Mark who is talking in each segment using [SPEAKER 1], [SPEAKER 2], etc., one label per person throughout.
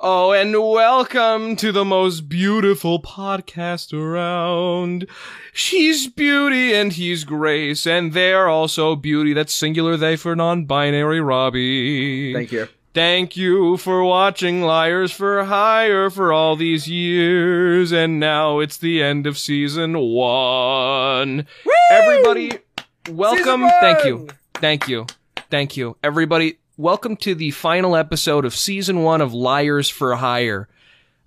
[SPEAKER 1] Oh, and welcome to the most beautiful podcast around. She's beauty and he's grace, and they're also beauty. That's singular they for non binary Robbie.
[SPEAKER 2] Thank you.
[SPEAKER 1] Thank you for watching Liars for Hire for all these years, and now it's the end of season one. Everybody, welcome.
[SPEAKER 2] Season
[SPEAKER 1] Thank you.
[SPEAKER 2] one!
[SPEAKER 1] Thank you. Thank you. Everybody, welcome to the final episode of season one of Liars for Hire.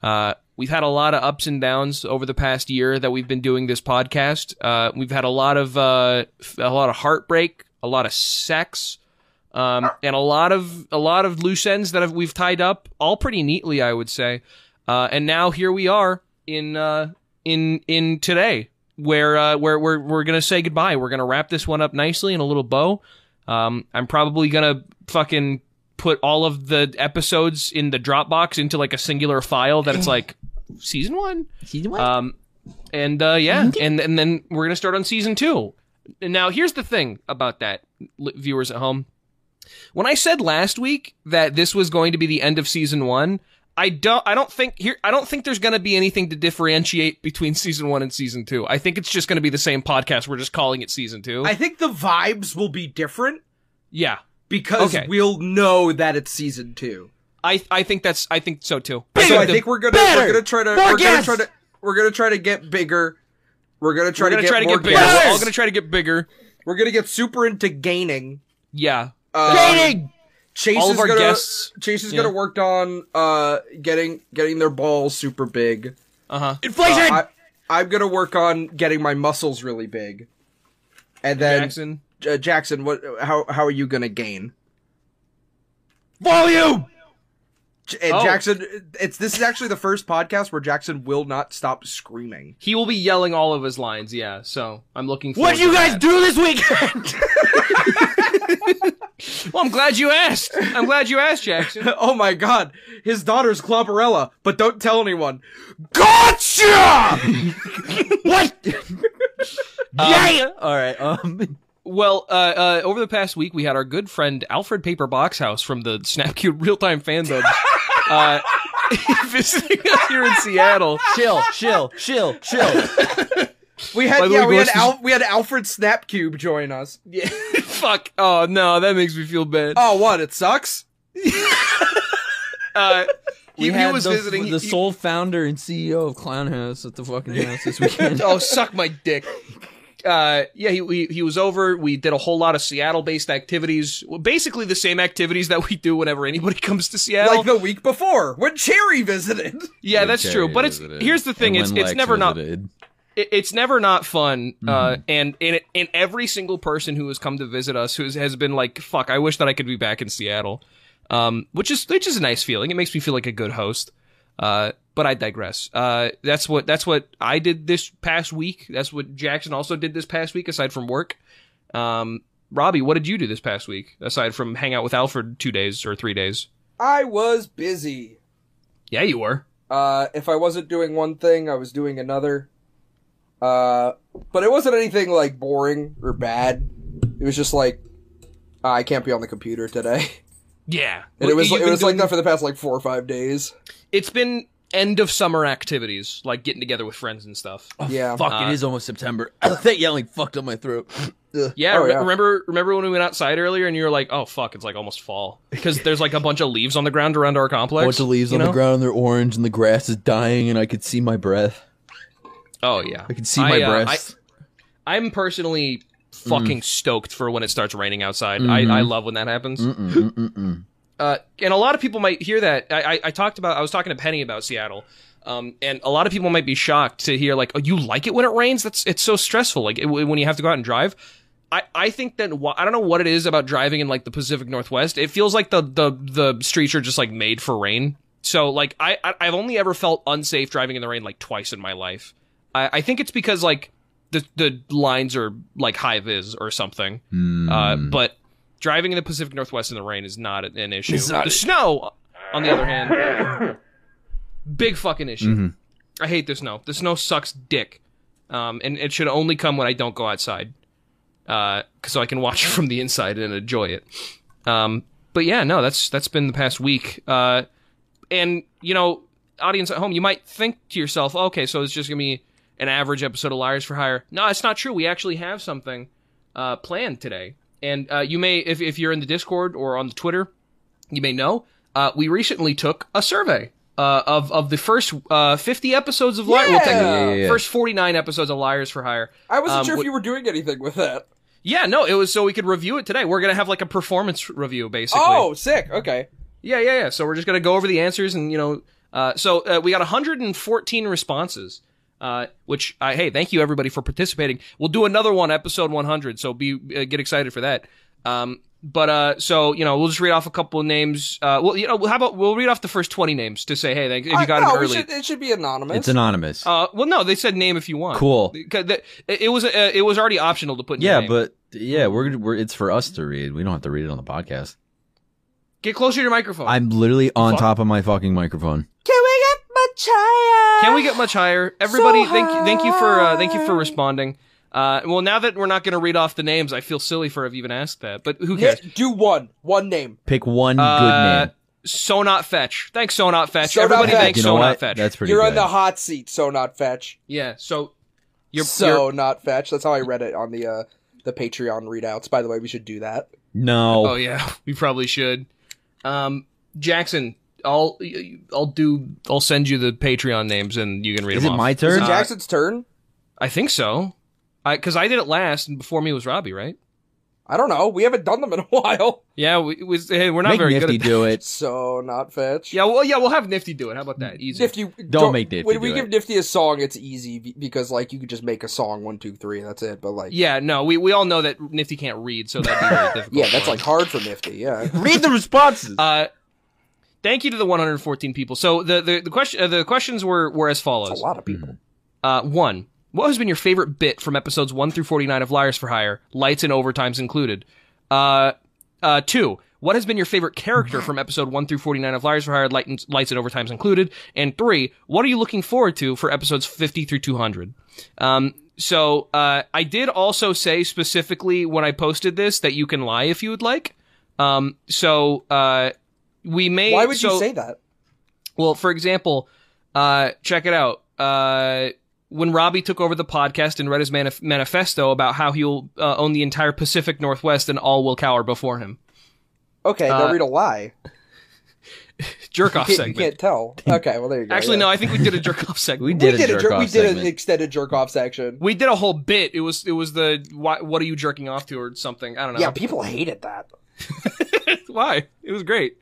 [SPEAKER 1] Uh, we've had a lot of ups and downs over the past year that we've been doing this podcast. Uh, we've had a lot of uh, f- a lot of heartbreak, a lot of sex, um, and a lot of a lot of loose ends that have, we've tied up all pretty neatly, I would say. Uh, and now here we are in uh, in in today, where uh, where we're we're gonna say goodbye. We're gonna wrap this one up nicely in a little bow. Um, I'm probably gonna fucking put all of the episodes in the Dropbox into like a singular file that it's like season one.
[SPEAKER 2] Season one.
[SPEAKER 1] Um, and uh, yeah, and and then we're gonna start on season two. And Now here's the thing about that, li- viewers at home. When I said last week that this was going to be the end of season one, I don't I don't think here I don't think there's gonna be anything to differentiate between season one and season two. I think it's just gonna be the same podcast. We're just calling it season two.
[SPEAKER 2] I think the vibes will be different
[SPEAKER 1] yeah.
[SPEAKER 2] because
[SPEAKER 1] Okay.
[SPEAKER 2] we'll know that it's season two.
[SPEAKER 1] I, I think that's I think so too.
[SPEAKER 2] So I
[SPEAKER 1] the-
[SPEAKER 2] think we're gonna we're gonna try to we're gonna try to we're gonna try to get bigger. We're gonna try
[SPEAKER 1] we're gonna
[SPEAKER 2] to get
[SPEAKER 1] try to
[SPEAKER 2] more
[SPEAKER 1] get bigger.
[SPEAKER 2] guests.
[SPEAKER 1] We're all gonna try to get bigger.
[SPEAKER 2] We're gonna get super into gaining.
[SPEAKER 1] Yeah.
[SPEAKER 3] Um,
[SPEAKER 2] Uh, Chase
[SPEAKER 1] All
[SPEAKER 2] is
[SPEAKER 1] of our
[SPEAKER 2] gonna
[SPEAKER 1] guests-
[SPEAKER 2] Chase is
[SPEAKER 1] yeah.
[SPEAKER 2] gonna work on uh getting getting their balls super big.
[SPEAKER 1] Uh huh.
[SPEAKER 2] Uh,
[SPEAKER 3] Inflation.
[SPEAKER 2] I, I'm gonna work on getting my muscles really big. And then
[SPEAKER 1] Jackson.
[SPEAKER 2] uh, Jackson, what? How how are you gonna gain?
[SPEAKER 3] Volume.
[SPEAKER 2] J- and
[SPEAKER 1] Oh.
[SPEAKER 2] Jackson, it's this is actually the first podcast where Jackson will not stop screaming.
[SPEAKER 1] He will be yelling all of his lines, yeah. So I'm looking forward
[SPEAKER 3] What'd you
[SPEAKER 1] to
[SPEAKER 3] guys
[SPEAKER 1] that.
[SPEAKER 3] do this weekend?
[SPEAKER 1] Well, I'm glad you asked. I'm glad you asked, Jackson.
[SPEAKER 2] oh my God, his daughter's Clobberella, but don't tell anyone.
[SPEAKER 3] gotcha. what? yeah. Um, All right. Um.
[SPEAKER 1] Well, uh, uh, over the past week, we had our good friend Alfred Paper Boxhouse from the Snapcube Real Time Fandom uh, visiting us here in Seattle.
[SPEAKER 3] Chill. Chill. Chill. Chill.
[SPEAKER 2] We
[SPEAKER 1] By
[SPEAKER 2] had
[SPEAKER 1] the
[SPEAKER 2] yeah,
[SPEAKER 1] way,
[SPEAKER 2] we had
[SPEAKER 1] Ghost is-
[SPEAKER 2] Al- we had Alfred Snapcube join us.
[SPEAKER 1] Yeah. Fuck. Oh, no, that makes me feel bad.
[SPEAKER 2] Oh, what? It sucks.
[SPEAKER 1] Uh,
[SPEAKER 3] we
[SPEAKER 1] he, he
[SPEAKER 3] had
[SPEAKER 1] was
[SPEAKER 3] the,
[SPEAKER 1] visiting.
[SPEAKER 3] the
[SPEAKER 1] he-
[SPEAKER 3] sole founder and CEO of Clown House at the fucking house this weekend.
[SPEAKER 1] oh, suck my dick. Uh, yeah, he, he he was over. We did a whole lot of Seattle-based activities, Well, basically the same activities that we do whenever anybody comes to Seattle.
[SPEAKER 2] Like the week before when Cherry visited.
[SPEAKER 1] yeah, that's true. But it's here's the thing: it's it's never not it- it's never not fun. Uh, and and it- and every single person who has come to visit us who has, has been like, "Fuck, I wish that I could be back in Seattle," um, which is which is a nice feeling. It makes me feel like a good host. Uh, but I digress. Uh, that's what that's what I did this past week. That's what Jackson also did this past week, aside from work. Um, Robbie, what did you do this past week aside from hang out with Alfred two days or three days?
[SPEAKER 2] I was busy.
[SPEAKER 1] Yeah, you were.
[SPEAKER 2] Uh, if I wasn't doing one thing, I was doing another. Uh, but it wasn't anything like boring or bad. It was just like "Ah, I can't be on the computer today,
[SPEAKER 1] Yeah,
[SPEAKER 2] and it was
[SPEAKER 1] You've
[SPEAKER 2] it
[SPEAKER 1] been
[SPEAKER 2] was like
[SPEAKER 1] doing-
[SPEAKER 2] that for the past like four or five days.
[SPEAKER 1] it's been end of summer activities, like getting together with friends and stuff.
[SPEAKER 2] yeah,
[SPEAKER 3] Fuck!
[SPEAKER 1] Uh,
[SPEAKER 3] it is almost September. that yelling fucked up my throat. Ugh.
[SPEAKER 1] Yeah,
[SPEAKER 2] Oh,
[SPEAKER 1] re-
[SPEAKER 2] yeah.
[SPEAKER 1] remember remember when we went outside earlier and you were like, "Oh fuck, it's like almost fall." Cuz there's like a bunch of leaves on the ground around our complex.
[SPEAKER 3] bunch of leaves
[SPEAKER 1] you
[SPEAKER 3] on
[SPEAKER 1] know?
[SPEAKER 3] the ground, they're orange, and the grass is dying, and I could see my breath.
[SPEAKER 1] Oh yeah.
[SPEAKER 3] I could see my
[SPEAKER 1] uh,
[SPEAKER 3] breath.
[SPEAKER 1] I, am personally
[SPEAKER 3] Mm.
[SPEAKER 1] fucking stoked for when it starts raining outside.
[SPEAKER 3] Mhm.
[SPEAKER 1] I, I love when that happens.
[SPEAKER 3] Mm-mm, mm-mm, mm-mm.
[SPEAKER 1] uh, and a lot of people might hear that. I, I, I talked about, I was talking to Penny about Seattle, um, and a lot of people might be shocked to hear like, "Oh, you like it when it rains? That's it's so stressful. Like it, when you have to go out and drive." I, I think that wh- I don't know what it is about driving in like the Pacific Northwest. It feels like the the the streets are just like made for rain. So like I I- I've only ever felt unsafe driving in the rain like twice in my life. I, I think it's because like the the lines are like high vis or something. Uh, but driving in the Pacific Northwest in the rain is not an issue.
[SPEAKER 3] It's not-
[SPEAKER 1] the snow, on the other hand, big fucking issue. I hate the snow. The snow sucks dick, um, and it should only come when I don't go outside, uh, 'cause so I can watch it from the inside and enjoy it. Um, but yeah, no, that's that's been the past week. Uh, and you know, audience at home, you might think to yourself, okay, so it's just gonna be an average episode of Liars for Hire. No, it's not true. We actually have something uh, planned today, and uh, you may, if if you're in the Discord or on the Twitter, you may know uh, we recently took a survey. Uh, of of the first uh, 50 episodes of Liars, well,
[SPEAKER 2] Yeah!
[SPEAKER 1] technically,
[SPEAKER 2] Yeah, yeah,
[SPEAKER 3] yeah.
[SPEAKER 1] first 49 episodes of Liars for Hire,
[SPEAKER 2] I wasn't
[SPEAKER 1] Um,
[SPEAKER 2] sure if
[SPEAKER 1] what-
[SPEAKER 2] you were doing anything with that.
[SPEAKER 1] yeah, no, it was so we could review it today. We're gonna have like a performance review, basically.
[SPEAKER 2] Oh, sick. Okay.
[SPEAKER 1] yeah, yeah, yeah. So we're just gonna go over the answers, and you know, uh, so uh, we got 114 responses. Uh, which I hey, thank you everybody for participating. We'll do another one, episode 100. So be uh, get excited for that. Um, but uh, so you know, we'll just read off a couple of names. Uh, well, you know, how about we'll read off the first 20 names to say hey, thank if you
[SPEAKER 2] I-
[SPEAKER 1] got
[SPEAKER 2] no,
[SPEAKER 1] it
[SPEAKER 2] we
[SPEAKER 1] early.
[SPEAKER 2] Should, it should be anonymous.
[SPEAKER 4] It's anonymous.
[SPEAKER 1] Uh, well, no, they said name if you want.
[SPEAKER 4] cool.
[SPEAKER 1] 'Cause that- It it was uh, it was already optional to put. in your
[SPEAKER 4] Yeah,
[SPEAKER 1] name.
[SPEAKER 4] but yeah, we're, gonna- we're it's for us to read. We don't have to read it on the podcast.
[SPEAKER 1] get closer to your microphone.
[SPEAKER 4] I'm literally on
[SPEAKER 1] Oh. Fuck.
[SPEAKER 4] top of my fucking microphone.
[SPEAKER 2] Can we get much higher?
[SPEAKER 1] Can we get much higher? Everybody,
[SPEAKER 2] So
[SPEAKER 1] thank you, thank you for uh, thank you for
[SPEAKER 2] high.
[SPEAKER 1] responding. Uh, well, now that we're not going to read off the names, I feel silly for have even asked that. But who
[SPEAKER 2] Yeah,
[SPEAKER 1] cares?
[SPEAKER 2] do one. One name.
[SPEAKER 4] Pick one
[SPEAKER 1] Uh,
[SPEAKER 4] good name.
[SPEAKER 1] So not fetch. Thanks, so not fetch.
[SPEAKER 2] So Not
[SPEAKER 1] Everybody,
[SPEAKER 2] Fetch.
[SPEAKER 1] thanks,
[SPEAKER 4] you know
[SPEAKER 1] so
[SPEAKER 4] what?
[SPEAKER 1] not fetch.
[SPEAKER 4] That's pretty
[SPEAKER 2] You're
[SPEAKER 4] good.
[SPEAKER 2] on the hot seat, so not fetch.
[SPEAKER 1] yeah. So you're
[SPEAKER 2] so not fetch. That's how I read it on the uh the Patreon readouts. By the way, we should do that.
[SPEAKER 1] you're-
[SPEAKER 4] no.
[SPEAKER 1] oh yeah, we probably should. Um, Jackson, I'll I'll do I'll send you the Patreon names and you can read
[SPEAKER 4] Is
[SPEAKER 1] them
[SPEAKER 4] it
[SPEAKER 1] off. Uh,
[SPEAKER 4] my
[SPEAKER 2] Is
[SPEAKER 4] turn?
[SPEAKER 2] it Jackson's turn?
[SPEAKER 1] I think so. I because I did it last and before me was Robbie, right?
[SPEAKER 2] I don't know. We haven't done them in a while.
[SPEAKER 1] Yeah, we, we hey, we're not
[SPEAKER 4] Make
[SPEAKER 1] very good
[SPEAKER 4] Nifty
[SPEAKER 1] at
[SPEAKER 4] do it.
[SPEAKER 2] So not fetch.
[SPEAKER 1] Yeah, well, yeah, we'll have Nifty do it. How about that? Easy.
[SPEAKER 2] Nifty, don't,
[SPEAKER 4] make Nifty
[SPEAKER 2] When we
[SPEAKER 4] do
[SPEAKER 2] give
[SPEAKER 4] it.
[SPEAKER 2] Nifty a song, it's easy be- because like you could just make a song one, two, three, and that's it. But like, yeah,
[SPEAKER 1] Yeah, no, we, we all know that Nifty can't read, so that'd be very difficult.
[SPEAKER 2] that's
[SPEAKER 1] for
[SPEAKER 2] like
[SPEAKER 1] him.
[SPEAKER 2] hard for Nifty. Yeah,
[SPEAKER 4] Read the responses.
[SPEAKER 1] Uh, thank you to the 114 people. So the the, the question uh, the questions were were as
[SPEAKER 2] that's a
[SPEAKER 1] follows.
[SPEAKER 2] lot of people.
[SPEAKER 1] Uh, one, what has been your favorite bit from episodes one through 49 of Liars for Hire, lights and overtimes included? Uh, uh, two, what has been your favorite character from episode one through 49 of Liars for Hire, light and, lights and overtimes included? And three, what are you looking forward to for episodes 50 through 200? Um, so uh, I did also say specifically when I posted this that you can lie if you would like. Um, so uh, we may.
[SPEAKER 2] Why would
[SPEAKER 1] so-
[SPEAKER 2] you say that?
[SPEAKER 1] well, for example, uh, check it out. Uh, when Robbie took over the podcast and read his manif- manifesto about how he'll uh, own the entire Pacific Northwest and all will cower before him.
[SPEAKER 2] Okay,
[SPEAKER 1] Uh,
[SPEAKER 2] now read a lie.
[SPEAKER 1] Jerk off
[SPEAKER 2] You can't, you
[SPEAKER 1] segment.
[SPEAKER 2] can't tell. Okay, well there you go.
[SPEAKER 1] Actually,
[SPEAKER 2] yeah.
[SPEAKER 1] no, I think we did a jerk off segment.
[SPEAKER 4] we
[SPEAKER 2] We
[SPEAKER 4] did a
[SPEAKER 2] did a
[SPEAKER 4] jerk
[SPEAKER 2] jerk. We
[SPEAKER 4] off
[SPEAKER 2] did an
[SPEAKER 4] segment.
[SPEAKER 2] extended jerk off section.
[SPEAKER 1] We did a whole bit. It was it was the why, what are you jerking off to or something. I don't know.
[SPEAKER 2] Yeah, people hated that.
[SPEAKER 1] why? It was great.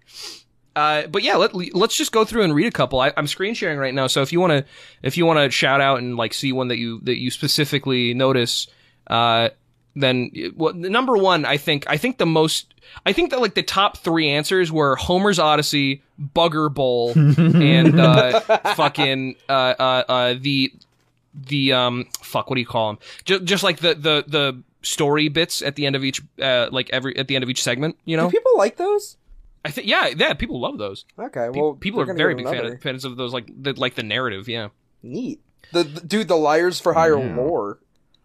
[SPEAKER 1] Uh, but yeah, let, let's just go through and read a couple. I, I'm screen sharing right now, so if you want to, if you want to shout out and like see one that you that you specifically notice, uh, then well, the number one, I think, I think the most, I think that like the top three answers were Homer's Odyssey, Bugger Bowl, and uh, fucking uh, uh, uh, the the um fuck what do you call them just, just like the the the story bits at the end of each uh like every at the end of each segment you know
[SPEAKER 2] Do people like those?
[SPEAKER 1] I think yeah, yeah, people love those.
[SPEAKER 2] Okay,
[SPEAKER 1] Pe-
[SPEAKER 2] well
[SPEAKER 1] people
[SPEAKER 2] we're
[SPEAKER 1] are
[SPEAKER 2] gonna
[SPEAKER 1] very
[SPEAKER 2] get
[SPEAKER 1] big fan
[SPEAKER 2] another.
[SPEAKER 1] of, fans of those like the, like the narrative, yeah.
[SPEAKER 2] Neat. The, the- dude, the liars for hire
[SPEAKER 4] Yeah.
[SPEAKER 2] lore.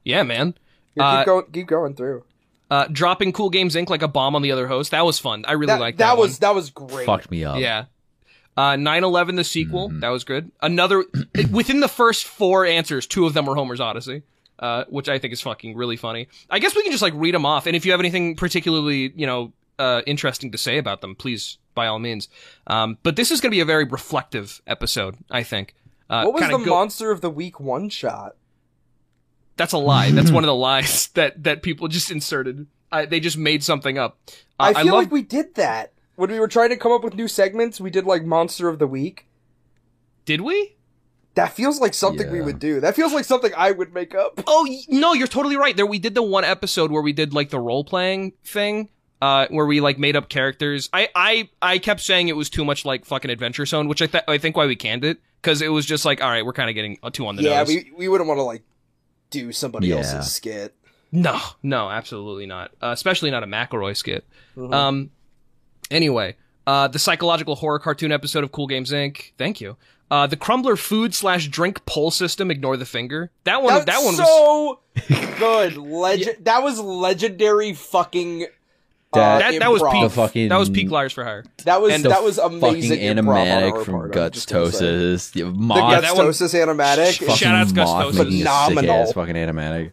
[SPEAKER 1] Yeah, man.
[SPEAKER 2] Here,
[SPEAKER 1] Uh,
[SPEAKER 2] keep going. Keep going through.
[SPEAKER 1] Uh dropping Cool Games Inc like a bomb on the other host. That was fun. I really
[SPEAKER 2] that,
[SPEAKER 1] liked
[SPEAKER 2] that,
[SPEAKER 1] that.
[SPEAKER 2] was that was great.
[SPEAKER 4] Fucked
[SPEAKER 5] Oh.
[SPEAKER 4] me up.
[SPEAKER 1] one. Yeah. Uh 9/11 the sequel.
[SPEAKER 4] Mhm.
[SPEAKER 1] That was good. Another within the first 4 answers, two of them were Homer's Odyssey. Uh, which I think is fucking really funny. I guess we can just like read them off, and if you have anything particularly, you know, uh, interesting to say about them, please, by all means. Um, but this is going to be a very reflective episode, I think. Uh,
[SPEAKER 2] What was
[SPEAKER 1] kinda
[SPEAKER 2] the
[SPEAKER 1] go-
[SPEAKER 2] monster of the week one shot?
[SPEAKER 1] That's a lie.
[SPEAKER 2] Hmm.
[SPEAKER 1] That's one of the lies that that people just inserted. I, they just made something up. Uh,
[SPEAKER 2] I feel
[SPEAKER 1] love.
[SPEAKER 2] like we did that when we were trying to come up with new segments. We did like monster of the week.
[SPEAKER 1] did we?
[SPEAKER 2] That feels like something we
[SPEAKER 4] Yeah.
[SPEAKER 2] would do. That feels like something I would make up.
[SPEAKER 1] Oh y- no, you're totally right. There, we did the one episode where we did like the role playing thing, uh, where we like made up characters. I I I kept saying it was too much like fucking Adventure Zone, which I th- I think why we canned it because it was just like all right, we're kind of getting uh, too on the
[SPEAKER 2] yeah,
[SPEAKER 1] nose.
[SPEAKER 2] we we wouldn't want to like do somebody
[SPEAKER 4] Yeah.
[SPEAKER 2] else's skit.
[SPEAKER 1] No, no, absolutely not. Uh, especially not a McElroy skit.
[SPEAKER 2] Mhm.
[SPEAKER 1] Um, anyway, uh, the psychological horror cartoon episode of Cool Games Inc. Thank you. Uh, the Crumbler food slash drink poll system. Ignore the finger. That one.
[SPEAKER 2] That's
[SPEAKER 1] that one was
[SPEAKER 2] so good. Legend. That was legendary. Fucking uh,
[SPEAKER 5] That-
[SPEAKER 1] That, that was
[SPEAKER 2] improv.
[SPEAKER 1] peak.
[SPEAKER 5] The fucking-
[SPEAKER 1] that was peak liars for hire.
[SPEAKER 2] That was
[SPEAKER 1] And
[SPEAKER 2] that was
[SPEAKER 5] fucking
[SPEAKER 2] amazing. improv on
[SPEAKER 5] animatic
[SPEAKER 2] our
[SPEAKER 5] from
[SPEAKER 2] part, I'm just gonna say.
[SPEAKER 5] Gutstosis. Yeah,
[SPEAKER 2] The
[SPEAKER 5] Moth,
[SPEAKER 1] Yeah, that one-
[SPEAKER 2] Gustosis animatic.
[SPEAKER 1] Fuck. Shout out to Gutstosis.
[SPEAKER 2] Phenomenal.
[SPEAKER 5] ass fucking animatic.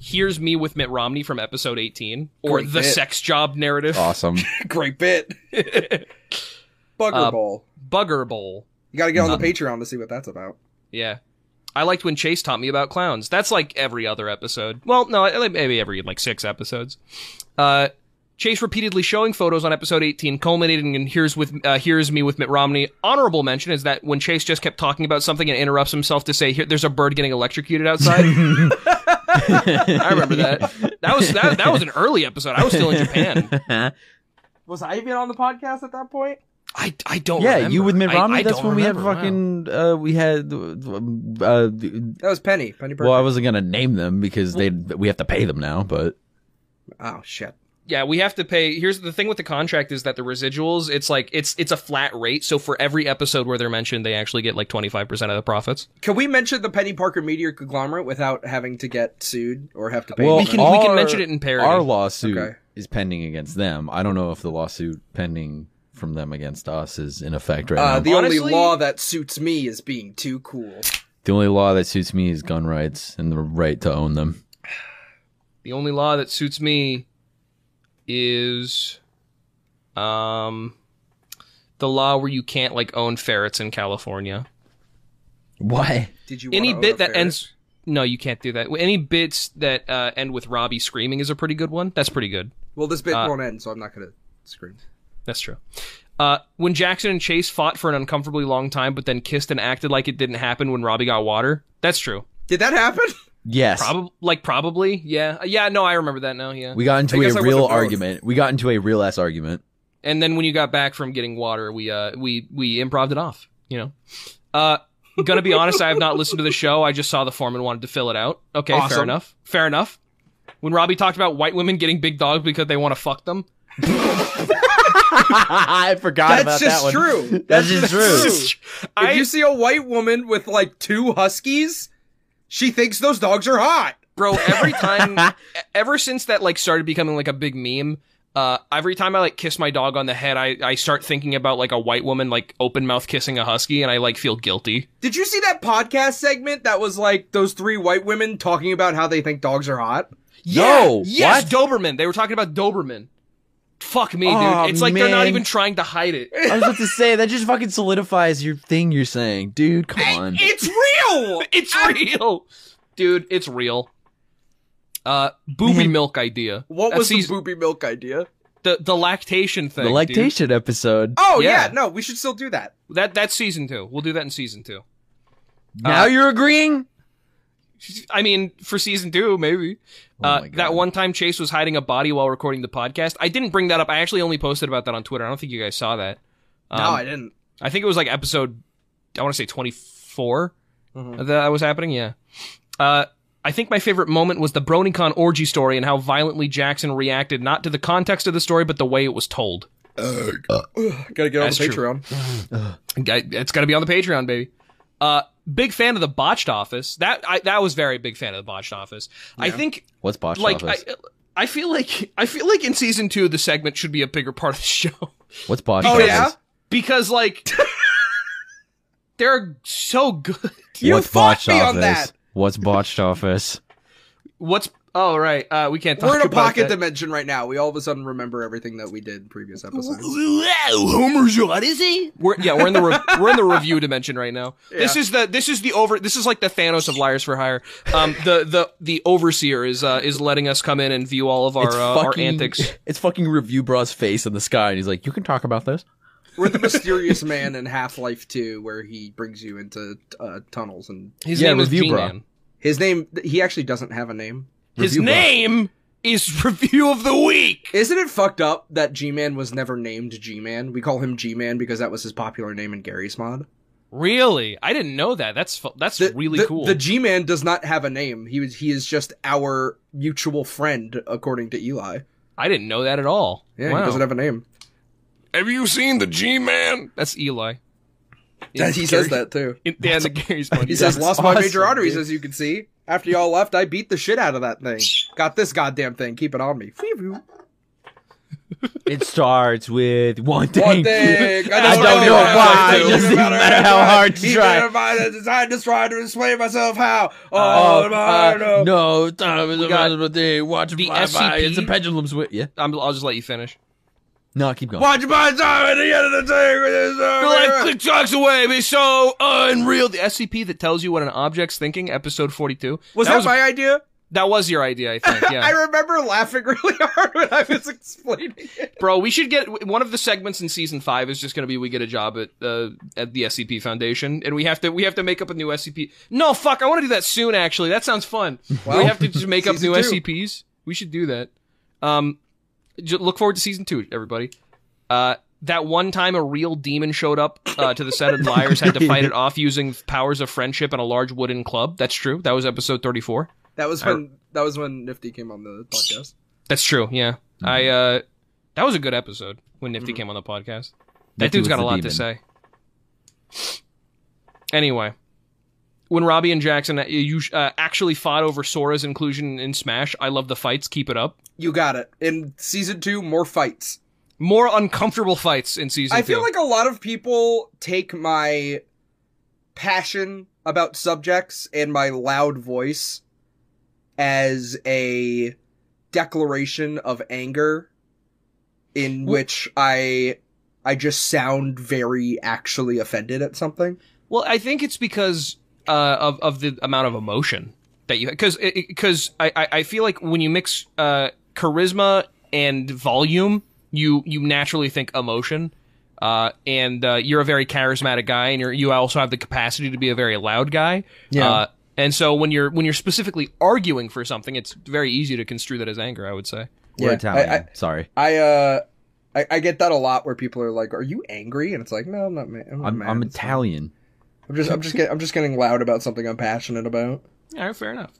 [SPEAKER 1] Here's me with Mitt Romney from episode 18, or
[SPEAKER 2] Great
[SPEAKER 1] the
[SPEAKER 2] bit.
[SPEAKER 1] sex job narrative.
[SPEAKER 5] Awesome.
[SPEAKER 2] Great bit. Bugger
[SPEAKER 1] Uh,
[SPEAKER 2] Bowl.
[SPEAKER 1] Bugger bowl.
[SPEAKER 2] You got to get on the Patreon to see what that's about.
[SPEAKER 1] Yeah. I liked when Chase taught me about clowns. That's like every other episode. Well, no, I- like, maybe every like six episodes. Uh, Chase repeatedly showing photos on episode 18, culminating in here's with uh, here's me with Mitt Romney. Honorable mention is that when Chase just kept talking about something and interrupts himself to say, "Here, there's a bird getting electrocuted outside." I remember that. That was that, that was an early episode. I was still in Japan.
[SPEAKER 2] Was I even on the podcast at that point?
[SPEAKER 1] I, I don't.
[SPEAKER 5] yeah,
[SPEAKER 1] remember.
[SPEAKER 5] you with Mitt
[SPEAKER 1] I-
[SPEAKER 5] Romney.
[SPEAKER 1] I
[SPEAKER 5] that's
[SPEAKER 1] don't
[SPEAKER 5] when we had
[SPEAKER 1] remember. Wow.
[SPEAKER 5] fucking. Uh, we had. uh, Uh,
[SPEAKER 2] That was Penny. Penny
[SPEAKER 5] well, I
[SPEAKER 2] Parker.
[SPEAKER 5] wasn't gonna name them because they we have to pay them now, but
[SPEAKER 2] oh shit.
[SPEAKER 1] Yeah, we have to pay. Here's the thing with the contract is that the residuals, it's like it's it's a flat rate. So for every episode where they're mentioned, they actually get like 25% of the profits.
[SPEAKER 2] Can we mention the Penny Parker Meteor conglomerate without having to get sued or have to pay?
[SPEAKER 5] Well,
[SPEAKER 1] we
[SPEAKER 2] them?
[SPEAKER 1] can we can mention it in parody.
[SPEAKER 5] our lawsuit
[SPEAKER 2] Okay.
[SPEAKER 5] is pending against them. I don't know if the lawsuit pending from them against us is in effect right
[SPEAKER 2] Uh,
[SPEAKER 5] now. The,
[SPEAKER 2] the
[SPEAKER 1] Honestly-
[SPEAKER 2] only law that suits me is being too cool.
[SPEAKER 5] only law that suits me is gun rights and the right to own them.
[SPEAKER 1] the only law that suits me is um the law where you can't like own ferrets in California.
[SPEAKER 5] Why?
[SPEAKER 2] Did you
[SPEAKER 1] Any
[SPEAKER 2] wanna own
[SPEAKER 1] bit
[SPEAKER 2] a
[SPEAKER 1] that
[SPEAKER 2] ferret?
[SPEAKER 1] ends No, you can't do that. Any bits that uh, end with Robbie screaming is a pretty good one. That's pretty good.
[SPEAKER 2] Well, this bit
[SPEAKER 1] Uh,
[SPEAKER 2] won't end, so I'm not gonna scream.
[SPEAKER 1] That's true. Uh, when Jackson and Chase fought for an uncomfortably long time, but then kissed and acted like it didn't happen when Robbie got water. That's true.
[SPEAKER 2] Did that happen?
[SPEAKER 5] Yes.
[SPEAKER 1] Probably, like probably, yeah, yeah. No, I remember that now. Yeah.
[SPEAKER 5] We got into
[SPEAKER 2] I guess I
[SPEAKER 5] a real
[SPEAKER 2] wasn't both.
[SPEAKER 5] argument. We got into a real ass argument.
[SPEAKER 1] And then when you got back from getting water, we uh we we improved it off. You know. Uh, gonna be honest, I have not listened to the show. I just saw the form and wanted to fill it out. Okay, fair
[SPEAKER 2] Awesome.
[SPEAKER 1] enough. Fair enough. When Robbie talked about white women getting big dogs because they want to fuck them,
[SPEAKER 5] I forgot
[SPEAKER 2] That's just true.
[SPEAKER 5] That's just
[SPEAKER 2] That's
[SPEAKER 1] I
[SPEAKER 2] if you see a white woman with like two huskies, she thinks those dogs are hot.
[SPEAKER 1] bro every time e- ever since that like started becoming like a big meme uh every time i like kiss my dog on the head i i start thinking about like a white woman like open mouth kissing a husky and i like feel guilty
[SPEAKER 2] Did you see that podcast segment that was like those three white women talking about how they think dogs are hot?
[SPEAKER 5] No,
[SPEAKER 1] yes
[SPEAKER 5] what?
[SPEAKER 1] doberman they were talking about doberman fuck me dude
[SPEAKER 5] Aw,
[SPEAKER 1] it's like they're not
[SPEAKER 5] man.
[SPEAKER 1] even trying to hide it
[SPEAKER 5] I was about to say that just fucking solidifies your thing you're saying, dude. Come on.
[SPEAKER 2] It's real.
[SPEAKER 1] it's real dude it's real uh booby milk idea
[SPEAKER 2] what
[SPEAKER 1] That's
[SPEAKER 2] was the
[SPEAKER 1] these-
[SPEAKER 2] booby milk idea?
[SPEAKER 1] the, the lactation thing
[SPEAKER 5] The
[SPEAKER 1] dude. Uh,
[SPEAKER 5] lactation episode.
[SPEAKER 2] Oh
[SPEAKER 1] Yeah.
[SPEAKER 2] yeah. no, we should still do that.
[SPEAKER 1] that that's season two we'll do that in season two
[SPEAKER 5] now you're agreeing.
[SPEAKER 1] I mean, for season two, maybe.
[SPEAKER 5] Oh
[SPEAKER 1] uh,
[SPEAKER 5] my God.
[SPEAKER 1] that one time Chase was hiding a body while recording the podcast. I didn't bring that up. I actually only posted about that on Twitter. I don't think you guys saw that. Um,
[SPEAKER 2] no, I didn't.
[SPEAKER 1] I think it was like episode, I want to say 24 that that was happening. Yeah. Uh, I think my favorite moment was the BronyCon orgy story and how violently Jackson reacted, not to the context of the story, but the way it was told.
[SPEAKER 2] Gotta get on the
[SPEAKER 1] That's true.
[SPEAKER 2] Patreon.
[SPEAKER 1] I- It's got to be on the Patreon, baby. Uh, big fan of the botched office. That I, that was very big fan of the botched office. I think
[SPEAKER 5] What's box
[SPEAKER 1] like I,
[SPEAKER 5] office?
[SPEAKER 1] I feel like I feel like in season two the segment should be a bigger part of the show
[SPEAKER 5] What's box
[SPEAKER 2] Oh
[SPEAKER 5] office?
[SPEAKER 2] yeah,
[SPEAKER 1] because like they're so good.
[SPEAKER 2] You
[SPEAKER 5] What's
[SPEAKER 2] fought
[SPEAKER 5] botched
[SPEAKER 2] me
[SPEAKER 5] office?
[SPEAKER 2] on that.
[SPEAKER 5] What's botched office?
[SPEAKER 1] What's oh right uh, we can't talk
[SPEAKER 2] we're in a
[SPEAKER 1] about
[SPEAKER 2] pocket
[SPEAKER 1] that.
[SPEAKER 2] dimension right now. We all of a sudden remember everything that we did in previous episodes.
[SPEAKER 5] Homer's Odyssey.
[SPEAKER 1] We're, yeah, we're in the re- we're in the review dimension right now. This
[SPEAKER 2] Yeah.
[SPEAKER 1] is the this is the over this is like the Thanos of liars for hire. Um, the the the overseer is uh, is letting us come in and view all of our
[SPEAKER 5] It's
[SPEAKER 1] uh,
[SPEAKER 5] fucking,
[SPEAKER 1] our antics.
[SPEAKER 5] It's fucking review bra's face in the sky, and he's like, "You can talk about this."
[SPEAKER 2] We're the mysterious man in Half Life 2, where he brings you into uh, tunnels, and
[SPEAKER 1] His
[SPEAKER 5] Yeah,
[SPEAKER 1] name is
[SPEAKER 5] review bra.
[SPEAKER 1] G-Man.
[SPEAKER 2] his name—he actually doesn't have a name.
[SPEAKER 1] His
[SPEAKER 5] Review bra.
[SPEAKER 1] name is review of the week.
[SPEAKER 2] Isn't it fucked up that G-Man was never named G-Man? We call him G-Man because that was his popular name in Gary's mod.
[SPEAKER 1] Really, I didn't know that. That's fu- that's
[SPEAKER 2] The-
[SPEAKER 1] really
[SPEAKER 2] the-
[SPEAKER 1] cool.
[SPEAKER 2] The G-Man does not have a name. He was—he is just our mutual friend, according to Eli.
[SPEAKER 1] I didn't know that at all.
[SPEAKER 2] Yeah,
[SPEAKER 1] Wow.
[SPEAKER 2] he doesn't have a name.
[SPEAKER 1] Have you seen the G Man? That's Eli.
[SPEAKER 2] And he says that too.
[SPEAKER 1] In, yeah, in the Gary's one.
[SPEAKER 2] He says,
[SPEAKER 4] That's
[SPEAKER 2] "Lost my major
[SPEAKER 4] awesome,
[SPEAKER 2] arteries,
[SPEAKER 4] dude.
[SPEAKER 2] as you can see. After y'all left, I beat the shit out of that thing. Got this goddamn thing. Keep it on me. Whew.
[SPEAKER 5] It starts with one thing.
[SPEAKER 2] One thing.
[SPEAKER 5] I don't know why. It
[SPEAKER 2] Even
[SPEAKER 5] doesn't
[SPEAKER 2] better
[SPEAKER 5] matter
[SPEAKER 2] if
[SPEAKER 5] how
[SPEAKER 2] I-
[SPEAKER 5] hard you
[SPEAKER 2] even
[SPEAKER 5] try.
[SPEAKER 2] if I decide to try to explain myself how. Oh,
[SPEAKER 4] Uh,
[SPEAKER 2] I don't know.
[SPEAKER 4] No, time is
[SPEAKER 1] got
[SPEAKER 4] the day. Watch
[SPEAKER 1] the
[SPEAKER 4] fly by.
[SPEAKER 1] SCP.
[SPEAKER 4] It's a pendulum switch. Yeah.
[SPEAKER 1] I'm, I'll just let you finish.
[SPEAKER 4] No, keep going.
[SPEAKER 2] Watch my time at the end of the uh,
[SPEAKER 1] Your life
[SPEAKER 2] day.
[SPEAKER 1] click talks away. Be so unreal. The SCP that tells you what an object's thinking. Episode forty-two.
[SPEAKER 2] Was
[SPEAKER 1] that
[SPEAKER 2] that
[SPEAKER 1] was,
[SPEAKER 2] my idea?
[SPEAKER 1] that was your idea? I think.
[SPEAKER 2] I
[SPEAKER 1] Yeah,
[SPEAKER 2] remember laughing really hard when I was explaining it.
[SPEAKER 1] bro. We should get one of the segments in season five is just going to be we get a job at uh, at the SCP Foundation and we have to we have to make up a new SCP. No, fuck. I want to do that soon. Actually, that sounds fun. we have to just make up new
[SPEAKER 2] season two.
[SPEAKER 1] SCPs. We should do that. Um, j- look forward to season two, everybody. Uh, that one time a real demon showed up uh, to the set and liars had to fight it off using powers of friendship and a large wooden club. That's true. That was episode thirty-four.
[SPEAKER 2] That was when that was when Nifty came on the podcast.
[SPEAKER 1] That's true. Yeah,
[SPEAKER 4] Mm-hmm.
[SPEAKER 1] I. Uh, that was a good episode when Nifty came on the podcast. That
[SPEAKER 4] Nifty
[SPEAKER 1] dude's
[SPEAKER 4] was
[SPEAKER 1] got a
[SPEAKER 4] the
[SPEAKER 1] lot to
[SPEAKER 4] demon.
[SPEAKER 1] say. Anyway, when Robbie and Jackson uh, you, uh, actually fought over Sora's inclusion in Smash, I love the fights. Keep it up.
[SPEAKER 2] You got it. In season two, more fights.
[SPEAKER 1] More uncomfortable fights in season
[SPEAKER 2] I
[SPEAKER 1] two.
[SPEAKER 2] feel like a lot of people take my passion about subjects and my loud voice as a declaration of anger in which I I just sound very actually offended at something.
[SPEAKER 1] Well, I think it's because uh, of of the amount of emotion that you because because I, I I feel like when you mix uh, charisma and volume, you you naturally think emotion. Uh, and uh, you're a very charismatic guy, and you're, you also have the capacity to be a very loud guy.
[SPEAKER 2] Yeah.
[SPEAKER 1] Uh, and so when you're when you're specifically arguing for something, it's very easy to construe that as anger. I would say.
[SPEAKER 4] We're
[SPEAKER 2] Yeah,
[SPEAKER 4] Italian.
[SPEAKER 2] I- I-
[SPEAKER 4] Sorry.
[SPEAKER 2] I uh I, I get that a lot where people are like, "Are you angry?" And it's like, "No, I'm not. Ma- I'm, not
[SPEAKER 4] I'm,
[SPEAKER 2] mad.
[SPEAKER 4] I'm
[SPEAKER 2] It's fine.
[SPEAKER 4] Italian.
[SPEAKER 2] I'm just I'm just get, I'm just getting loud about something I'm passionate about."
[SPEAKER 1] All right, fair enough.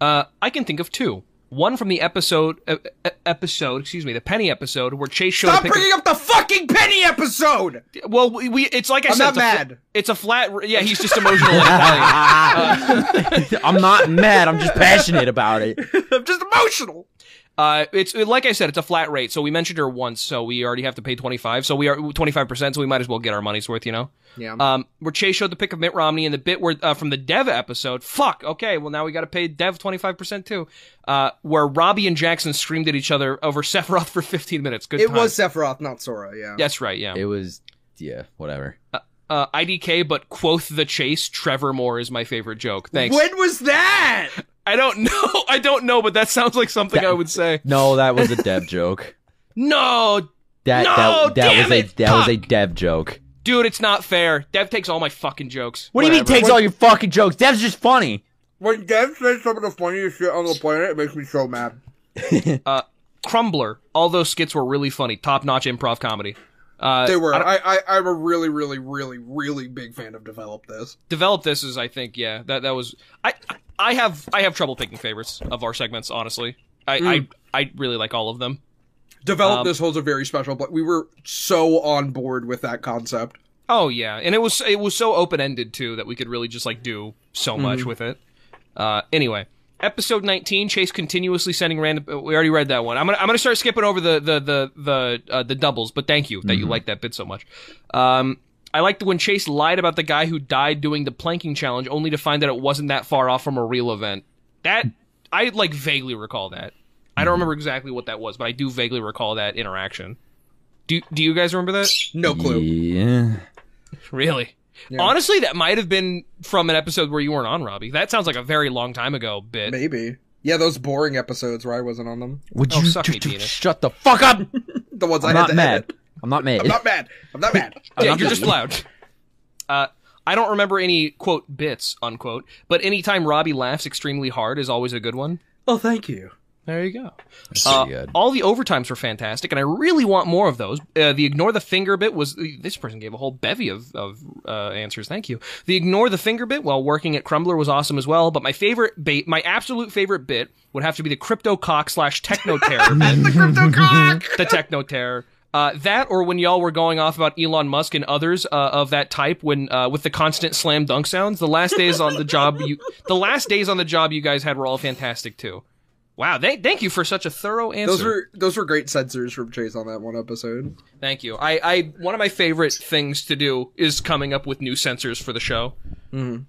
[SPEAKER 1] Uh, I can think of two. One from the episode, uh, uh, episode, excuse me, the Penny episode, where Chase showed a
[SPEAKER 2] Stop
[SPEAKER 1] picture.
[SPEAKER 2] bringing up the fucking penny episode.
[SPEAKER 1] Well, we, we it's like I
[SPEAKER 2] I'm
[SPEAKER 1] said,
[SPEAKER 2] not
[SPEAKER 1] it's a fla-
[SPEAKER 2] mad.
[SPEAKER 1] it's a flat. Yeah, he's just emotional. and Italian.
[SPEAKER 5] I'm not mad. I'm just passionate about it.
[SPEAKER 2] I'm just emotional.
[SPEAKER 1] Uh, it's it- like I said, it's a flat rate. So we mentioned her once, so we already have to pay twenty five. So we are twenty five percent. So we might as well get our money's worth, you know.
[SPEAKER 2] Yeah.
[SPEAKER 1] Um, where Chase showed the pic of Mitt Romney and the bit where uh, from the Dev episode. Fuck. Okay. Well, now we got to pay Dev twenty five percent too. Uh, where Robbie and Jackson screamed at each other over Sephiroth for fifteen minutes. Good.
[SPEAKER 2] it
[SPEAKER 1] time.
[SPEAKER 2] was Sephiroth, not Sora. Yeah.
[SPEAKER 1] That's right. Yeah.
[SPEAKER 4] It was, yeah, whatever.
[SPEAKER 1] Uh, IDK, but quoth the chase. Trevor Moore is my favorite joke. Thanks.
[SPEAKER 2] When was that?
[SPEAKER 1] I don't know. I don't know, but that sounds like something I would say.
[SPEAKER 4] No, that was a dev joke.
[SPEAKER 1] No,
[SPEAKER 4] That
[SPEAKER 1] No,
[SPEAKER 4] that, that
[SPEAKER 1] damn
[SPEAKER 4] was a
[SPEAKER 1] it,
[SPEAKER 4] that was a
[SPEAKER 1] fuck.
[SPEAKER 4] dev joke.
[SPEAKER 1] dude, it's not fair. Dev takes all my fucking jokes.
[SPEAKER 5] What do you mean
[SPEAKER 1] Whatever.
[SPEAKER 5] takes all your fucking jokes? That's just funny.
[SPEAKER 2] When Dev says some of the funniest shit on the planet, it makes me so mad.
[SPEAKER 1] Crumbler. All those skits were really funny. Top notch improv comedy. Uh,
[SPEAKER 2] They were. I, I, I, am a really, really, really, really big fan of Develop This.
[SPEAKER 1] develop this is, I think, yeah. That that was. I I have I have trouble picking favorites of our segments. Honestly, I
[SPEAKER 5] Mm.
[SPEAKER 1] I, I really like all of them.
[SPEAKER 2] Develop
[SPEAKER 1] Um,
[SPEAKER 2] This holds a very special place. We were so on board with that concept.
[SPEAKER 1] Oh yeah, and it was it was so open ended too that we could really just like do so much with it. Uh, anyway, episode nineteen, Chase continuously sending random. uh, We already read that one. I'm gonna I'm gonna start skipping over the the the the uh, the doubles, but thank you that you liked that bit so much. Um, I liked when Chase lied about the guy who died doing the planking challenge, only to find that it wasn't that far off from a real event. That I like vaguely recall that. I don't remember exactly what that was, but I do vaguely recall that interaction. Do do you guys remember that?
[SPEAKER 2] No clue.
[SPEAKER 4] Yeah.
[SPEAKER 1] Really?
[SPEAKER 2] Yeah.
[SPEAKER 1] Honestly, that might have been from an episode where you weren't on, Robbie. That sounds like a very long time ago bit.
[SPEAKER 2] Maybe. Yeah, those boring episodes where I wasn't on them.
[SPEAKER 4] Would
[SPEAKER 1] Oh,
[SPEAKER 4] you
[SPEAKER 1] suck me,
[SPEAKER 4] just-
[SPEAKER 1] penis.
[SPEAKER 4] shut the fuck up?
[SPEAKER 2] The ones I
[SPEAKER 4] I'm
[SPEAKER 2] had
[SPEAKER 4] not
[SPEAKER 2] to
[SPEAKER 4] mad.
[SPEAKER 2] edit.
[SPEAKER 4] I'm not mad.
[SPEAKER 2] I'm not mad. I'm not mad.
[SPEAKER 1] Yeah,
[SPEAKER 4] not
[SPEAKER 1] you're just
[SPEAKER 4] doing
[SPEAKER 1] loud. Uh, I don't remember any quote bits unquote, but anytime Robbie laughs extremely hard is always a good one.
[SPEAKER 2] oh, thank you.
[SPEAKER 1] There you go.
[SPEAKER 4] That's
[SPEAKER 1] Uh,
[SPEAKER 4] pretty good.
[SPEAKER 1] all the overtimes were fantastic, and I really want more of those. Uh, the ignore the finger bit was this person gave a whole bevy of, of uh, answers. Thank you. The ignore the finger bit while working at Crumbler was awesome as well. But my favorite bait, my absolute favorite bit, would have to be the crypto cock slash techno terror bit.
[SPEAKER 2] The crypto cock.
[SPEAKER 1] the techno terror. Uh, that or when y'all were going off about Elon Musk and others uh, of that type, when uh, with the constant slam dunk sounds, the last days on the job, you, the last days on the job you guys had were all fantastic too. Wow, thank thank you for such a thorough answer.
[SPEAKER 2] Those were those were great censors from Chase on that one episode.
[SPEAKER 1] Thank you. I, I one of my favorite things to do is coming up with new sensors for the show.
[SPEAKER 2] Mhm.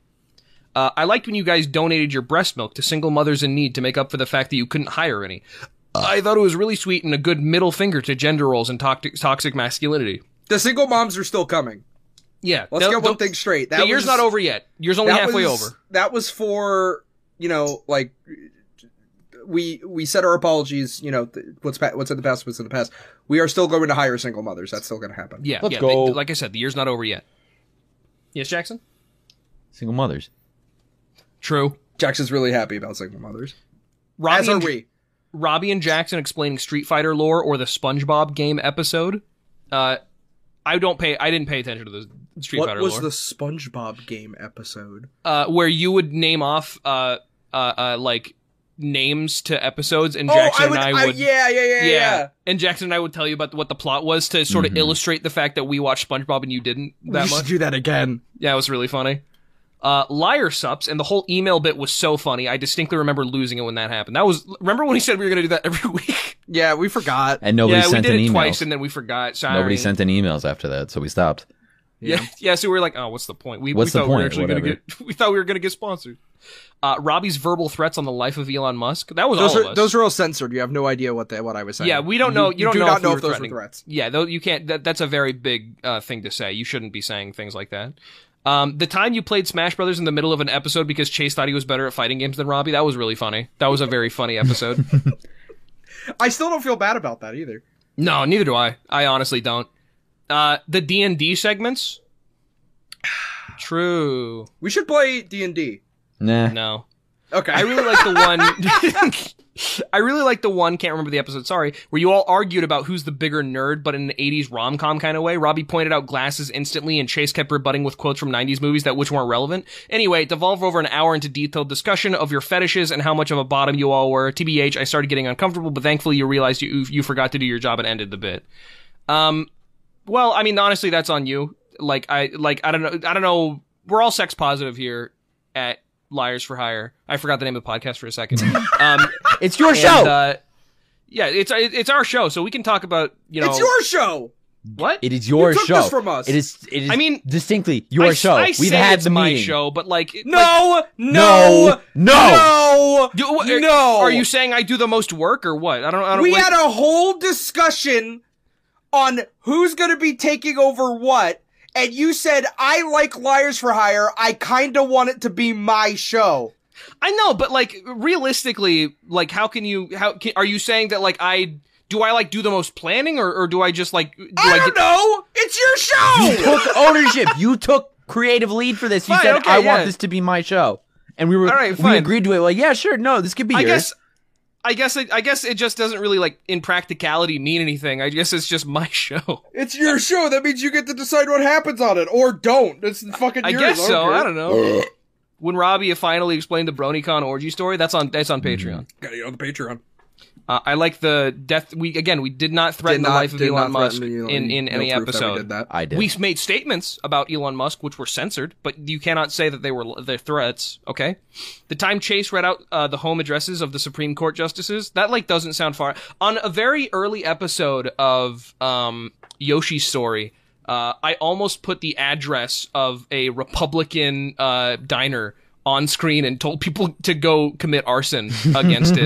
[SPEAKER 1] Uh, I liked when you guys donated your breast milk to single mothers in need to make up for the fact that you couldn't hire any. I thought it was really sweet and a good middle finger to gender roles and toxic toxic masculinity.
[SPEAKER 2] The single moms are still coming.
[SPEAKER 1] Yeah,
[SPEAKER 2] Let's
[SPEAKER 1] the-
[SPEAKER 2] get one
[SPEAKER 1] the-
[SPEAKER 2] thing straight. That
[SPEAKER 1] the year's
[SPEAKER 2] was-
[SPEAKER 1] not over yet. Year's only
[SPEAKER 2] that
[SPEAKER 1] halfway
[SPEAKER 2] was-
[SPEAKER 1] over.
[SPEAKER 2] That was for you know like we we said our apologies. You know th- what's pa- what's in the past, what's in the past. We are still going to hire single mothers. That's still going to happen.
[SPEAKER 1] Yeah,
[SPEAKER 4] Let's
[SPEAKER 1] yeah.
[SPEAKER 4] go.
[SPEAKER 1] they- like I said, the year's not over yet. Yes, Jackson.
[SPEAKER 4] Single mothers.
[SPEAKER 1] True.
[SPEAKER 2] Jackson's really happy about single mothers.
[SPEAKER 1] Robbie
[SPEAKER 2] As are
[SPEAKER 1] and-
[SPEAKER 2] we.
[SPEAKER 1] Robbie and Jackson explaining Street Fighter lore or the SpongeBob game episode. Uh, I don't pay. I didn't pay attention to the Street
[SPEAKER 2] What
[SPEAKER 1] Fighter
[SPEAKER 2] was
[SPEAKER 1] lore.
[SPEAKER 2] the SpongeBob game episode?
[SPEAKER 1] uh, where you would name off uh, uh, uh, like names to episodes, and
[SPEAKER 2] oh,
[SPEAKER 1] Jackson
[SPEAKER 2] I would,
[SPEAKER 1] and I would.
[SPEAKER 2] yeah, yeah, yeah, yeah, Mm-hmm.
[SPEAKER 1] and Jackson and I would tell you about what the plot was to sort of
[SPEAKER 4] Mhm.
[SPEAKER 1] illustrate the fact that we watched SpongeBob and you didn't that much.
[SPEAKER 2] do that again.
[SPEAKER 1] Yeah, it was really funny. Uh, liar sups and the whole email bit was so funny. I distinctly remember losing it when that happened. That was remember when he said we were gonna do that every week.
[SPEAKER 2] Yeah, we forgot.
[SPEAKER 4] And nobody
[SPEAKER 1] yeah,
[SPEAKER 4] sent
[SPEAKER 1] we did
[SPEAKER 4] an
[SPEAKER 1] it
[SPEAKER 4] email.
[SPEAKER 1] twice and then we forgot. Sorry.
[SPEAKER 4] Nobody sent any emails after that, so we stopped.
[SPEAKER 1] Yeah. yeah, So we were like, oh, what's the point? We,
[SPEAKER 4] What's
[SPEAKER 1] we
[SPEAKER 4] the
[SPEAKER 1] thought we were
[SPEAKER 4] point?
[SPEAKER 1] actually gonna
[SPEAKER 4] Whatever.
[SPEAKER 1] get. We thought we were gonna get sponsored. Uh, Robbie's verbal threats on the life of Elon Musk. That was
[SPEAKER 2] Those
[SPEAKER 1] all of
[SPEAKER 2] are
[SPEAKER 1] us.
[SPEAKER 2] those are all censored. You have no idea what they, what I was saying.
[SPEAKER 1] yeah, we don't know. You, don't
[SPEAKER 2] do
[SPEAKER 1] know
[SPEAKER 2] not
[SPEAKER 1] if,
[SPEAKER 2] know
[SPEAKER 1] we
[SPEAKER 2] if those
[SPEAKER 1] threatening.
[SPEAKER 2] were threats.
[SPEAKER 1] Yeah, though you can't. That, that's a very big uh, thing to say. You shouldn't be saying things like that. Um, the time you played Smash Brothers in the middle of an episode because Chase thought he was better at fighting games than Robbie. That was really funny. That was a very funny episode.
[SPEAKER 2] I still don't feel bad about that either.
[SPEAKER 1] no, neither do I. I honestly don't. Uh, the D and D segments. True.
[SPEAKER 2] We should play D and D.
[SPEAKER 4] Nah.
[SPEAKER 1] No.
[SPEAKER 2] Okay,
[SPEAKER 1] I really like the one. I really like the one. Can't remember the episode. Sorry, where you all argued about who's the bigger nerd, but in an '80s rom com kind of way. Robbie pointed out glasses instantly, and Chase kept rebutting with quotes from '90s movies that which weren't relevant. Anyway, it devolved over an hour into detailed discussion of your fetishes and how much of a bottom you all were. Tbh, I started getting uncomfortable, but thankfully you realized you you forgot to do your job and ended the bit. Um, well, I mean, honestly, that's on you. Like I like I don't know I don't know. We're all sex positive here at Liars for Hire. I forgot the name of the podcast for a second. Um,
[SPEAKER 5] It's your
[SPEAKER 1] and,
[SPEAKER 5] show.
[SPEAKER 1] uh, yeah, it's it's our show, so we can talk about you know
[SPEAKER 2] it's your show.
[SPEAKER 1] what
[SPEAKER 5] it is your
[SPEAKER 2] you took
[SPEAKER 5] show.
[SPEAKER 2] this from us.
[SPEAKER 5] It is. It is.
[SPEAKER 1] I mean,
[SPEAKER 5] distinctly your
[SPEAKER 1] I,
[SPEAKER 5] show.
[SPEAKER 1] I
[SPEAKER 5] We've
[SPEAKER 1] say
[SPEAKER 5] had
[SPEAKER 1] it's
[SPEAKER 5] the
[SPEAKER 1] my
[SPEAKER 5] meeting.
[SPEAKER 1] show, but like it- like,
[SPEAKER 2] No,
[SPEAKER 5] No, no.
[SPEAKER 2] no,
[SPEAKER 1] you- what- uh, are-
[SPEAKER 2] No.
[SPEAKER 1] Are you saying I do the most work or what? I don't. I don't
[SPEAKER 2] We
[SPEAKER 1] what-
[SPEAKER 2] had a whole discussion on who's going to be taking over what, and you said I like Liars for Hire. I kind of want it to be my show.
[SPEAKER 1] I know, but like realistically, like how can you? How can, are you saying that like I do? I like do the most planning, or, or do I just like do
[SPEAKER 2] I,
[SPEAKER 1] get-
[SPEAKER 2] don't know. It's your
[SPEAKER 5] You
[SPEAKER 2] show.
[SPEAKER 5] took ownership. You took creative lead for this. You
[SPEAKER 1] Fine,
[SPEAKER 5] said,
[SPEAKER 1] okay,
[SPEAKER 5] "I
[SPEAKER 1] yeah.
[SPEAKER 5] want this to be my show," and we were
[SPEAKER 1] All right,
[SPEAKER 5] we
[SPEAKER 1] fine.
[SPEAKER 5] agreed to it. Like, yeah, sure. No, this could be
[SPEAKER 1] I
[SPEAKER 5] yours.
[SPEAKER 1] guess, I guess, it, I guess it just doesn't really like in practicality mean anything. I guess it's just my show.
[SPEAKER 2] it's your show. That means you get to decide what happens on it or don't. It's fucking.
[SPEAKER 1] I
[SPEAKER 2] yours.
[SPEAKER 1] guess so.
[SPEAKER 2] care.
[SPEAKER 1] I don't know. when Robbie finally explained the BronyCon orgy story, that's on that's on Patreon.
[SPEAKER 2] Gotta get on the Patreon.
[SPEAKER 1] Uh, I like the death. We again, we did not threaten
[SPEAKER 2] Did not-
[SPEAKER 1] the life of
[SPEAKER 2] did
[SPEAKER 1] Elon
[SPEAKER 2] not
[SPEAKER 1] Musk
[SPEAKER 2] threaten Elon.
[SPEAKER 1] in in
[SPEAKER 2] No
[SPEAKER 1] any
[SPEAKER 2] proof that we did
[SPEAKER 1] episode. Oh,
[SPEAKER 2] that.
[SPEAKER 4] I did.
[SPEAKER 1] We made statements about Elon Musk, which were censored, but you cannot say that they were their threats. Okay, the time Chase read out uh, the home addresses of the Supreme Court justices that like doesn't sound far. On a very early episode of um, Yoshi's story, uh, I almost put the address of a Republican uh, diner on screen and told people to go commit arson against it.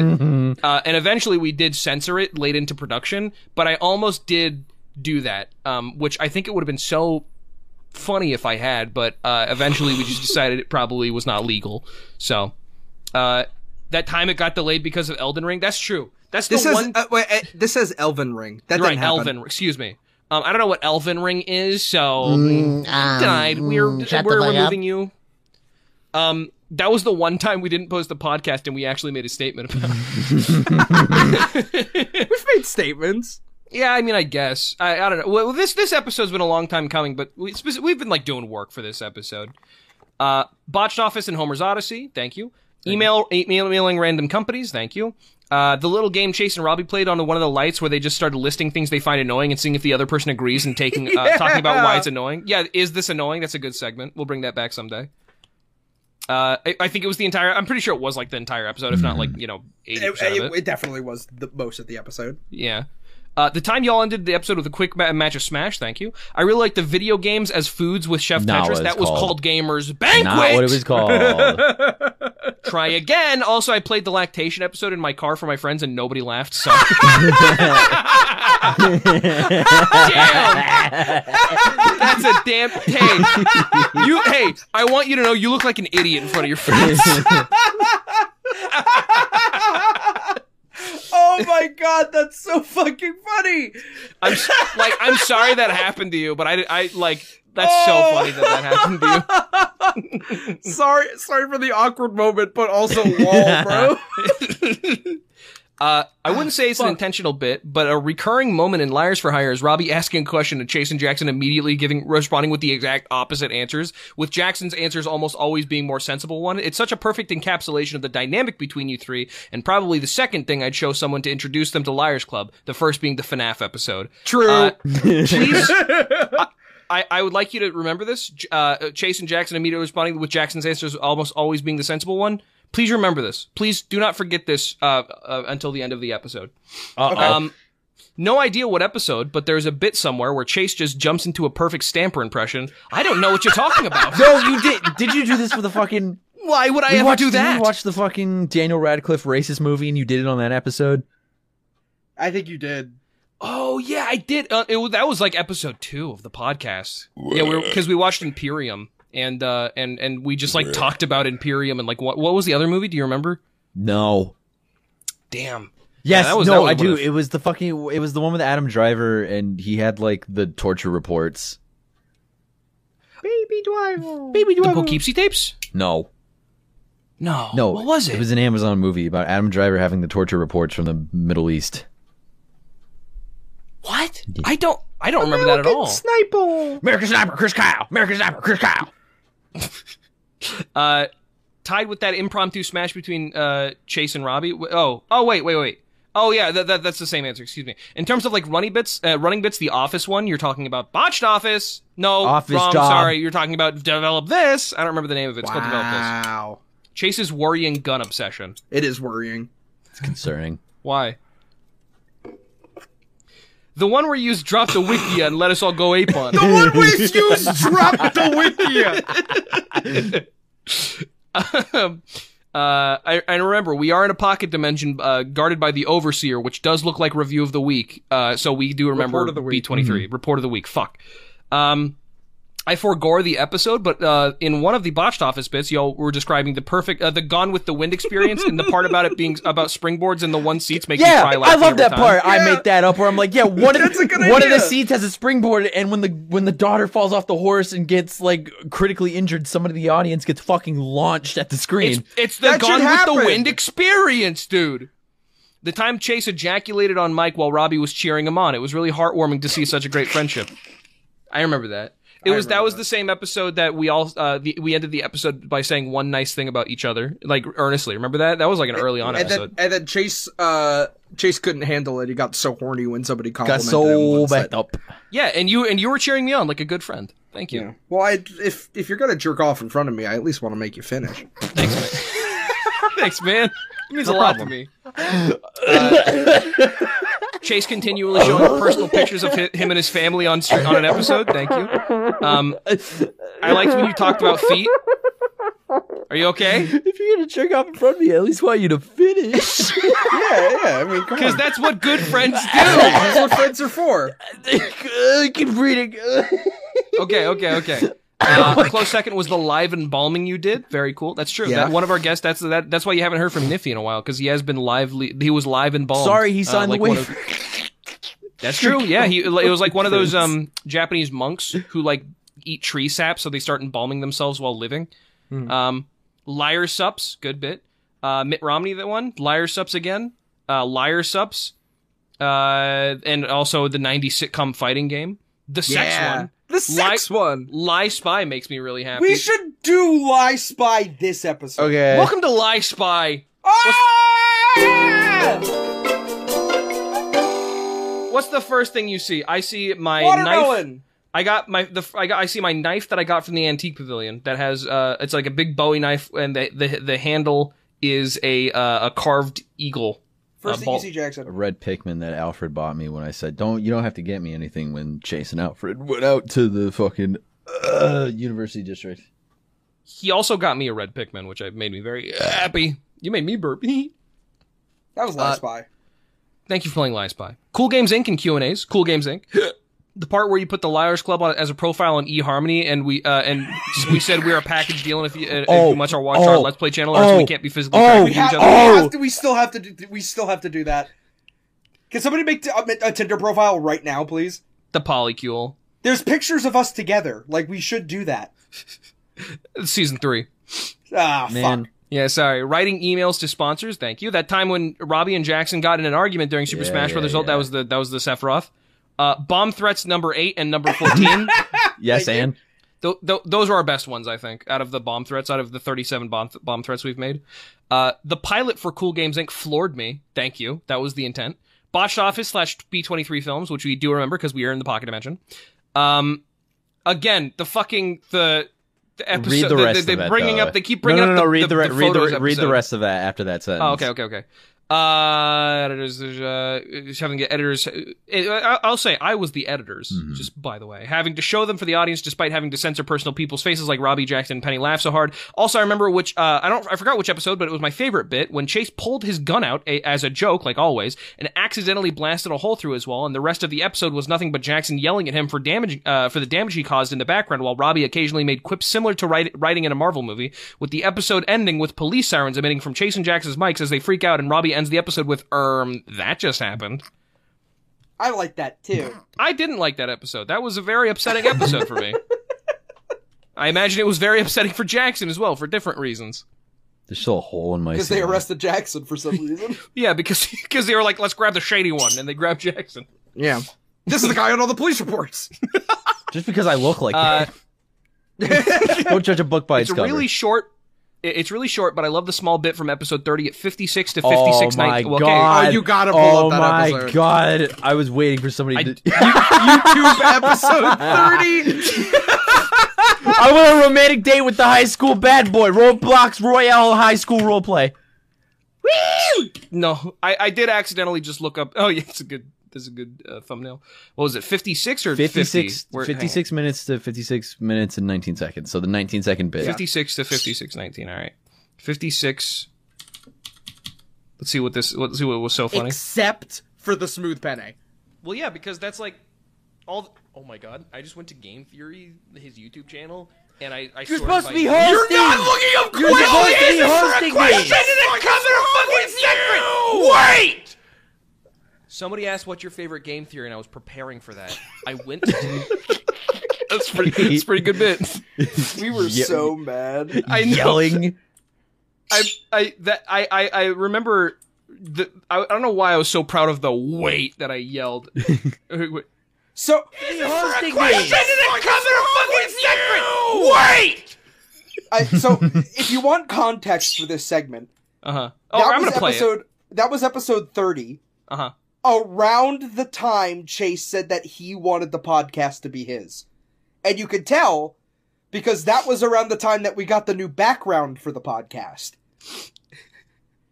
[SPEAKER 1] Uh, and eventually we did censor it late into production, but I almost did do that, um, which I think it would have been so funny if I had, but uh, eventually we just decided it probably was not legal. So uh, that time it got delayed because of Elden Ring. That's true. That's the
[SPEAKER 2] This says
[SPEAKER 1] one.
[SPEAKER 2] uh, wait, uh, this says Elven Ring. That
[SPEAKER 1] right,
[SPEAKER 2] didn't happen.
[SPEAKER 1] Elven. Excuse me. Um, I don't know what Elven Ring is, so denied. We're
[SPEAKER 6] Mm, shut the
[SPEAKER 1] we're
[SPEAKER 6] fuck up.
[SPEAKER 1] removing you. Um, that was the one time we didn't post the podcast, and we actually made a statement about. it.
[SPEAKER 2] We've made statements.
[SPEAKER 1] Yeah, I mean, I guess I, I don't know. Well, this this episode's been a long time coming, but we, spec- we've been like doing work for this episode. Uh, Botched Office and Homer's Odyssey. Thank you. Email, email emailing random companies. Thank you. Uh, the little game Chase and Robbie played on one of the lights where they just started listing things they find annoying and seeing if the other person agrees and taking uh, talking about why it's annoying. Yeah, is this annoying? That's a good segment. We'll bring that back someday. Uh, I, I think it was the entire. I'm pretty sure it was like the entire episode, if not like you know eighty
[SPEAKER 2] It,
[SPEAKER 1] percent of Mm-hmm. it.
[SPEAKER 2] it- it definitely was the most of the episode.
[SPEAKER 1] Yeah. Uh, the time y'all ended the episode with a quick ma- match of Smash, thank you. I really liked the video games as foods with Chef
[SPEAKER 4] Not what
[SPEAKER 1] Tetris.
[SPEAKER 4] it's
[SPEAKER 1] That was
[SPEAKER 4] called.
[SPEAKER 1] called Gamers Banquet.
[SPEAKER 4] Not what it was called.
[SPEAKER 1] Try again. Also, I played the lactation episode in my car for my friends, and nobody laughed. So damn, that's a damn. Hey, you. Hey, I want you to know you look like an idiot in front of your friends.
[SPEAKER 2] Oh my god, that's so fucking funny.
[SPEAKER 1] I'm s- like, I'm sorry that happened to you, but I, I like that's
[SPEAKER 2] Oh.
[SPEAKER 1] so funny that that happened to you.
[SPEAKER 2] Sorry, sorry for the awkward moment, but also lol, bro.
[SPEAKER 1] Uh, I wouldn't say it's an intentional bit, but a recurring moment in Liars for Hire is Robbie asking a question and Chase and Jackson immediately giving responding with the exact opposite answers, with Jackson's answers almost always being more sensible one. It's such a perfect encapsulation of the dynamic between you three, and probably the second thing I'd show someone to introduce them to Liars Club, the first being the FNAF episode.
[SPEAKER 2] True.
[SPEAKER 1] Uh, please, I, I would like you to remember this. J- Uh, Chase and Jackson immediately responding with Jackson's answers almost always being the sensible one. Please remember this. Please do not forget this uh, uh, until the end of the episode.
[SPEAKER 5] Uh-uh.
[SPEAKER 1] Um, no idea what episode, but there's a bit somewhere where Chase just jumps into a perfect Stamper impression. I don't know what you're talking about.
[SPEAKER 4] no, you did. Did you do this for the fucking?
[SPEAKER 1] Why would I
[SPEAKER 4] you
[SPEAKER 1] ever
[SPEAKER 4] watched,
[SPEAKER 1] do
[SPEAKER 4] Did
[SPEAKER 1] that?
[SPEAKER 4] you watch the fucking Daniel Radcliffe racist movie, and you did it on that episode.
[SPEAKER 2] I think you did.
[SPEAKER 1] oh yeah, I did. Uh, it, wa- that was like episode two of the podcast. Yeah, because we watched Imperium. And uh and and we just like talked about Imperium and like what what was the other movie? Do you remember?
[SPEAKER 4] No.
[SPEAKER 1] Damn.
[SPEAKER 4] Yes.
[SPEAKER 1] that was- that
[SPEAKER 4] no,
[SPEAKER 1] was
[SPEAKER 4] I
[SPEAKER 1] one
[SPEAKER 4] do.
[SPEAKER 1] of-
[SPEAKER 4] It was the fucking. It was the one with Adam Driver, and he had like the torture reports.
[SPEAKER 1] Baby, do the Poughkeepsie tapes?
[SPEAKER 4] No.
[SPEAKER 1] No.
[SPEAKER 4] No.
[SPEAKER 1] What was it?
[SPEAKER 4] It was an Amazon movie about Adam Driver having the torture reports from the Middle East.
[SPEAKER 1] what? I don't. I don't remember that at all.
[SPEAKER 5] American Sniper, Chris Kyle. American Sniper, Chris Kyle.
[SPEAKER 1] Uh, tied with that impromptu smash between uh, Chase and Robbie. W- Oh, oh, wait, wait, wait. Oh yeah, that, that, that's the same answer. Excuse me. In terms of like running bits, uh, running bits, the office one you're talking about botched office. No,
[SPEAKER 4] Office
[SPEAKER 1] wrong.
[SPEAKER 4] job.
[SPEAKER 1] Sorry, you're talking about develop this. I don't remember the name of it. It's called develop
[SPEAKER 2] Wow.
[SPEAKER 1] this. Chase's worrying gun obsession.
[SPEAKER 2] It is worrying.
[SPEAKER 4] It's concerning.
[SPEAKER 1] Why? The one where you just dropped the wiki and let us all go ape on.
[SPEAKER 2] One waste use dropped the wiki.
[SPEAKER 1] um, uh, I, and remember, we are in a pocket dimension uh, guarded by the Overseer, which does look like review of the week. Uh, so we do remember
[SPEAKER 2] Report of the
[SPEAKER 1] B
[SPEAKER 2] week.
[SPEAKER 1] twenty three report of the week. Fuck. Um, I forgore the episode, but uh, in one of the botched office bits, y'all were describing the perfect, uh, the Gone with the Wind experience, and the part about it being about springboards and the one seats making you
[SPEAKER 4] Yeah,
[SPEAKER 1] cry.
[SPEAKER 4] I
[SPEAKER 1] laughing
[SPEAKER 4] love
[SPEAKER 1] every
[SPEAKER 4] that
[SPEAKER 1] time.
[SPEAKER 4] part. I
[SPEAKER 2] Yeah.
[SPEAKER 4] made that up where I'm like, yeah, one of
[SPEAKER 2] That's a
[SPEAKER 4] the,
[SPEAKER 2] good
[SPEAKER 4] one of the
[SPEAKER 2] idea.
[SPEAKER 4] seats has a springboard, and when the when the daughter falls off the horse and gets like critically injured, somebody in the audience gets fucking launched at the
[SPEAKER 1] It's,
[SPEAKER 4] screen.
[SPEAKER 1] it's the
[SPEAKER 2] That should
[SPEAKER 1] Gone with the
[SPEAKER 2] happen.
[SPEAKER 1] Wind experience, dude. The time Chase ejaculated on Mike while Robbie was cheering him on, it was really heartwarming to see such a great friendship. I remember that. It
[SPEAKER 2] I
[SPEAKER 1] was that
[SPEAKER 2] remember
[SPEAKER 1] was
[SPEAKER 2] that.
[SPEAKER 1] the same episode that we all uh, the, we ended the episode by saying one nice thing about each other, like earnestly. Remember that? That was like an early on
[SPEAKER 2] And then,
[SPEAKER 1] episode.
[SPEAKER 2] and then Chase, uh, Chase couldn't handle it. He got so horny when somebody
[SPEAKER 4] Got
[SPEAKER 2] complimented him.
[SPEAKER 4] so
[SPEAKER 2] once that-
[SPEAKER 4] backed up.
[SPEAKER 1] yeah, and you and you were cheering me on like a good friend. Thank you.
[SPEAKER 2] Yeah. Well, I, if if you're gonna jerk off in front of me, I at least want to make you finish.
[SPEAKER 1] Thanks, man. It means a lot to me. Uh, Chase continually showing her personal pictures of hi- him and his family on str- on an episode. Thank you. Um, I liked when you talked about feet. Are you okay?
[SPEAKER 4] If you're gonna jerk off in front of me, I at least want you to finish.
[SPEAKER 2] yeah, yeah. I mean, come
[SPEAKER 1] Because
[SPEAKER 2] on.
[SPEAKER 1] that's what good friends do.
[SPEAKER 2] That's what friends are for.
[SPEAKER 4] Keep reading.
[SPEAKER 1] Okay, okay, okay.
[SPEAKER 4] Oh
[SPEAKER 1] Uh, close second was the live embalming you did. Very cool. That's true.
[SPEAKER 2] Yeah.
[SPEAKER 1] That, one of our guests. That's that, That's why you haven't heard from Niffy in a while because he has been lively. He was live embalmed.
[SPEAKER 4] Sorry, he
[SPEAKER 1] uh,
[SPEAKER 4] signed
[SPEAKER 1] like
[SPEAKER 4] the
[SPEAKER 1] one
[SPEAKER 4] waiver.
[SPEAKER 1] of- That's true. Yeah, he it was like one of those um Japanese monks who like eat tree sap, so they start embalming themselves while living.
[SPEAKER 2] Hmm.
[SPEAKER 1] Um, liar sups, good bit. Uh, Mitt Romney, that one. Liar sups again. Uh, liar sups. Uh, and also the '90s sitcom fighting game. The sex
[SPEAKER 2] Yeah.
[SPEAKER 1] one.
[SPEAKER 2] The sex one.
[SPEAKER 1] Lie Spy makes me really happy.
[SPEAKER 2] We should do Lie Spy this episode.
[SPEAKER 4] Okay.
[SPEAKER 1] Welcome to Lie Spy.
[SPEAKER 2] Ah!
[SPEAKER 1] What's the first thing you see? I see my knife.
[SPEAKER 2] Watermelon.
[SPEAKER 1] I got my the I got I see my knife that I got from the antique pavilion that has uh it's like a big Bowie knife and the the, the handle is a uh, a carved eagle.
[SPEAKER 2] First
[SPEAKER 1] Uh,
[SPEAKER 2] thing
[SPEAKER 1] ball-
[SPEAKER 2] you see,
[SPEAKER 5] A
[SPEAKER 2] Jackson.
[SPEAKER 5] red Pikmin that Alfred bought me when I said, "Don't you don't have to get me anything." When Chase and Alfred went out to the fucking uh, university district.
[SPEAKER 1] He also got me a red Pikmin, which I made me very happy. You made me burp.
[SPEAKER 2] That was Lie Spy.
[SPEAKER 1] Thank you for playing Lie Spy. Cool Games Inc. and Q and A's. Cool Games Inc. the part where you put the Liars Club on, as a profile on eHarmony, and we uh, and we said we are a package deal, and if you, uh,
[SPEAKER 4] Oh,
[SPEAKER 1] if you much our watch
[SPEAKER 4] oh,
[SPEAKER 1] our Let's Play channel, or else we
[SPEAKER 4] oh,
[SPEAKER 1] can't be physically attracted
[SPEAKER 4] oh,
[SPEAKER 1] to
[SPEAKER 2] We,
[SPEAKER 1] each
[SPEAKER 2] have,
[SPEAKER 1] other.
[SPEAKER 2] we,
[SPEAKER 4] Oh!
[SPEAKER 2] have to, we still have to. Do, we still have to do that. Can somebody make t- a, a Tinder profile right now, please?
[SPEAKER 1] The Polycule,
[SPEAKER 2] There's pictures of us together. Like we should do that.
[SPEAKER 1] It's season three.
[SPEAKER 2] Ah,
[SPEAKER 4] Man.
[SPEAKER 2] fuck.
[SPEAKER 1] Yeah, sorry. Writing emails to sponsors. Thank you. That time when Robbie and Jackson got in an argument during Super
[SPEAKER 5] Yeah,
[SPEAKER 1] Smash
[SPEAKER 5] yeah,
[SPEAKER 1] Brothers.
[SPEAKER 5] yeah.
[SPEAKER 1] That was the that was the Sephiroth. Uh, bomb threats number eight and number fourteen.
[SPEAKER 5] Yes,
[SPEAKER 2] Thank you.
[SPEAKER 5] and
[SPEAKER 1] Th- th- those are our best ones, I think, out of the bomb threats, out of the 37 bomb, th- bomb threats we've made. Uh, the pilot for Cool Games Inc. floored me. Thank you. That was the intent. Botched Office slash B23 Films, which we do remember because we are in the pocket dimension. Um, again, the fucking, the, the episode.
[SPEAKER 5] read the
[SPEAKER 1] they-
[SPEAKER 5] rest
[SPEAKER 1] they,
[SPEAKER 5] of
[SPEAKER 1] are
[SPEAKER 5] it.
[SPEAKER 1] bringing
[SPEAKER 5] though.
[SPEAKER 1] up, they keep bringing
[SPEAKER 5] no, no,
[SPEAKER 1] up
[SPEAKER 5] no,
[SPEAKER 1] the,
[SPEAKER 5] read
[SPEAKER 1] the,
[SPEAKER 5] the, re-
[SPEAKER 1] the
[SPEAKER 5] read the,
[SPEAKER 1] photos
[SPEAKER 5] re- read the
[SPEAKER 1] episode.
[SPEAKER 5] rest of that after that sentence.
[SPEAKER 1] Oh, okay, okay, okay. Uh, editors, uh, having the editors. uh, I- I'll say I was the editors,
[SPEAKER 5] Mhm.
[SPEAKER 1] just by the way. Having to show them for the audience despite having to censor personal people's faces like Robbie Jackson and Penny laugh so hard. Also, I remember which, uh, I don't, I forgot which episode, but it was my favorite bit when Chase pulled his gun out a, as a joke, like always, and accidentally blasted a hole through his wall, and the rest of the episode was nothing but Jackson yelling at him for damage, uh, for the damage he caused in the background while Robbie occasionally made quips similar to write, writing in a Marvel movie, with the episode ending with police sirens emitting from Chase and Jackson's mics as they freak out, and Robbie ends the episode with, um, that just happened.
[SPEAKER 2] I like that too.
[SPEAKER 1] I didn't like that episode. That was a very upsetting episode for me. I imagine it was very upsetting for Jackson as well, for different reasons.
[SPEAKER 5] There's still a hole in my.
[SPEAKER 2] Because they
[SPEAKER 5] ceiling.
[SPEAKER 2] arrested Jackson for some reason.
[SPEAKER 1] Yeah, because because they were like, let's grab the shady one, and they grabbed Jackson.
[SPEAKER 2] yeah. This is the guy on all the police reports.
[SPEAKER 5] Just because I look like
[SPEAKER 1] Uh,
[SPEAKER 2] Oh,
[SPEAKER 5] that, don't judge a book by its,
[SPEAKER 1] it's
[SPEAKER 5] cover.
[SPEAKER 1] really short. it- It's really short, but I love the small bit from episode thirty at fifty six to fifty
[SPEAKER 5] Oh
[SPEAKER 1] six.
[SPEAKER 5] my
[SPEAKER 1] well, okay,
[SPEAKER 5] god!
[SPEAKER 2] Oh, you gotta pull
[SPEAKER 5] oh
[SPEAKER 2] up that
[SPEAKER 5] my
[SPEAKER 2] episode.
[SPEAKER 5] god! I was waiting for somebody.
[SPEAKER 1] I-
[SPEAKER 5] to...
[SPEAKER 2] YouTube episode 30.
[SPEAKER 5] I want a romantic date with the high school bad boy. Roblox Royale High School Roleplay.
[SPEAKER 1] no, I, I did accidentally just look up. Oh yeah, it's a good. That's a good uh, thumbnail. What was it? Fifty six or
[SPEAKER 5] 56,
[SPEAKER 1] 50? Where- hang on.
[SPEAKER 5] 56 minutes to 56 minutes and 19 seconds. So the 19 second bit.
[SPEAKER 1] 56 to 56 19 all right 56 let's see what this let's see what was so funny
[SPEAKER 2] Except for the smooth penne.
[SPEAKER 1] well yeah because that's like all oh my god i just went to game theory his youtube channel and i, I
[SPEAKER 5] You're supposed to be
[SPEAKER 1] hurt.
[SPEAKER 5] hosting.
[SPEAKER 2] You're not looking up
[SPEAKER 5] You're
[SPEAKER 2] quickly.
[SPEAKER 5] supposed to be
[SPEAKER 2] Answer for a
[SPEAKER 5] hosting
[SPEAKER 2] question
[SPEAKER 5] me.
[SPEAKER 2] and it comes in a fucking secret. Wait.
[SPEAKER 1] somebody asked what's your favorite game theory and i was preparing for that i went to that's pretty
[SPEAKER 5] that's
[SPEAKER 1] pretty good bit
[SPEAKER 2] We were
[SPEAKER 5] Yeah.
[SPEAKER 2] so mad.
[SPEAKER 1] I know.
[SPEAKER 5] Yelling.
[SPEAKER 1] I I that I I, I remember the I, I don't know why I was so proud of the wait that I yelled.
[SPEAKER 2] So
[SPEAKER 5] hosting
[SPEAKER 2] I, so if you want context for this segment,
[SPEAKER 1] Uh huh. Oh,
[SPEAKER 2] that
[SPEAKER 1] I'm
[SPEAKER 2] was
[SPEAKER 1] gonna play it.
[SPEAKER 2] episode that was episode 30.
[SPEAKER 1] Uh huh.
[SPEAKER 2] around the time Chase said that he wanted the podcast to be his. And you could tell because that was around the time that we got the new background for the podcast.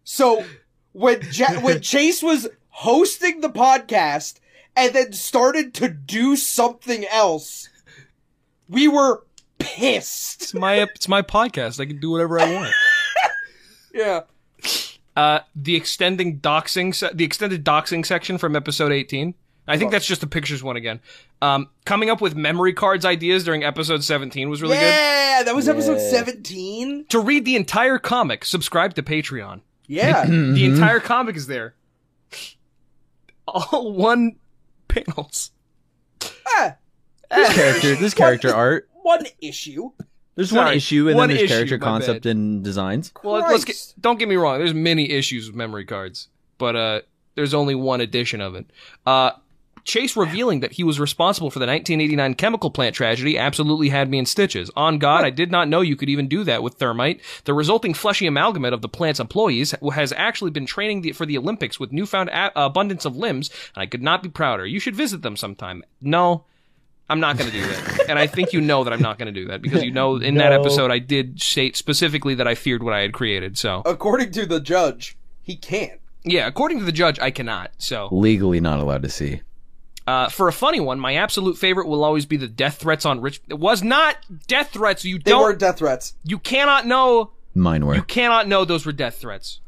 [SPEAKER 2] So when ja- when Chase was hosting the podcast and then started to do something else, we were pissed.
[SPEAKER 1] It's my it's my podcast. I can do whatever I want.
[SPEAKER 2] Yeah.
[SPEAKER 1] Uh, the extending doxing se- the extended doxing section from episode 18. I think that's just the pictures one again. Um, coming up with memory cards ideas during episode 17 was really good.
[SPEAKER 2] yeah, that was episode
[SPEAKER 5] Yeah.
[SPEAKER 2] 17.
[SPEAKER 1] To read the entire comic, subscribe to Patreon.
[SPEAKER 2] Yeah.
[SPEAKER 1] The entire comic is there. All one panels.
[SPEAKER 2] Ah,
[SPEAKER 5] This character, this character art.
[SPEAKER 2] one issue.
[SPEAKER 5] There's one
[SPEAKER 1] Sorry,
[SPEAKER 5] issue, and
[SPEAKER 1] one
[SPEAKER 5] then there's
[SPEAKER 1] issue,
[SPEAKER 5] character
[SPEAKER 1] my
[SPEAKER 5] concept and designs.
[SPEAKER 1] Well, let's get,
[SPEAKER 2] Christ.
[SPEAKER 1] don't get me wrong. There's many issues with memory cards, but uh, there's only one edition of it. Uh, Chase revealing that he was responsible for the 1989 chemical plant tragedy absolutely had me in stitches. On God, I did not know you could even do that with thermite. The resulting fleshy amalgamate of the plant's employees has actually been training the, for the Olympics with newfound a- abundance of limbs, and I could not be prouder. You should visit them sometime. No, I'm not going to do that. and I think you know that I'm not going to do that because you know in that
[SPEAKER 4] No.
[SPEAKER 1] episode I did state specifically that I feared what I had created. So,
[SPEAKER 2] According to the judge, he can't.
[SPEAKER 1] yeah, according to the judge, I cannot. So,
[SPEAKER 5] Legally not allowed to see.
[SPEAKER 1] Uh, for a funny one, my absolute favorite will always be the death threats on Rich. It was not death threats. You
[SPEAKER 2] They
[SPEAKER 1] don't.
[SPEAKER 2] were death threats.
[SPEAKER 1] You cannot know.
[SPEAKER 5] Mine
[SPEAKER 1] You
[SPEAKER 5] were.
[SPEAKER 1] cannot know those were death threats.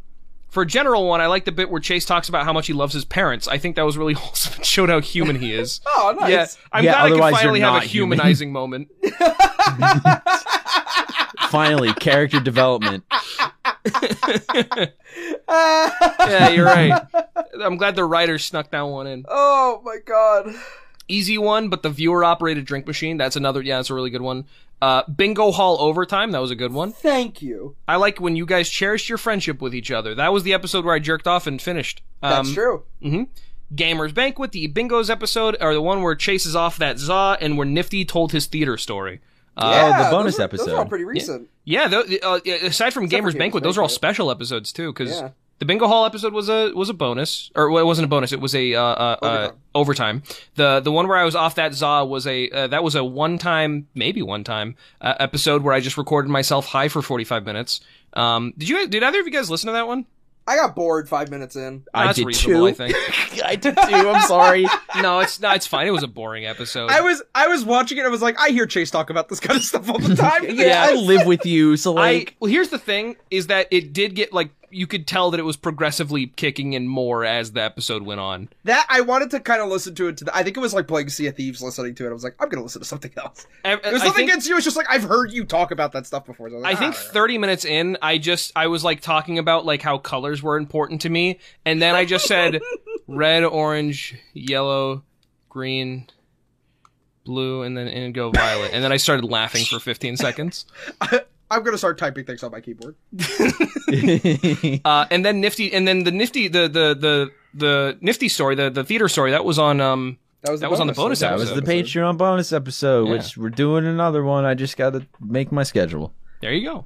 [SPEAKER 1] For a general one, I like the bit where Chase talks about how much he loves his parents. I think that was really wholesome and showed how human he is.
[SPEAKER 2] Oh, nice.
[SPEAKER 1] yeah, I'm
[SPEAKER 5] Yeah,
[SPEAKER 1] glad I could
[SPEAKER 5] otherwise you're
[SPEAKER 1] finally have a
[SPEAKER 5] not human.
[SPEAKER 1] humanizing moment.
[SPEAKER 5] Finally, character development.
[SPEAKER 1] Yeah, you're right. I'm glad the writer snuck that one in.
[SPEAKER 2] Oh my god.
[SPEAKER 1] easy one, but the viewer operated drink machine. That's another. Yeah, that's a really good one. Uh, bingo hall overtime. That was a good one.
[SPEAKER 2] Thank you.
[SPEAKER 1] I like when you guys cherished your friendship with each other. That was the episode where I jerked off and finished. Um,
[SPEAKER 2] That's true.
[SPEAKER 1] Gamers Banquet, the Bingos episode, or the one where Chase is off that Za and where Nifty told his theater story. Uh,
[SPEAKER 5] the bonus
[SPEAKER 2] those are- Those are all
[SPEAKER 5] episode.
[SPEAKER 2] pretty recent.
[SPEAKER 1] yeah, tho- uh, yeah, aside from
[SPEAKER 2] Except for
[SPEAKER 1] Gamers
[SPEAKER 2] Gamers
[SPEAKER 1] Banquet, those are all
[SPEAKER 2] Banquet.
[SPEAKER 1] special episodes too. Because
[SPEAKER 2] Yeah.
[SPEAKER 1] the Bingo Hall episode was a was a bonus, or well, it wasn't a bonus. It was a uh, uh, uh, overtime. The the one where I was off that Za was a uh, that was a one time, maybe one time uh, episode where I just recorded myself high for forty five minutes. Um, did you did either of you guys listen to that one?
[SPEAKER 2] I got bored five minutes in.
[SPEAKER 5] I
[SPEAKER 1] That's
[SPEAKER 5] did
[SPEAKER 1] reasonable,
[SPEAKER 5] too.
[SPEAKER 1] I think.
[SPEAKER 4] I did too. I'm sorry.
[SPEAKER 1] No, it's no, it's fine. It was a boring episode.
[SPEAKER 2] I was I was watching it. I was like, I hear Chase talk about this kind of stuff all the time.
[SPEAKER 4] Yeah, I live with you, so
[SPEAKER 1] I
[SPEAKER 4] like,
[SPEAKER 1] well, here's the thing: is that it did get like you could tell that it was progressively kicking in more as the episode went on.
[SPEAKER 2] that I wanted to kind of listen to it. To the, I think it was like playing Sea of Thieves, listening to it. I was like, I'm gonna listen to something else.
[SPEAKER 1] I,
[SPEAKER 2] It was
[SPEAKER 1] Uh, I
[SPEAKER 2] nothing
[SPEAKER 1] think,
[SPEAKER 2] against you. It's just like I've heard you talk about that stuff before. So was
[SPEAKER 1] I
[SPEAKER 2] like,
[SPEAKER 1] think
[SPEAKER 2] "Ah,
[SPEAKER 1] 30 minutes in, I just I was like talking about like how colors were important to me, and then I just said red, orange, yellow, green, blue, and then and go violet, and then I started laughing for 15 seconds.
[SPEAKER 2] I'm gonna start typing things on my keyboard.
[SPEAKER 1] Uh, and then Nifty, and then the Nifty, the the the the Nifty story, the the theater story that was on um.
[SPEAKER 2] That was the
[SPEAKER 1] That was on the bonus
[SPEAKER 5] That was the
[SPEAKER 1] episode.
[SPEAKER 5] Patreon bonus episode,
[SPEAKER 1] Yeah.
[SPEAKER 5] which we're doing another one. I just got to make my schedule.
[SPEAKER 1] There you go.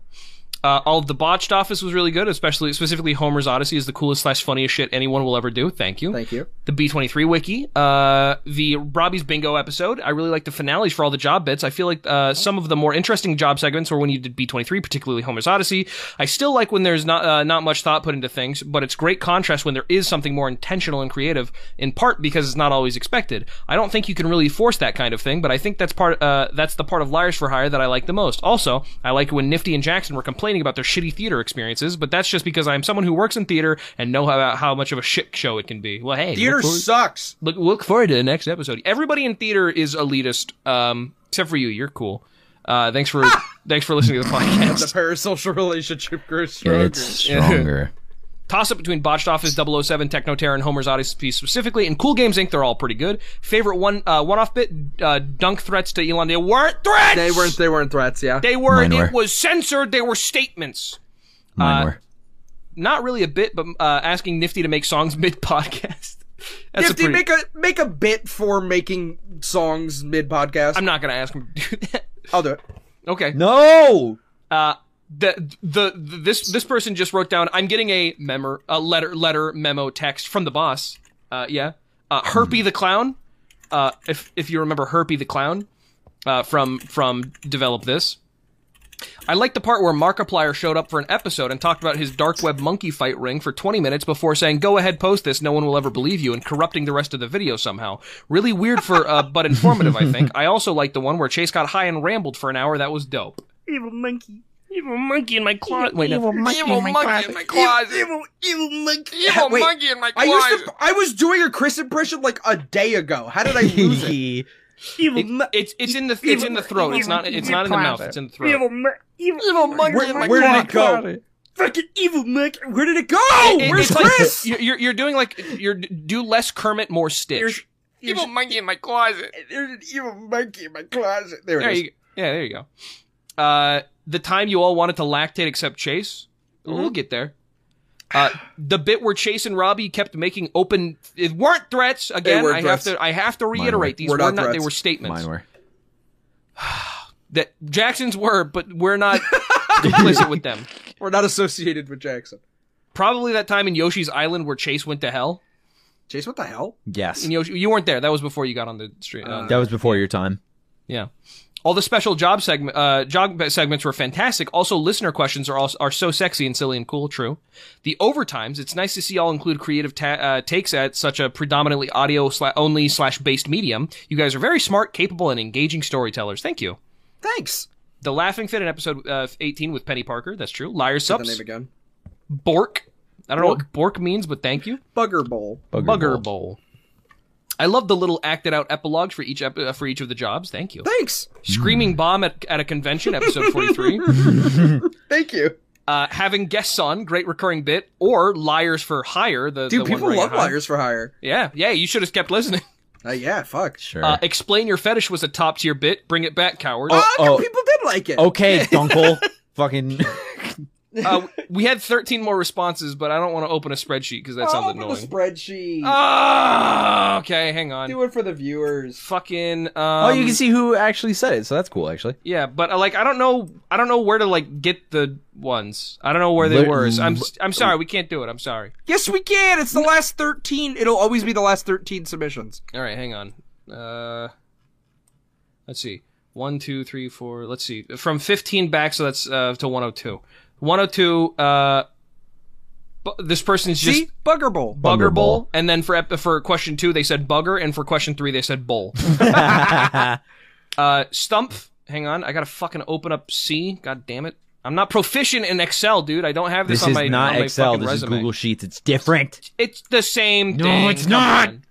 [SPEAKER 1] Uh, all of the botched office was really good, especially specifically Homer's Odyssey is the coolest slash funniest shit anyone will ever do. Thank you.
[SPEAKER 2] Thank you.
[SPEAKER 1] The B twenty three wiki, uh, the Robbie's Bingo episode. I really like the finales for all the job bits. I feel like uh, some of the more interesting job segments were when you did B twenty three, particularly Homer's Odyssey. I still like when there's not uh, not much thought put into things, but it's great contrast when there is something more intentional and creative. In part because it's not always expected. I don't think you can really force that kind of thing, but I think that's part uh, that's the part of Liars for Hire that I like the most. Also, I like when Nifty and Jackson were complaining about their shitty theater experiences, but that's just because I'm someone who works in theater and know how how much of a shit show it can be. Well, hey,
[SPEAKER 2] Theater
[SPEAKER 1] look forward-
[SPEAKER 2] sucks.
[SPEAKER 1] look look forward to the next episode. Everybody in theater is elitist, um, except for you. You're cool. Uh, thanks for thanks for listening to the
[SPEAKER 2] The
[SPEAKER 1] podcast.
[SPEAKER 2] parasocial relationship grows stronger.
[SPEAKER 5] It's stronger.
[SPEAKER 1] Toss up between Botched Office 007, Techno Terror, and Homer's Odyssey specifically, and Cool Games Inc. They're all pretty good. Favorite one uh, one off bit: uh, dunk threats to Elon. They weren't threats.
[SPEAKER 2] They weren't. They weren't threats. Yeah.
[SPEAKER 1] They were.
[SPEAKER 5] Mine
[SPEAKER 1] It
[SPEAKER 5] were.
[SPEAKER 1] was censored. They were statements.
[SPEAKER 5] Mine
[SPEAKER 1] uh,
[SPEAKER 5] were.
[SPEAKER 1] Not really a bit, but uh, asking Nifty to make songs mid podcast. That's a
[SPEAKER 2] Nifty,
[SPEAKER 1] pretty-
[SPEAKER 2] make a make a bit for making songs mid podcast.
[SPEAKER 1] I'm not gonna ask him to do that.
[SPEAKER 2] I'll do it.
[SPEAKER 1] Okay.
[SPEAKER 4] no.
[SPEAKER 1] Uh, the, the the this this person just wrote down. I'm getting a memo, a letter, letter, memo, text from the boss. Uh, yeah. Uh, Herpy the clown. Uh, if if you remember Herpy the clown, uh, from from develop this. I like the part where Markiplier showed up for an episode and talked about his dark web monkey fight ring for 20 minutes before saying, "Go ahead, post this. No one will ever believe you," and corrupting the rest of the video somehow. Really weird for, uh, but informative, I think. I also like the one where Chase got high and rambled for an hour. That was dope. Evil monkey. Evil monkey in my closet. Wait, no.
[SPEAKER 4] Evil monkey.
[SPEAKER 2] Evil, evil monkey. Wait, I used to, I was doing a Chris impression like a day ago. How did I lose it?
[SPEAKER 1] It- it's it's in the it's in the throat. It's not it's not in the mouth. It's in the throat.
[SPEAKER 2] Where, where did it go? Fucking evil monkey. Where did it go? Where's
[SPEAKER 1] it's like-
[SPEAKER 2] Chris?
[SPEAKER 1] you're- you're you're doing like you're do less Kermit, more Stitch.
[SPEAKER 2] evil monkey in my closet. There's an evil monkey in my closet. There,
[SPEAKER 1] There
[SPEAKER 2] it is.
[SPEAKER 1] you yeah, there you go. Uh, the time you all wanted to lactate except Chase. We'll get there. Uh, the bit where Chase and Robbie kept making open it weren't threats again.
[SPEAKER 2] weren't
[SPEAKER 1] I
[SPEAKER 2] threats.
[SPEAKER 1] have to I have to reiterate these
[SPEAKER 2] Were
[SPEAKER 1] were
[SPEAKER 2] not
[SPEAKER 1] not, they
[SPEAKER 2] threats.
[SPEAKER 1] were statements
[SPEAKER 5] Mine were.
[SPEAKER 1] that Jackson's were, but we're not complicit with them.
[SPEAKER 2] We're not associated with Jackson.
[SPEAKER 1] Probably that time in Yoshi's Island where Chase went to hell.
[SPEAKER 2] Chase, what the hell?
[SPEAKER 5] Yes.
[SPEAKER 1] In Yoshi, you weren't there. That was before you got on the street. on
[SPEAKER 5] That was before your time.
[SPEAKER 1] Yeah. All the special job segment uh, job be- segments were fantastic. Also, listener questions are also, are so sexy and silly and cool. True, the overtimes. It's nice to see all include creative ta- uh, takes at such a predominantly audio sla- only slash based medium. You guys are very smart, capable, and engaging storytellers. Thank you.
[SPEAKER 2] Thanks.
[SPEAKER 1] The Laughing Fit in episode uh, 18 with Penny Parker. That's true. Liar
[SPEAKER 2] Said the
[SPEAKER 1] subs.
[SPEAKER 2] name again.
[SPEAKER 1] Bork. I don't know what Bork means, but thank you.
[SPEAKER 2] Bugger Bowl.
[SPEAKER 5] Bugger
[SPEAKER 1] Bugger
[SPEAKER 5] Bowl.
[SPEAKER 1] Bowl. I love the little acted out epilogues for each ep- uh, for each of the jobs. Thank you.
[SPEAKER 2] Thanks. Hmm.
[SPEAKER 1] Screaming Bomb at, at a convention, episode 43.
[SPEAKER 2] Thank you.
[SPEAKER 1] uh, having guests on, great recurring bit, or Liars for Hire. The,
[SPEAKER 2] Dude,
[SPEAKER 1] the one
[SPEAKER 2] people
[SPEAKER 1] where you
[SPEAKER 2] love
[SPEAKER 1] hire-
[SPEAKER 2] liars for hire.
[SPEAKER 1] Yeah, yeah, you should have kept listening.
[SPEAKER 2] Uh, yeah, fuck.
[SPEAKER 5] Sure.
[SPEAKER 1] Uh, explain your fetish was a top tier bit. Bring it back, coward.
[SPEAKER 2] Oh,
[SPEAKER 5] oh.
[SPEAKER 2] people did like it.
[SPEAKER 5] okay, Dunkle. Fucking.
[SPEAKER 1] Um, Uh, we had 13 more responses, but I don't want to open a spreadsheet because that sounds
[SPEAKER 2] Oh, Open the
[SPEAKER 1] annoying.
[SPEAKER 2] spreadsheet.
[SPEAKER 1] Ah, okay, hang on.
[SPEAKER 2] Uh, Do it for the viewers.
[SPEAKER 1] Fucking. Um,
[SPEAKER 5] oh, you can see who actually said it, so that's cool, actually.
[SPEAKER 1] Yeah, but uh, like I don't know, I don't know where to like get the ones. I don't know where they
[SPEAKER 5] Lit-
[SPEAKER 1] were. I'm I'm sorry, we can't do it. I'm sorry.
[SPEAKER 2] Yes, we can. It's the last 13. It'll always be the last 13 submissions.
[SPEAKER 1] All right, hang on. Uh, let's see. One, two, three, four. Let's see. From 15 back, so that's uh, to 102. 102. Uh, bu- this person's just
[SPEAKER 2] See? Bugger Bowl.
[SPEAKER 1] bugger
[SPEAKER 5] Bugger
[SPEAKER 1] bowl,
[SPEAKER 5] bowl.
[SPEAKER 1] and then for ep- for question two they said bugger, and for question three they said bowl. uh, stump. Hang on, I gotta fucking open up C. God damn it. I'm not proficient in Excel, dude. I don't have this,
[SPEAKER 5] This
[SPEAKER 1] on
[SPEAKER 5] is
[SPEAKER 1] my
[SPEAKER 5] not
[SPEAKER 1] on my
[SPEAKER 5] Excel.
[SPEAKER 1] fucking
[SPEAKER 5] This
[SPEAKER 1] resume.
[SPEAKER 5] is Google Sheets. It's different.
[SPEAKER 1] It's the same
[SPEAKER 5] No,
[SPEAKER 1] thing.
[SPEAKER 5] it's
[SPEAKER 1] Come
[SPEAKER 5] not.
[SPEAKER 1] on.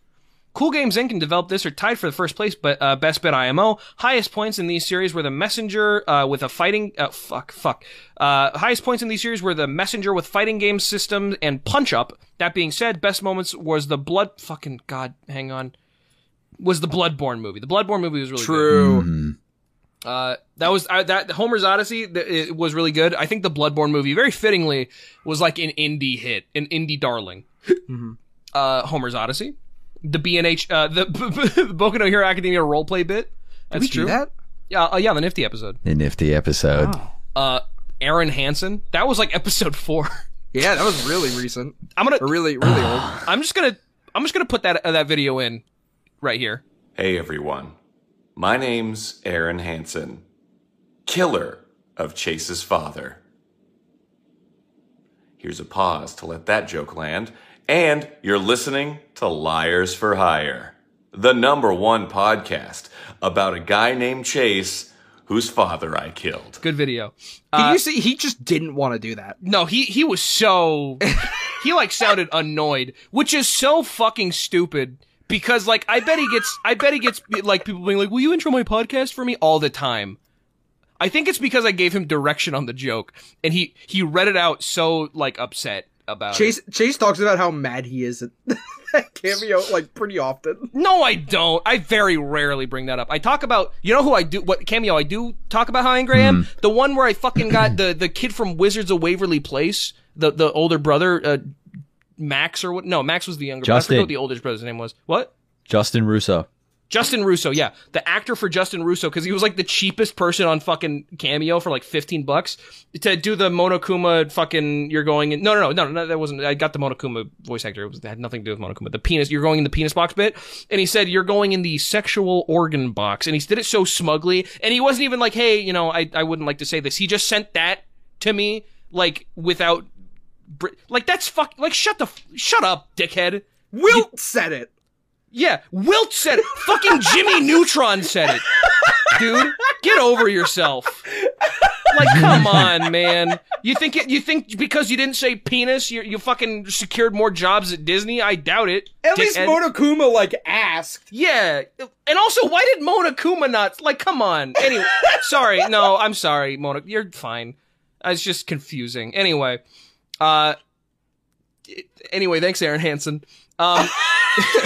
[SPEAKER 1] Cool Games Inc. and Develop This are tied for the first place, but uh, best bet IMO. Highest points in these series were the Messenger uh, with a fighting. Uh, fuck, fuck. Uh, highest points in these series were the Messenger with fighting game system and Punch Up. That being said, best moments was the Blood. Fucking god, hang on. Was the Bloodborne movie? The Bloodborne movie was really good.
[SPEAKER 5] Mm.
[SPEAKER 2] True.
[SPEAKER 5] Mm-hmm.
[SPEAKER 1] Uh, that was uh, that Homer's Odyssey. Th- it was really good. I think the Bloodborne movie, very fittingly, was like an indie hit, an indie darling.
[SPEAKER 2] Mm-hmm.
[SPEAKER 1] Uh, Homer's Odyssey, the BNH, uh, the Boku no Hero Academia roleplay bit. That's
[SPEAKER 2] we do
[SPEAKER 1] true.
[SPEAKER 2] that?
[SPEAKER 1] Yeah, uh, yeah, the Nifty episode.
[SPEAKER 5] A nifty episode.
[SPEAKER 1] Uh, Aaron Hansen. That was like episode four.
[SPEAKER 2] Yeah, that was really recent.
[SPEAKER 1] I'm gonna.
[SPEAKER 2] Or really, really old.
[SPEAKER 1] I'm just gonna. I'm just gonna put that uh, that video in right here.
[SPEAKER 6] Hey everyone, my name's Aaron Hansen, killer of Chase's father. Here's a pause to let that joke land, and you're listening to Liars for Hire, the number one podcast about a guy named Chase whose father I killed.
[SPEAKER 1] Good video.
[SPEAKER 2] Did you see? He just didn't want to do that.
[SPEAKER 1] No, he he was so he like sounded annoyed, which is so fucking stupid because like I bet he gets I bet he gets like people being like, "Will you intro my podcast for me?" all the time. I think it's because I gave him direction on the joke and he he read it out so like upset about it.
[SPEAKER 2] Chase Chase talks about how mad he is at that cameo like pretty often.
[SPEAKER 1] No, I don't. I very rarely bring that up. I talk about you know who I do what cameo I do talk about how angry I am. The one where I fucking got the the kid from Wizards of Waverly Place, the the older brother, uh, Max or what? No, Max was the younger. brother. I
[SPEAKER 5] Justin.
[SPEAKER 1] forget what the oldest brother's name was. What?
[SPEAKER 5] Justin Russo.
[SPEAKER 1] Justin Russo, yeah, the actor for Justin Russo, because he was like the cheapest person on fucking Cameo for like fifteen bucks to do the Monokuma fucking. You're going in. No, no, no, no, no. That wasn't. I got the Monokuma voice actor. It, was, it had nothing to do with Monokuma. The penis. You're going in the penis box bit, and he said you're going in the sexual organ box, and he did it so smugly, and he wasn't even like, hey, you know, I I wouldn't like to say this. He just sent that to me like without, br- like that's fuck. Like shut the f- shut up, dickhead.
[SPEAKER 2] Wilt said it.
[SPEAKER 1] Yeah, Wilt said it. Fucking Jimmy Neutron said it. Dude, get over yourself. Like, come on, man. You think it, you think because you didn't say penis, you you fucking secured more jobs at Disney? I doubt it.
[SPEAKER 2] At least
[SPEAKER 1] dickhead.
[SPEAKER 2] Monokuma like asked.
[SPEAKER 1] Yeah, and also, why did Mona Kuma not? Like, come on. Anyway, sorry. No, I'm sorry, Mona. You're fine. It's just confusing. Anyway, uh, anyway, thanks, Aaron Hansen. Um,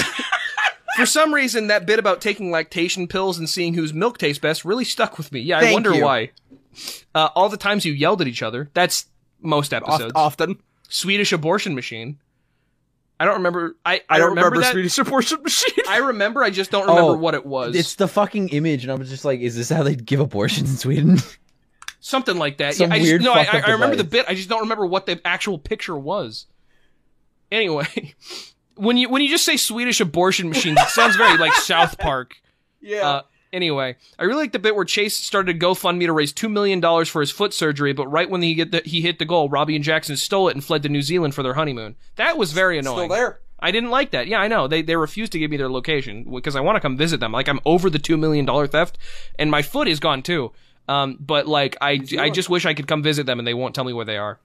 [SPEAKER 1] for some reason, that bit about taking lactation pills and seeing whose milk tastes best really stuck with me. Yeah, I
[SPEAKER 2] Thank
[SPEAKER 1] wonder
[SPEAKER 2] you.
[SPEAKER 1] why. Uh, all the times you yelled at each other. That's most
[SPEAKER 2] Oft-
[SPEAKER 1] episodes.
[SPEAKER 2] often.
[SPEAKER 1] Swedish abortion machine. I don't remember. I, I,
[SPEAKER 2] I don't remember,
[SPEAKER 1] that.
[SPEAKER 2] Swedish abortion machine.
[SPEAKER 1] I remember. I just don't remember
[SPEAKER 4] Oh,
[SPEAKER 1] what it was.
[SPEAKER 4] It's the fucking image, and I was just like, "Is this how they give abortions in Sweden?"
[SPEAKER 1] Something like that.
[SPEAKER 4] Some
[SPEAKER 1] yeah, I just,
[SPEAKER 4] weird
[SPEAKER 1] no, I,
[SPEAKER 4] fucked up
[SPEAKER 1] I remember the
[SPEAKER 4] device.
[SPEAKER 1] bit. I just don't remember what the actual picture was. Anyway, when you when you just say Swedish abortion machines, it sounds very like South Park.
[SPEAKER 2] yeah.
[SPEAKER 1] Uh, anyway, I really like the bit where Chase started a GoFundMe to raise two million dollars for his foot surgery, but right when he get the, he hit the goal, Robbie and Jackson stole it and fled to New Zealand for their honeymoon. That was very annoying.
[SPEAKER 2] Still there.
[SPEAKER 1] I didn't like that. Yeah, I know. They they refused to give me their location because I want to come visit them. Like I'm over the two million dollar theft, and my foot is gone too. Um, but like I I just wish I could come visit them, and they won't tell me where they are.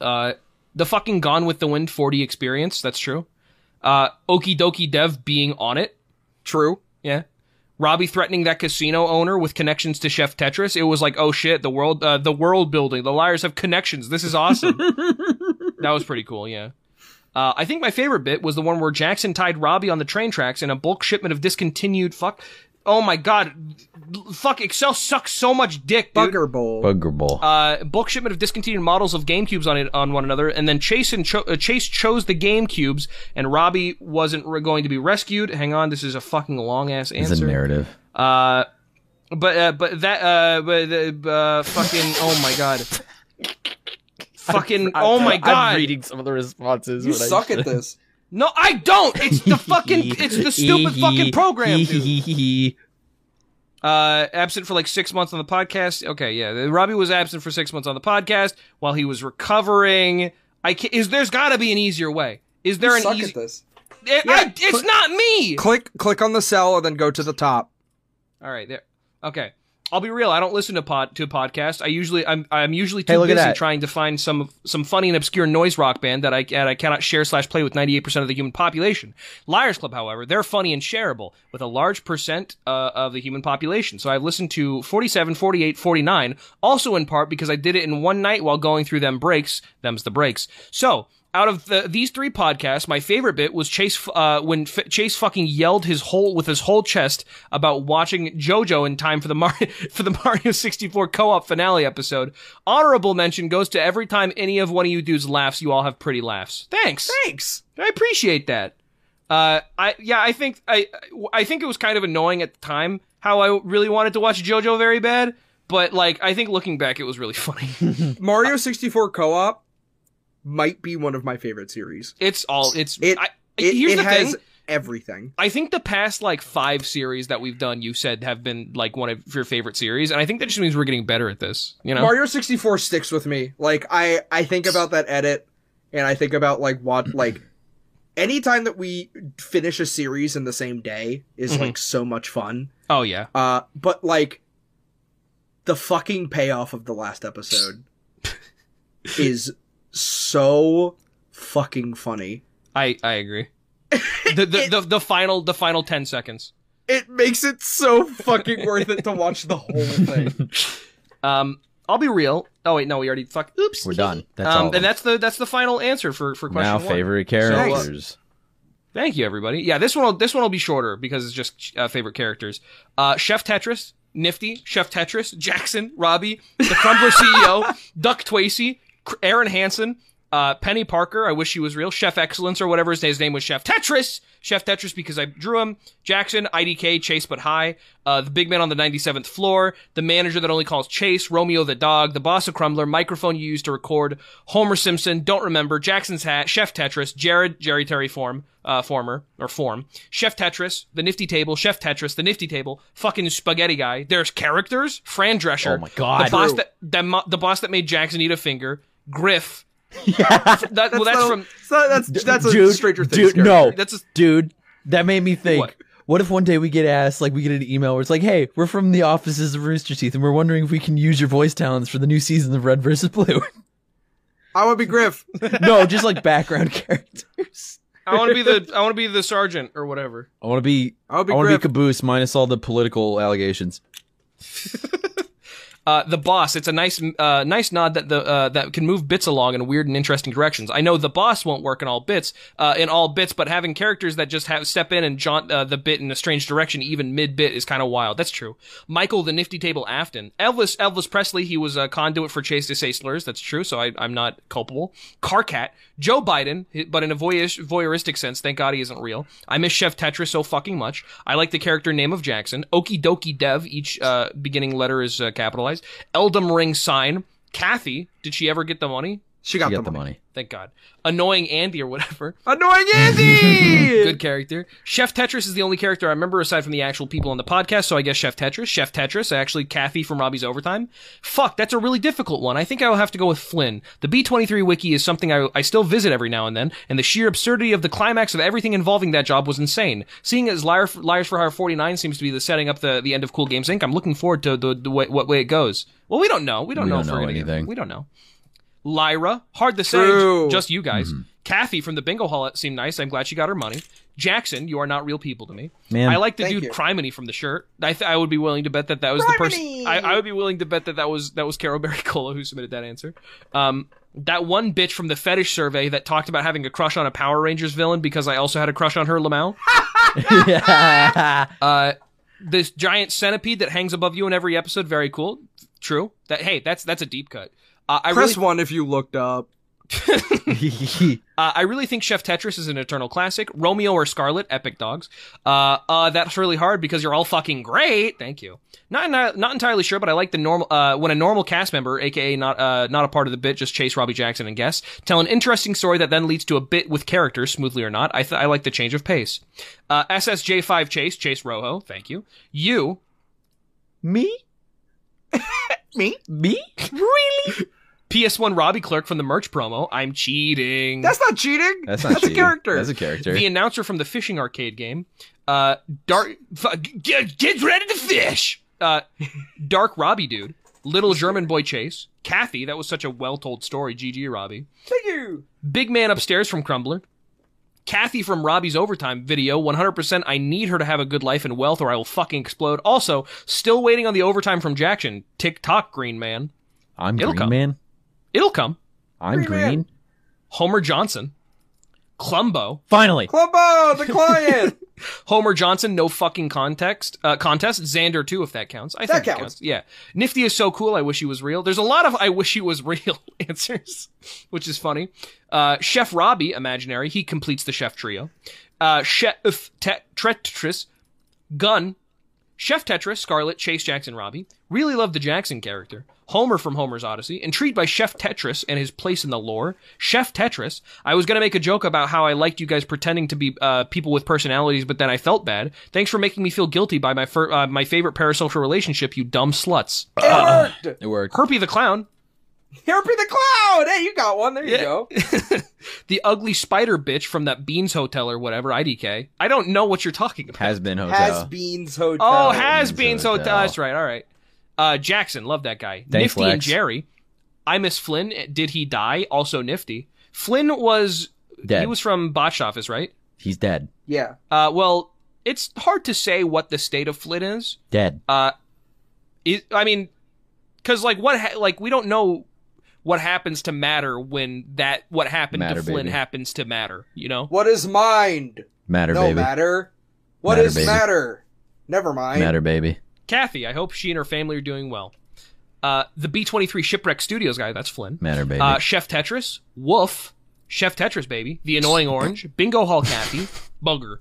[SPEAKER 1] Uh, the fucking Gone with the Wind 40 experience. That's true. Uh, Okie Dokie Dev being on it.
[SPEAKER 2] True.
[SPEAKER 1] Yeah. Robbie threatening that casino owner with connections to Chef Tetris. It was like, oh shit, the world, uh, the world building. The liars have connections. This is awesome. that was pretty cool. Yeah. Uh, I think my favorite bit was the one where Jackson tied Robbie on the train tracks in a bulk shipment of discontinued fuck. Oh my god, fuck Excel sucks so much dick, dude
[SPEAKER 2] Bugger bowl.
[SPEAKER 5] Bugger ball.
[SPEAKER 1] uh, bulk shipment of discontinued models of GameCubes on it, on one another, and then Chase and Cho- uh, Chase chose the GameCubes, and Robbie wasn't re- going to be rescued. Hang on, this is a fucking long ass
[SPEAKER 5] It's a
[SPEAKER 1] answer.
[SPEAKER 5] narrative.
[SPEAKER 1] uh, but uh, but that uh, but the uh, fucking oh my god, fucking oh my god,
[SPEAKER 4] I'm reading some of the responses.
[SPEAKER 2] you
[SPEAKER 4] when I
[SPEAKER 2] suck
[SPEAKER 4] should.
[SPEAKER 2] at this.
[SPEAKER 1] no, I don't. It's the fucking it's the stupid fucking program. dude. Uh, absent for like six months on the podcast. Okay, yeah, Robbie was absent for six months on the podcast while he was recovering. I can is there's got to be an easier way. Is there
[SPEAKER 2] You
[SPEAKER 1] an
[SPEAKER 2] suck
[SPEAKER 1] easy?
[SPEAKER 2] at this.
[SPEAKER 1] I-
[SPEAKER 2] Yeah,
[SPEAKER 1] I- it's
[SPEAKER 2] cl-
[SPEAKER 1] not me.
[SPEAKER 2] Click, click on the cell, and then go to the top.
[SPEAKER 1] All right, there. Okay, I'll be real. I don't listen to pod to podcasts. I usually I'm I'm usually too
[SPEAKER 4] Hey, look at
[SPEAKER 1] busy
[SPEAKER 4] that.
[SPEAKER 1] trying to find some some funny and obscure noise rock band that I that I cannot share slash play with 98 percent of the human population. Liars Club, however, they're funny and shareable with a large percent uh, of the human population. So I've listened to 47, 48, 49, also in part because I did it in one night while going through them breaks. Them's the breaks. So. Out of the, these three podcasts, my favorite bit was Chase uh, when F- Chase fucking yelled his whole with his whole chest about watching JoJo in time for the Mario for the Mario 64 co-op finale episode. Honorable mention goes to every time any of one of you dudes laughs, you all have pretty laughs. Thanks.
[SPEAKER 2] Thanks.
[SPEAKER 1] I appreciate that. Uh, I yeah, I think I I think it was kind of annoying at the time how I really wanted to watch JoJo very bad, but like I think looking back, it was really funny.
[SPEAKER 2] Mario 64 co-op might be one of my favorite series.
[SPEAKER 1] it's all it's
[SPEAKER 2] It-
[SPEAKER 1] I,
[SPEAKER 2] It,
[SPEAKER 1] here's
[SPEAKER 2] it
[SPEAKER 1] the
[SPEAKER 2] has
[SPEAKER 1] thing.
[SPEAKER 2] everything.
[SPEAKER 1] I think the past like five series that we've done, you said have been like one of your favorite series, and I think that just means we're getting better at this. You know,
[SPEAKER 2] Mario 64 sticks with me. Like I I think about that edit and I think about like what like anytime that we finish a series in the same day is
[SPEAKER 1] Mhm.
[SPEAKER 2] like so much fun.
[SPEAKER 1] oh yeah,
[SPEAKER 2] Uh but like the fucking payoff of the last episode is so fucking funny.
[SPEAKER 1] I I agree. the, the, the the final the final ten seconds.
[SPEAKER 2] It makes it so fucking worth it to watch the whole thing.
[SPEAKER 1] Um, I'll be real. Oh wait, no, we already fuck. Oops,
[SPEAKER 5] We're done. That's all.
[SPEAKER 1] um, and
[SPEAKER 5] of them.
[SPEAKER 1] that's the that's the final answer for for question
[SPEAKER 5] now
[SPEAKER 1] one.
[SPEAKER 5] favorite
[SPEAKER 1] uh,
[SPEAKER 5] characters.
[SPEAKER 1] Thank you, everybody. Yeah, this one will, this one will be shorter because it's just uh, favorite characters. Uh, Chef Tetris, Nifty, Chef Tetris, Jackson, Robbie, the Crumbler CEO, Duck Twacy, Cr- Aaron Hansen, uh, Penny Parker. I wish she was real. Chef Excellence or whatever his, his name was. Chef Tetris, Chef Tetris because I drew him. Jackson, IDK, Chase but high. Uh, the big man on the 97th floor, the manager that only calls Chase, Romeo the dog, the boss of Crumbler, microphone you used to record, Homer Simpson, don't remember, Jackson's hat, Chef Tetris, Jared, Jerry Terry form, uh, former, or form, Chef Tetris, the nifty table, Chef Tetris, the nifty table, fucking spaghetti guy. There's characters, Fran Drescher.
[SPEAKER 5] Oh my God.
[SPEAKER 1] The boss
[SPEAKER 5] True.
[SPEAKER 1] that, the, mo- the boss that made Jackson eat a finger, Griff. That- well, that's
[SPEAKER 2] So-
[SPEAKER 1] from,
[SPEAKER 2] so that's that's a
[SPEAKER 4] dude,
[SPEAKER 2] Stranger Things.
[SPEAKER 4] dude, no,
[SPEAKER 1] that's a,
[SPEAKER 4] dude. That made me think.
[SPEAKER 1] What?
[SPEAKER 4] What? if one day we get asked, like we get an email where it's like, "Hey, we're from the offices of Rooster Teeth, and we're wondering if we can use your voice talents for the new season of Red versus Blue."
[SPEAKER 2] I would be Griff.
[SPEAKER 4] no, just like background characters.
[SPEAKER 1] I want to be the, I want to be the sergeant or whatever.
[SPEAKER 5] I want to be.
[SPEAKER 2] I would
[SPEAKER 5] I
[SPEAKER 2] be
[SPEAKER 5] want to
[SPEAKER 2] Griff.
[SPEAKER 5] be caboose minus all the political allegations.
[SPEAKER 1] Uh, the boss. It's a nice, uh, nice nod that the uh, that can move bits along in weird and interesting directions. I know the boss won't work in all bits, uh, in all bits, but having characters that just have step in and jaunt uh, the bit in a strange direction, even mid bit, is kind of wild. That's true. Michael, the nifty table Afton, Elvis, Elvis Presley. He was a conduit for Chase to say slurs. That's true. So I, I'm not culpable. Carcat, Joe Biden, hi- but in a voyeurish, voyeuristic sense. Thank God he isn't real. I miss Chef Tetra so fucking much. I like the character name of Jackson. Okie dokie Dev. Each uh, beginning letter is uh, capitalized. Eldum Ring sign. Kathy, did she ever get the money?
[SPEAKER 2] She got
[SPEAKER 5] You
[SPEAKER 2] the,
[SPEAKER 5] got the
[SPEAKER 2] money.
[SPEAKER 5] money.
[SPEAKER 1] Thank God. Annoying Andy or whatever.
[SPEAKER 2] Annoying Andy.
[SPEAKER 1] Good character. Chef Tetris is the only character I remember aside from the actual people on the podcast, so I guess Chef Tetris. Chef Tetris, actually Kathy from Robbie's Overtime. Fuck, that's a really difficult one. I think I will have to go with Flynn. The B23 wiki is something I, I still visit every now and then, and the sheer absurdity of the climax of everything involving that job was insane. Seeing as Liar, Liars for Hire 49 seems to be the setting up the, the end of Cool Games Inc., I'm looking forward to the, the way, what way it goes. Well, we don't know. We don't
[SPEAKER 5] We
[SPEAKER 1] know
[SPEAKER 5] don't
[SPEAKER 1] if we're
[SPEAKER 5] know
[SPEAKER 1] gonna get-
[SPEAKER 5] anything.
[SPEAKER 1] We don't know. Lyra, hard to say,
[SPEAKER 2] True.
[SPEAKER 1] j- just you guys.
[SPEAKER 5] Hmm.
[SPEAKER 1] Kathy from the bingo hall seemed nice. I'm glad she got her money. Jackson, you are not real people to me.
[SPEAKER 5] Man.
[SPEAKER 1] I like the
[SPEAKER 2] Thank
[SPEAKER 1] dude
[SPEAKER 2] you.
[SPEAKER 1] Criminy from the shirt. I, th- I would be willing to bet that that was the person. I, I would be willing to bet that that was that was Carol Baricola who submitted that answer. Um, that one bitch from the fetish survey that talked about having a crush on a Power Rangers villain because I also had a crush on her, Lamau. Uh, this giant centipede that hangs above you in every episode, very cool. True. That hey, that's that's a deep cut. Uh, I
[SPEAKER 2] Press
[SPEAKER 1] really
[SPEAKER 2] one if you looked up.
[SPEAKER 1] Uh, I really think Chef Tetris is an eternal classic. Romeo or Scarlet, epic dogs. Uh, uh, that's really hard because you're all fucking great. Thank you. Not not, not entirely sure, but I like the normal uh, when a normal cast member, aka not uh, not a part of the bit, just chase Robbie Jackson and guess, tell an interesting story that then leads to a bit with character, smoothly or not. I th- I like the change of pace. Uh, SSJ5 Chase, Chase Rojo, thank you. You
[SPEAKER 4] Me?
[SPEAKER 2] Me?
[SPEAKER 4] Me?
[SPEAKER 1] PS1 Robbie Clerk from the merch promo. I'm cheating.
[SPEAKER 2] That's not cheating.
[SPEAKER 5] That's
[SPEAKER 2] a
[SPEAKER 5] not cheating.
[SPEAKER 2] character.
[SPEAKER 5] That's a character.
[SPEAKER 1] the announcer from the fishing arcade game. Uh, dark f- get, get ready to fish. Uh, dark Robbie dude, little German boy Chase, Kathy. That was such a well told story. GG Robbie,
[SPEAKER 2] Thank you.
[SPEAKER 1] big man upstairs from Crumbler. Kathy from Robbie's overtime video, 100%. I need her to have a good life and wealth or I will fucking explode. Also, still waiting on the overtime from Jackson. Tick tock, green man.
[SPEAKER 5] I'm
[SPEAKER 1] It'll
[SPEAKER 5] green,
[SPEAKER 1] come.
[SPEAKER 5] man.
[SPEAKER 1] It'll come.
[SPEAKER 5] I'm
[SPEAKER 2] Green man.
[SPEAKER 5] green.
[SPEAKER 1] Homer Johnson. Clumbo.
[SPEAKER 4] Finally.
[SPEAKER 2] Clubbo, the client.
[SPEAKER 1] Homer Johnson, no fucking context uh, contest. Xander too, if that counts. I think
[SPEAKER 2] That
[SPEAKER 1] it
[SPEAKER 2] counts.
[SPEAKER 1] Yeah, Nifty is so cool. I wish he was real. There's a lot of I wish he was real answers, which is funny. Uh, chef Robbie, imaginary. He completes the chef trio. Uh, chef Te- Tetris, Gun, Chef Tetris, Scarlet, Chase Jackson, Robbie. Really love the Jackson character. Homer from Homer's Odyssey. Intrigued by Chef Tetris and his place in the lore. Chef Tetris. I was going to make a joke about how I liked you guys pretending to be uh, people with personalities, but then I felt bad. Thanks for making me feel guilty by my fir- uh, my favorite parasocial relationship, you dumb sluts.
[SPEAKER 2] it worked.
[SPEAKER 5] It worked.
[SPEAKER 1] Herpy the Clown.
[SPEAKER 2] Here be the cloud. Hey, you got one. There you
[SPEAKER 1] Yeah.
[SPEAKER 2] go.
[SPEAKER 1] the ugly spider bitch from that Beans Hotel or whatever, IDK. I don't know what you're talking about.
[SPEAKER 5] Has been hotel.
[SPEAKER 2] Has Beans Hotel.
[SPEAKER 1] Oh, has
[SPEAKER 5] Beans
[SPEAKER 1] been so.
[SPEAKER 5] Hotel.
[SPEAKER 1] That's right. All right. Uh, Jackson, love that guy.
[SPEAKER 5] Thanks,
[SPEAKER 1] nifty and
[SPEAKER 5] Lex.
[SPEAKER 1] Jerry. I miss Flynn. Did he die? Also nifty. Flynn was
[SPEAKER 5] dead.
[SPEAKER 1] he was from Botch Office, right?
[SPEAKER 5] He's dead.
[SPEAKER 2] Yeah.
[SPEAKER 1] Uh, well, it's hard to say what the state of Flynn is.
[SPEAKER 5] Dead.
[SPEAKER 1] Uh, is, I mean, because like what ha- like we don't know what happens to matter when that what happened
[SPEAKER 5] Matter,
[SPEAKER 1] to Flynn
[SPEAKER 5] baby.
[SPEAKER 1] happens to matter. You know.
[SPEAKER 2] What is mind?
[SPEAKER 5] Matter
[SPEAKER 2] no
[SPEAKER 5] baby.
[SPEAKER 2] matter. What
[SPEAKER 5] Matter,
[SPEAKER 2] is
[SPEAKER 5] baby.
[SPEAKER 2] matter? Never mind.
[SPEAKER 5] Matter baby.
[SPEAKER 1] Kathy, I hope she and her family are doing well. Uh, the B twenty three shipwreck studios guy. That's Flynn.
[SPEAKER 5] Matter baby.
[SPEAKER 1] Uh, Chef Tetris, Wolf, Chef Tetris, baby, the annoying
[SPEAKER 4] Mm-hmm.
[SPEAKER 1] orange, Bingo Hall Kathy, Bugger.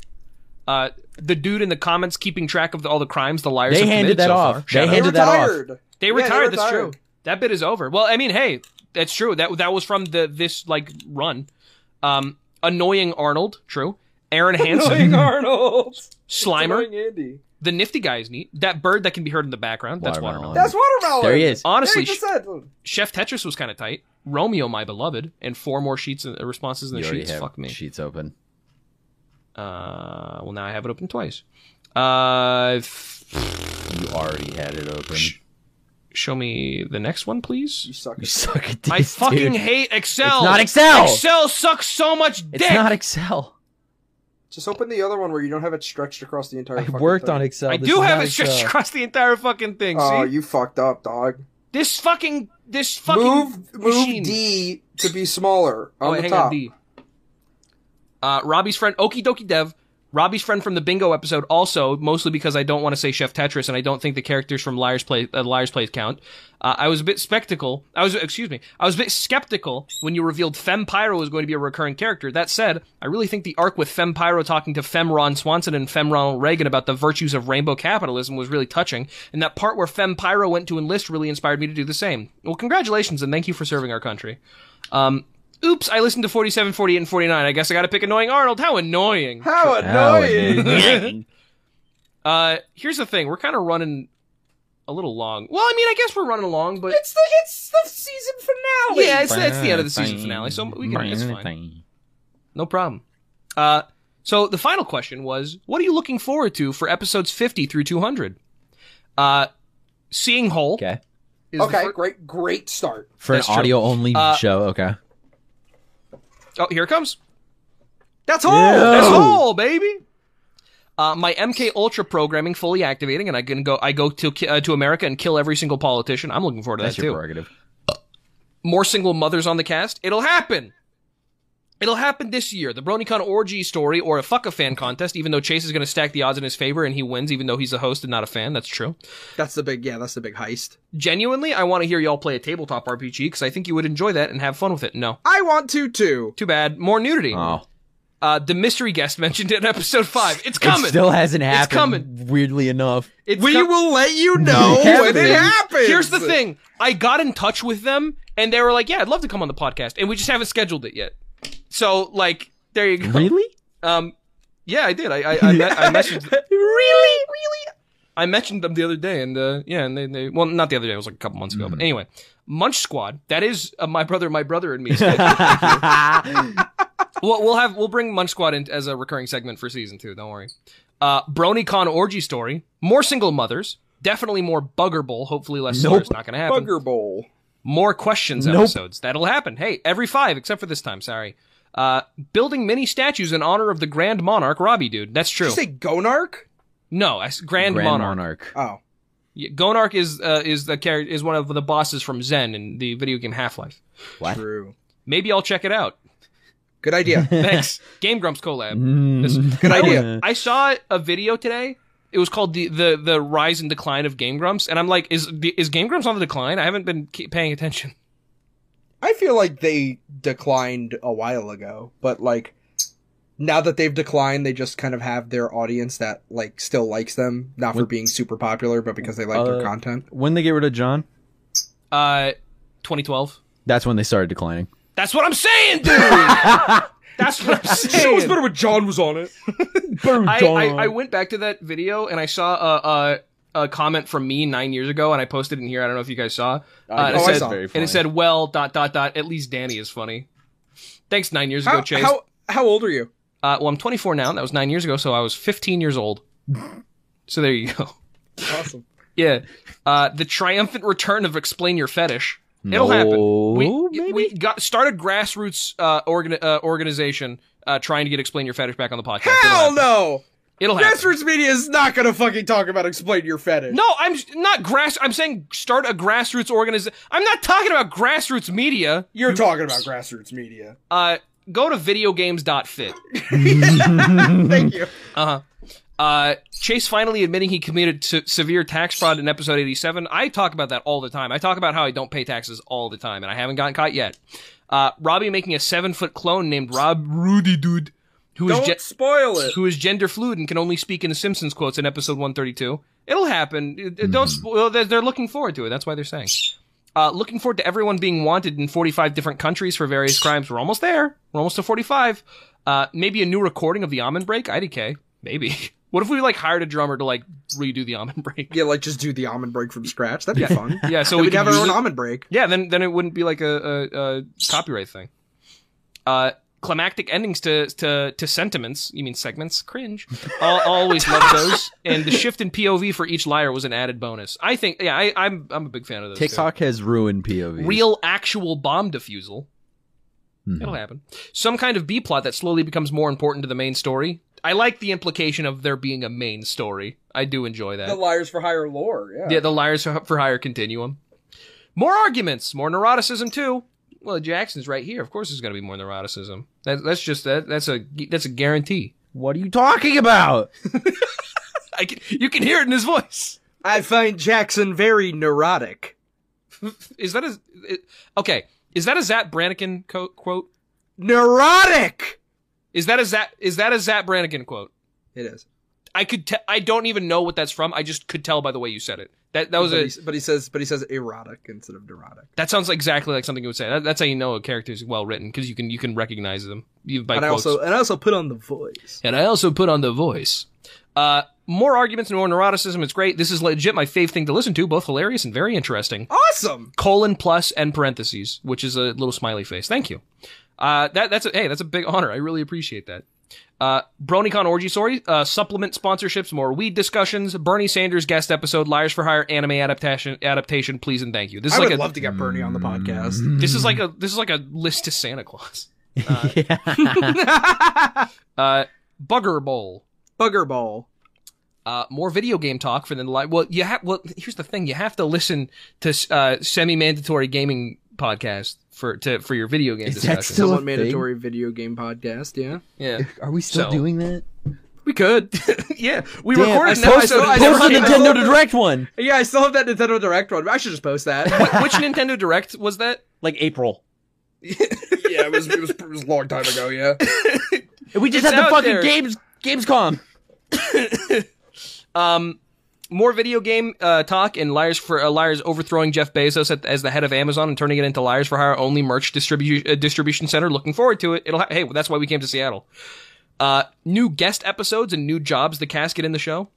[SPEAKER 1] Uh, the dude in the comments keeping track of the, all the crimes the liars
[SPEAKER 4] They
[SPEAKER 1] have
[SPEAKER 4] handed
[SPEAKER 1] committed
[SPEAKER 4] that
[SPEAKER 1] so
[SPEAKER 4] off.
[SPEAKER 1] far.
[SPEAKER 4] They
[SPEAKER 1] Shout out.
[SPEAKER 2] They
[SPEAKER 4] handed that off.
[SPEAKER 2] retired.
[SPEAKER 1] They
[SPEAKER 2] Yeah,
[SPEAKER 1] retired. That's
[SPEAKER 2] retired.
[SPEAKER 1] true. That bit is over. Well, I mean, hey, that's true. That that was from the this like run. Um, annoying Arnold, true. Aaron Hansen,
[SPEAKER 2] Annoying Arnold.
[SPEAKER 1] Slimer,
[SPEAKER 2] Annoying Andy.
[SPEAKER 1] the nifty guy is neat. That bird that can be heard in the background, that's
[SPEAKER 5] Watermelon.
[SPEAKER 1] watermelon.
[SPEAKER 2] That's watermelon.
[SPEAKER 4] There he is.
[SPEAKER 1] Honestly,
[SPEAKER 2] There he just said. "Oh,
[SPEAKER 1] Chef Tetris was kind of tight. Romeo, my beloved, and four more sheets uh, responses in
[SPEAKER 5] You
[SPEAKER 1] the
[SPEAKER 5] already
[SPEAKER 1] sheets.
[SPEAKER 5] have
[SPEAKER 1] Fuck me.
[SPEAKER 5] Sheets open.
[SPEAKER 1] Uh, well, now I have it open twice. Uh, f-
[SPEAKER 5] You already had it open.
[SPEAKER 1] show me the next one,
[SPEAKER 2] You
[SPEAKER 1] please.
[SPEAKER 2] suck.
[SPEAKER 5] You suck at this,
[SPEAKER 1] I fucking
[SPEAKER 5] dude.
[SPEAKER 1] hate Excel.
[SPEAKER 4] It's not Excel.
[SPEAKER 1] Excel sucks so much dick.
[SPEAKER 4] It's not Excel.
[SPEAKER 2] Just open the other one where you don't have it stretched across the entire.
[SPEAKER 4] I worked on Excel.
[SPEAKER 1] I
[SPEAKER 4] This
[SPEAKER 1] do
[SPEAKER 4] is
[SPEAKER 1] have
[SPEAKER 4] not
[SPEAKER 1] it stretched
[SPEAKER 4] Excel.
[SPEAKER 1] across the entire fucking thing.
[SPEAKER 2] Oh,
[SPEAKER 1] see,
[SPEAKER 2] you fucked up, dog.
[SPEAKER 1] This fucking this fucking
[SPEAKER 2] Move move
[SPEAKER 1] machine.
[SPEAKER 2] D to be smaller on
[SPEAKER 1] oh,
[SPEAKER 2] the
[SPEAKER 1] hang
[SPEAKER 2] top.
[SPEAKER 1] on, D. Uh, Robbie's friend, Okie Dokie Dev. Robbie's friend from the Bingo episode, also mostly because I don't want to say Chef Tetris, and I don't think the characters from Liar's Play, uh, Liar's Play count. Uh, I was a bit spectacle. I was, excuse me, I was a bit skeptical when you revealed Fem Pyro was going to be a recurring character. That said, I really think the arc with Fem Pyro talking to Fem Ron Swanson and Fem Ronald Reagan about the virtues of rainbow capitalism was really touching, and that part where Fem Pyro went to enlist really inspired me to do the same. Well, congratulations and thank you for serving our country. Um, oops, I listened to 47, 48, and 49. I guess I gotta pick Annoying Arnold. How annoying.
[SPEAKER 2] How annoying!
[SPEAKER 1] Uh, here's the thing. We're kind of running a little long. Well, I mean, I guess we're running along, but
[SPEAKER 2] it's the it's the season finale.
[SPEAKER 1] yeah, it's, it's the end of the season finale, so we can, it's fine. No problem. Uh, so the final question was, what are you looking forward to for episodes 50 through 200? Uh, seeing Hole.
[SPEAKER 5] Okay.
[SPEAKER 1] is the
[SPEAKER 2] Okay,
[SPEAKER 1] fir-
[SPEAKER 2] great great start.
[SPEAKER 5] For
[SPEAKER 1] That's
[SPEAKER 5] an
[SPEAKER 1] true.
[SPEAKER 5] audio only
[SPEAKER 1] Uh,
[SPEAKER 5] show, okay.
[SPEAKER 1] Oh, here it comes. That's whole.
[SPEAKER 5] Yo.
[SPEAKER 1] That's whole, baby. Uh, my MK Ultra programming fully activating, and I can go. I go to ki- uh, to America and kill every single politician. I'm looking forward to
[SPEAKER 5] That's
[SPEAKER 1] that
[SPEAKER 5] your
[SPEAKER 1] too.
[SPEAKER 5] prerogative.
[SPEAKER 1] More single mothers on the cast. It'll happen. It'll happen this year. The BronyCon orgy story or a fuck a fan contest. Even though Chase is going to stack the odds in his favor and he wins, even though he's a host and not a fan. That's true.
[SPEAKER 2] That's the big yeah. That's the big heist.
[SPEAKER 1] Genuinely, I want to hear y'all play a tabletop RPG because I think you would enjoy that and have fun with it. No,
[SPEAKER 2] I want to too.
[SPEAKER 1] too bad. More nudity.
[SPEAKER 5] Oh.
[SPEAKER 1] Uh, the mystery guest mentioned in episode five. It's coming.
[SPEAKER 5] It still hasn't happened.
[SPEAKER 1] coming.
[SPEAKER 5] Weirdly enough.
[SPEAKER 1] It's
[SPEAKER 2] we
[SPEAKER 1] co-
[SPEAKER 2] will let you know
[SPEAKER 5] Yeah,
[SPEAKER 2] when it
[SPEAKER 5] man.
[SPEAKER 2] happens.
[SPEAKER 1] Here's the thing. I got in touch with them and they were like, "Yeah, I'd love to come on the podcast." And we just haven't scheduled it yet. So, like, there you go.
[SPEAKER 5] Really?
[SPEAKER 1] Um yeah, I did. I I, I, me- I messaged Really? Really? I mentioned them the other day and uh yeah, and they, they well, not the other day, it was like a couple months ago. But anyway, Munch Squad. That is uh, my brother, my brother and me. Well, we'll have we'll bring Munch Squad in as a recurring segment for season two. Don't worry. Uh, BronyCon orgy story. More single mothers. Definitely more bugger bowl. Hopefully less. Nope. Not gonna happen.
[SPEAKER 2] Bugger Bowl.
[SPEAKER 1] More questions
[SPEAKER 5] Nope.
[SPEAKER 1] episodes. That'll happen. Hey, every five except for this time. Sorry. Uh, building mini statues in honor of the Grand Monarch Robbie, dude. That's true.
[SPEAKER 2] Did you say Gonark?
[SPEAKER 1] no, I s- Grand, Monarch.
[SPEAKER 2] Oh,
[SPEAKER 1] Yeah, Gonark is uh, is the character is one of the bosses from Zen in the video game Half Life.
[SPEAKER 5] What?
[SPEAKER 2] true.
[SPEAKER 1] Maybe I'll check it out.
[SPEAKER 2] Good idea.
[SPEAKER 1] Thanks, Game Grumps collab.
[SPEAKER 5] Mm.
[SPEAKER 2] Good
[SPEAKER 1] I
[SPEAKER 2] idea.
[SPEAKER 1] was- I saw a video today. It was called the, the the rise and decline of Game Grumps, and I'm like, is the- is Game Grumps on the decline? I haven't been ke- paying attention.
[SPEAKER 2] I feel like they declined a while ago, but like now that they've declined, they just kind of have their audience that like still likes them, not for being super popular, but because they like their
[SPEAKER 5] Uh,
[SPEAKER 2] content.
[SPEAKER 5] When they get rid of John,
[SPEAKER 1] Uh, 2012.
[SPEAKER 5] that's when they started declining.
[SPEAKER 1] That's what I'm saying, dude. That's what I'm saying.
[SPEAKER 2] when John was on it.
[SPEAKER 1] I, I, I
[SPEAKER 4] Uh,
[SPEAKER 1] went back to that video and I saw a, a a comment from me nine years ago, and I posted it in here. I don't know if you guys saw. Uh, and it
[SPEAKER 2] oh, I
[SPEAKER 1] said-
[SPEAKER 2] saw.
[SPEAKER 1] and it said, well, dot dot dot. At least Danny is funny. Thanks, nine years
[SPEAKER 2] How,
[SPEAKER 1] ago, Chase.
[SPEAKER 2] how how old are you?
[SPEAKER 1] Uh, well, I'm 24 now. and That was nine years ago, so I was 15 years old. so there you go.
[SPEAKER 2] Awesome.
[SPEAKER 1] Yeah. Uh, the triumphant return of explain your fetish. It'll happen. We,
[SPEAKER 5] maybe?
[SPEAKER 1] we got started grassroots uh, organ, uh, organization uh, trying to get explain your fetish back on the podcast. It'll
[SPEAKER 2] Hell
[SPEAKER 1] happen.
[SPEAKER 2] no!
[SPEAKER 1] It'll happen.
[SPEAKER 2] Grassroots media is not gonna fucking talk about explain your fetish.
[SPEAKER 1] no, I'm s- not grass. I'm saying start a grassroots organization. I'm not talking about grassroots media.
[SPEAKER 2] You're talking about grassroots media.
[SPEAKER 1] Uh, go to videogames.fit.
[SPEAKER 5] Mm-hmm.
[SPEAKER 2] Thank you.
[SPEAKER 1] Uh-huh. Uh, Chase finally admitting he committed se- severe tax fraud in episode 87. I talk about that all the time. I talk about how I don't pay taxes all the time, and I haven't gotten caught yet. Uh, Robbie making a seven foot clone named Rob Rudy Dude, who is,
[SPEAKER 2] Don't
[SPEAKER 1] ge-
[SPEAKER 2] spoil it.
[SPEAKER 1] who is gender fluid and can only speak in the Simpsons quotes in episode 132. It'll happen. It- it- Don't
[SPEAKER 2] Mm-hmm.
[SPEAKER 1] spoil. They're, they're looking forward to it. That's why they're saying. Uh, looking forward to everyone being wanted in 45 different countries for various crimes. We're almost there. We're almost to 45. Uh, maybe a new recording of the Almond Break. IDK. Maybe. What if we like hired a drummer to like redo the Almond Break?
[SPEAKER 2] Yeah, like just do the almond break from scratch. That'd be fun.
[SPEAKER 1] Yeah. So
[SPEAKER 2] we
[SPEAKER 1] we
[SPEAKER 2] would
[SPEAKER 1] could
[SPEAKER 2] have our
[SPEAKER 1] use
[SPEAKER 2] own
[SPEAKER 1] it-
[SPEAKER 2] almond break.
[SPEAKER 1] Yeah. Then then it wouldn't be like a, a, a copyright thing. Uh, climactic endings to to to sentiments. You mean segments? Cringe. I'll, I'll always love those. And the shift in POV for each liar was an added bonus. I think. Yeah. I, I'm I'm a big fan of those. too.
[SPEAKER 5] TikTok has ruined POV.
[SPEAKER 1] real actual bomb defusal.
[SPEAKER 5] Hmm.
[SPEAKER 1] It'll happen. Some kind of B plot that slowly becomes more important to the main story. I like the implication of there being a main story. I do enjoy that.
[SPEAKER 2] liars for higher lore.
[SPEAKER 1] yeah, the liars for hire continuum. More arguments, more neuroticism too. Well, Jackson's right here. Of course, there's going to be more neuroticism. That, that's just that. That's a that's a guarantee.
[SPEAKER 5] What are you talking about?
[SPEAKER 1] I can, you can hear it in his voice.
[SPEAKER 2] I find Jackson very neurotic.
[SPEAKER 1] Is that a it- okay? Is that a Zap Brannigan co- quote?
[SPEAKER 2] Neurotic.
[SPEAKER 1] Is that a Zap? Is that a Zap Brannigan quote?
[SPEAKER 2] It is.
[SPEAKER 1] I could. Te- I don't even know what that's from. I just could tell by the way you said it. That that was
[SPEAKER 2] but,
[SPEAKER 1] a.
[SPEAKER 2] he, but he says, but he says erotic instead of neurotic.
[SPEAKER 1] That sounds exactly like something you would say. That, that's how you know a character is well written because you can you can recognize them you- by
[SPEAKER 2] and
[SPEAKER 1] quotes.
[SPEAKER 2] I also and I also put on the voice.
[SPEAKER 1] and I also put on the voice. Uh, more arguments and more neuroticism. It's great. This is legit my fave thing to listen to. Both hilarious and very interesting.
[SPEAKER 2] Awesome.
[SPEAKER 1] Colon plus and parentheses, which is a little smiley face. Thank you. Uh, that that's a, hey, that's a big honor. I really appreciate that. Uh, BronyCon orgy story, uh, supplement sponsorships, more weed discussions, Bernie Sanders guest episode, Liars for Hire anime adaptation, adaptation. Please and thank you. This
[SPEAKER 2] I
[SPEAKER 1] is like
[SPEAKER 2] would
[SPEAKER 1] a
[SPEAKER 2] love to get Bernie on the podcast.
[SPEAKER 1] this is like a this is like a list to Santa Claus.
[SPEAKER 4] yeah.
[SPEAKER 1] Uh, Bugger Bowl.
[SPEAKER 2] Bugger ball.
[SPEAKER 1] Uh, more video game talk for the live. Well, you have. Well, here's the thing: you have to listen to uh, semi-mandatory gaming podcast for to for your video game
[SPEAKER 5] Is that
[SPEAKER 1] discussion.
[SPEAKER 5] Still a
[SPEAKER 2] Somewhat
[SPEAKER 5] thing?
[SPEAKER 2] mandatory video game podcast. Yeah,
[SPEAKER 1] yeah,
[SPEAKER 5] Are we still
[SPEAKER 1] So-
[SPEAKER 5] doing that?
[SPEAKER 2] we could.
[SPEAKER 1] yeah. We
[SPEAKER 4] Damn, I
[SPEAKER 1] recorded an
[SPEAKER 4] still-
[SPEAKER 2] I
[SPEAKER 1] episode.
[SPEAKER 2] still- I
[SPEAKER 1] of-
[SPEAKER 2] still-
[SPEAKER 4] Post the
[SPEAKER 2] I
[SPEAKER 4] Nintendo
[SPEAKER 2] love it.
[SPEAKER 4] Direct one,
[SPEAKER 2] yeah, I still have that Nintendo Direct one. I should just post that.
[SPEAKER 1] Which Nintendo Direct was that?
[SPEAKER 4] like April.
[SPEAKER 2] yeah, it was, it was it was a long time ago. Yeah.
[SPEAKER 4] We just
[SPEAKER 1] It's
[SPEAKER 4] had the
[SPEAKER 1] out
[SPEAKER 4] fucking
[SPEAKER 1] there.
[SPEAKER 4] games Gamescom.
[SPEAKER 1] Um, more video game uh, talk and liars for uh, liars overthrowing Jeff Bezos at, as the head of Amazon and turning it into liars for hire only merch distribu- uh, distribution center. Looking forward to it. It'll ha- hey, well, that's why we came to Seattle. Uh, new guest episodes and new jobs the casket in the show.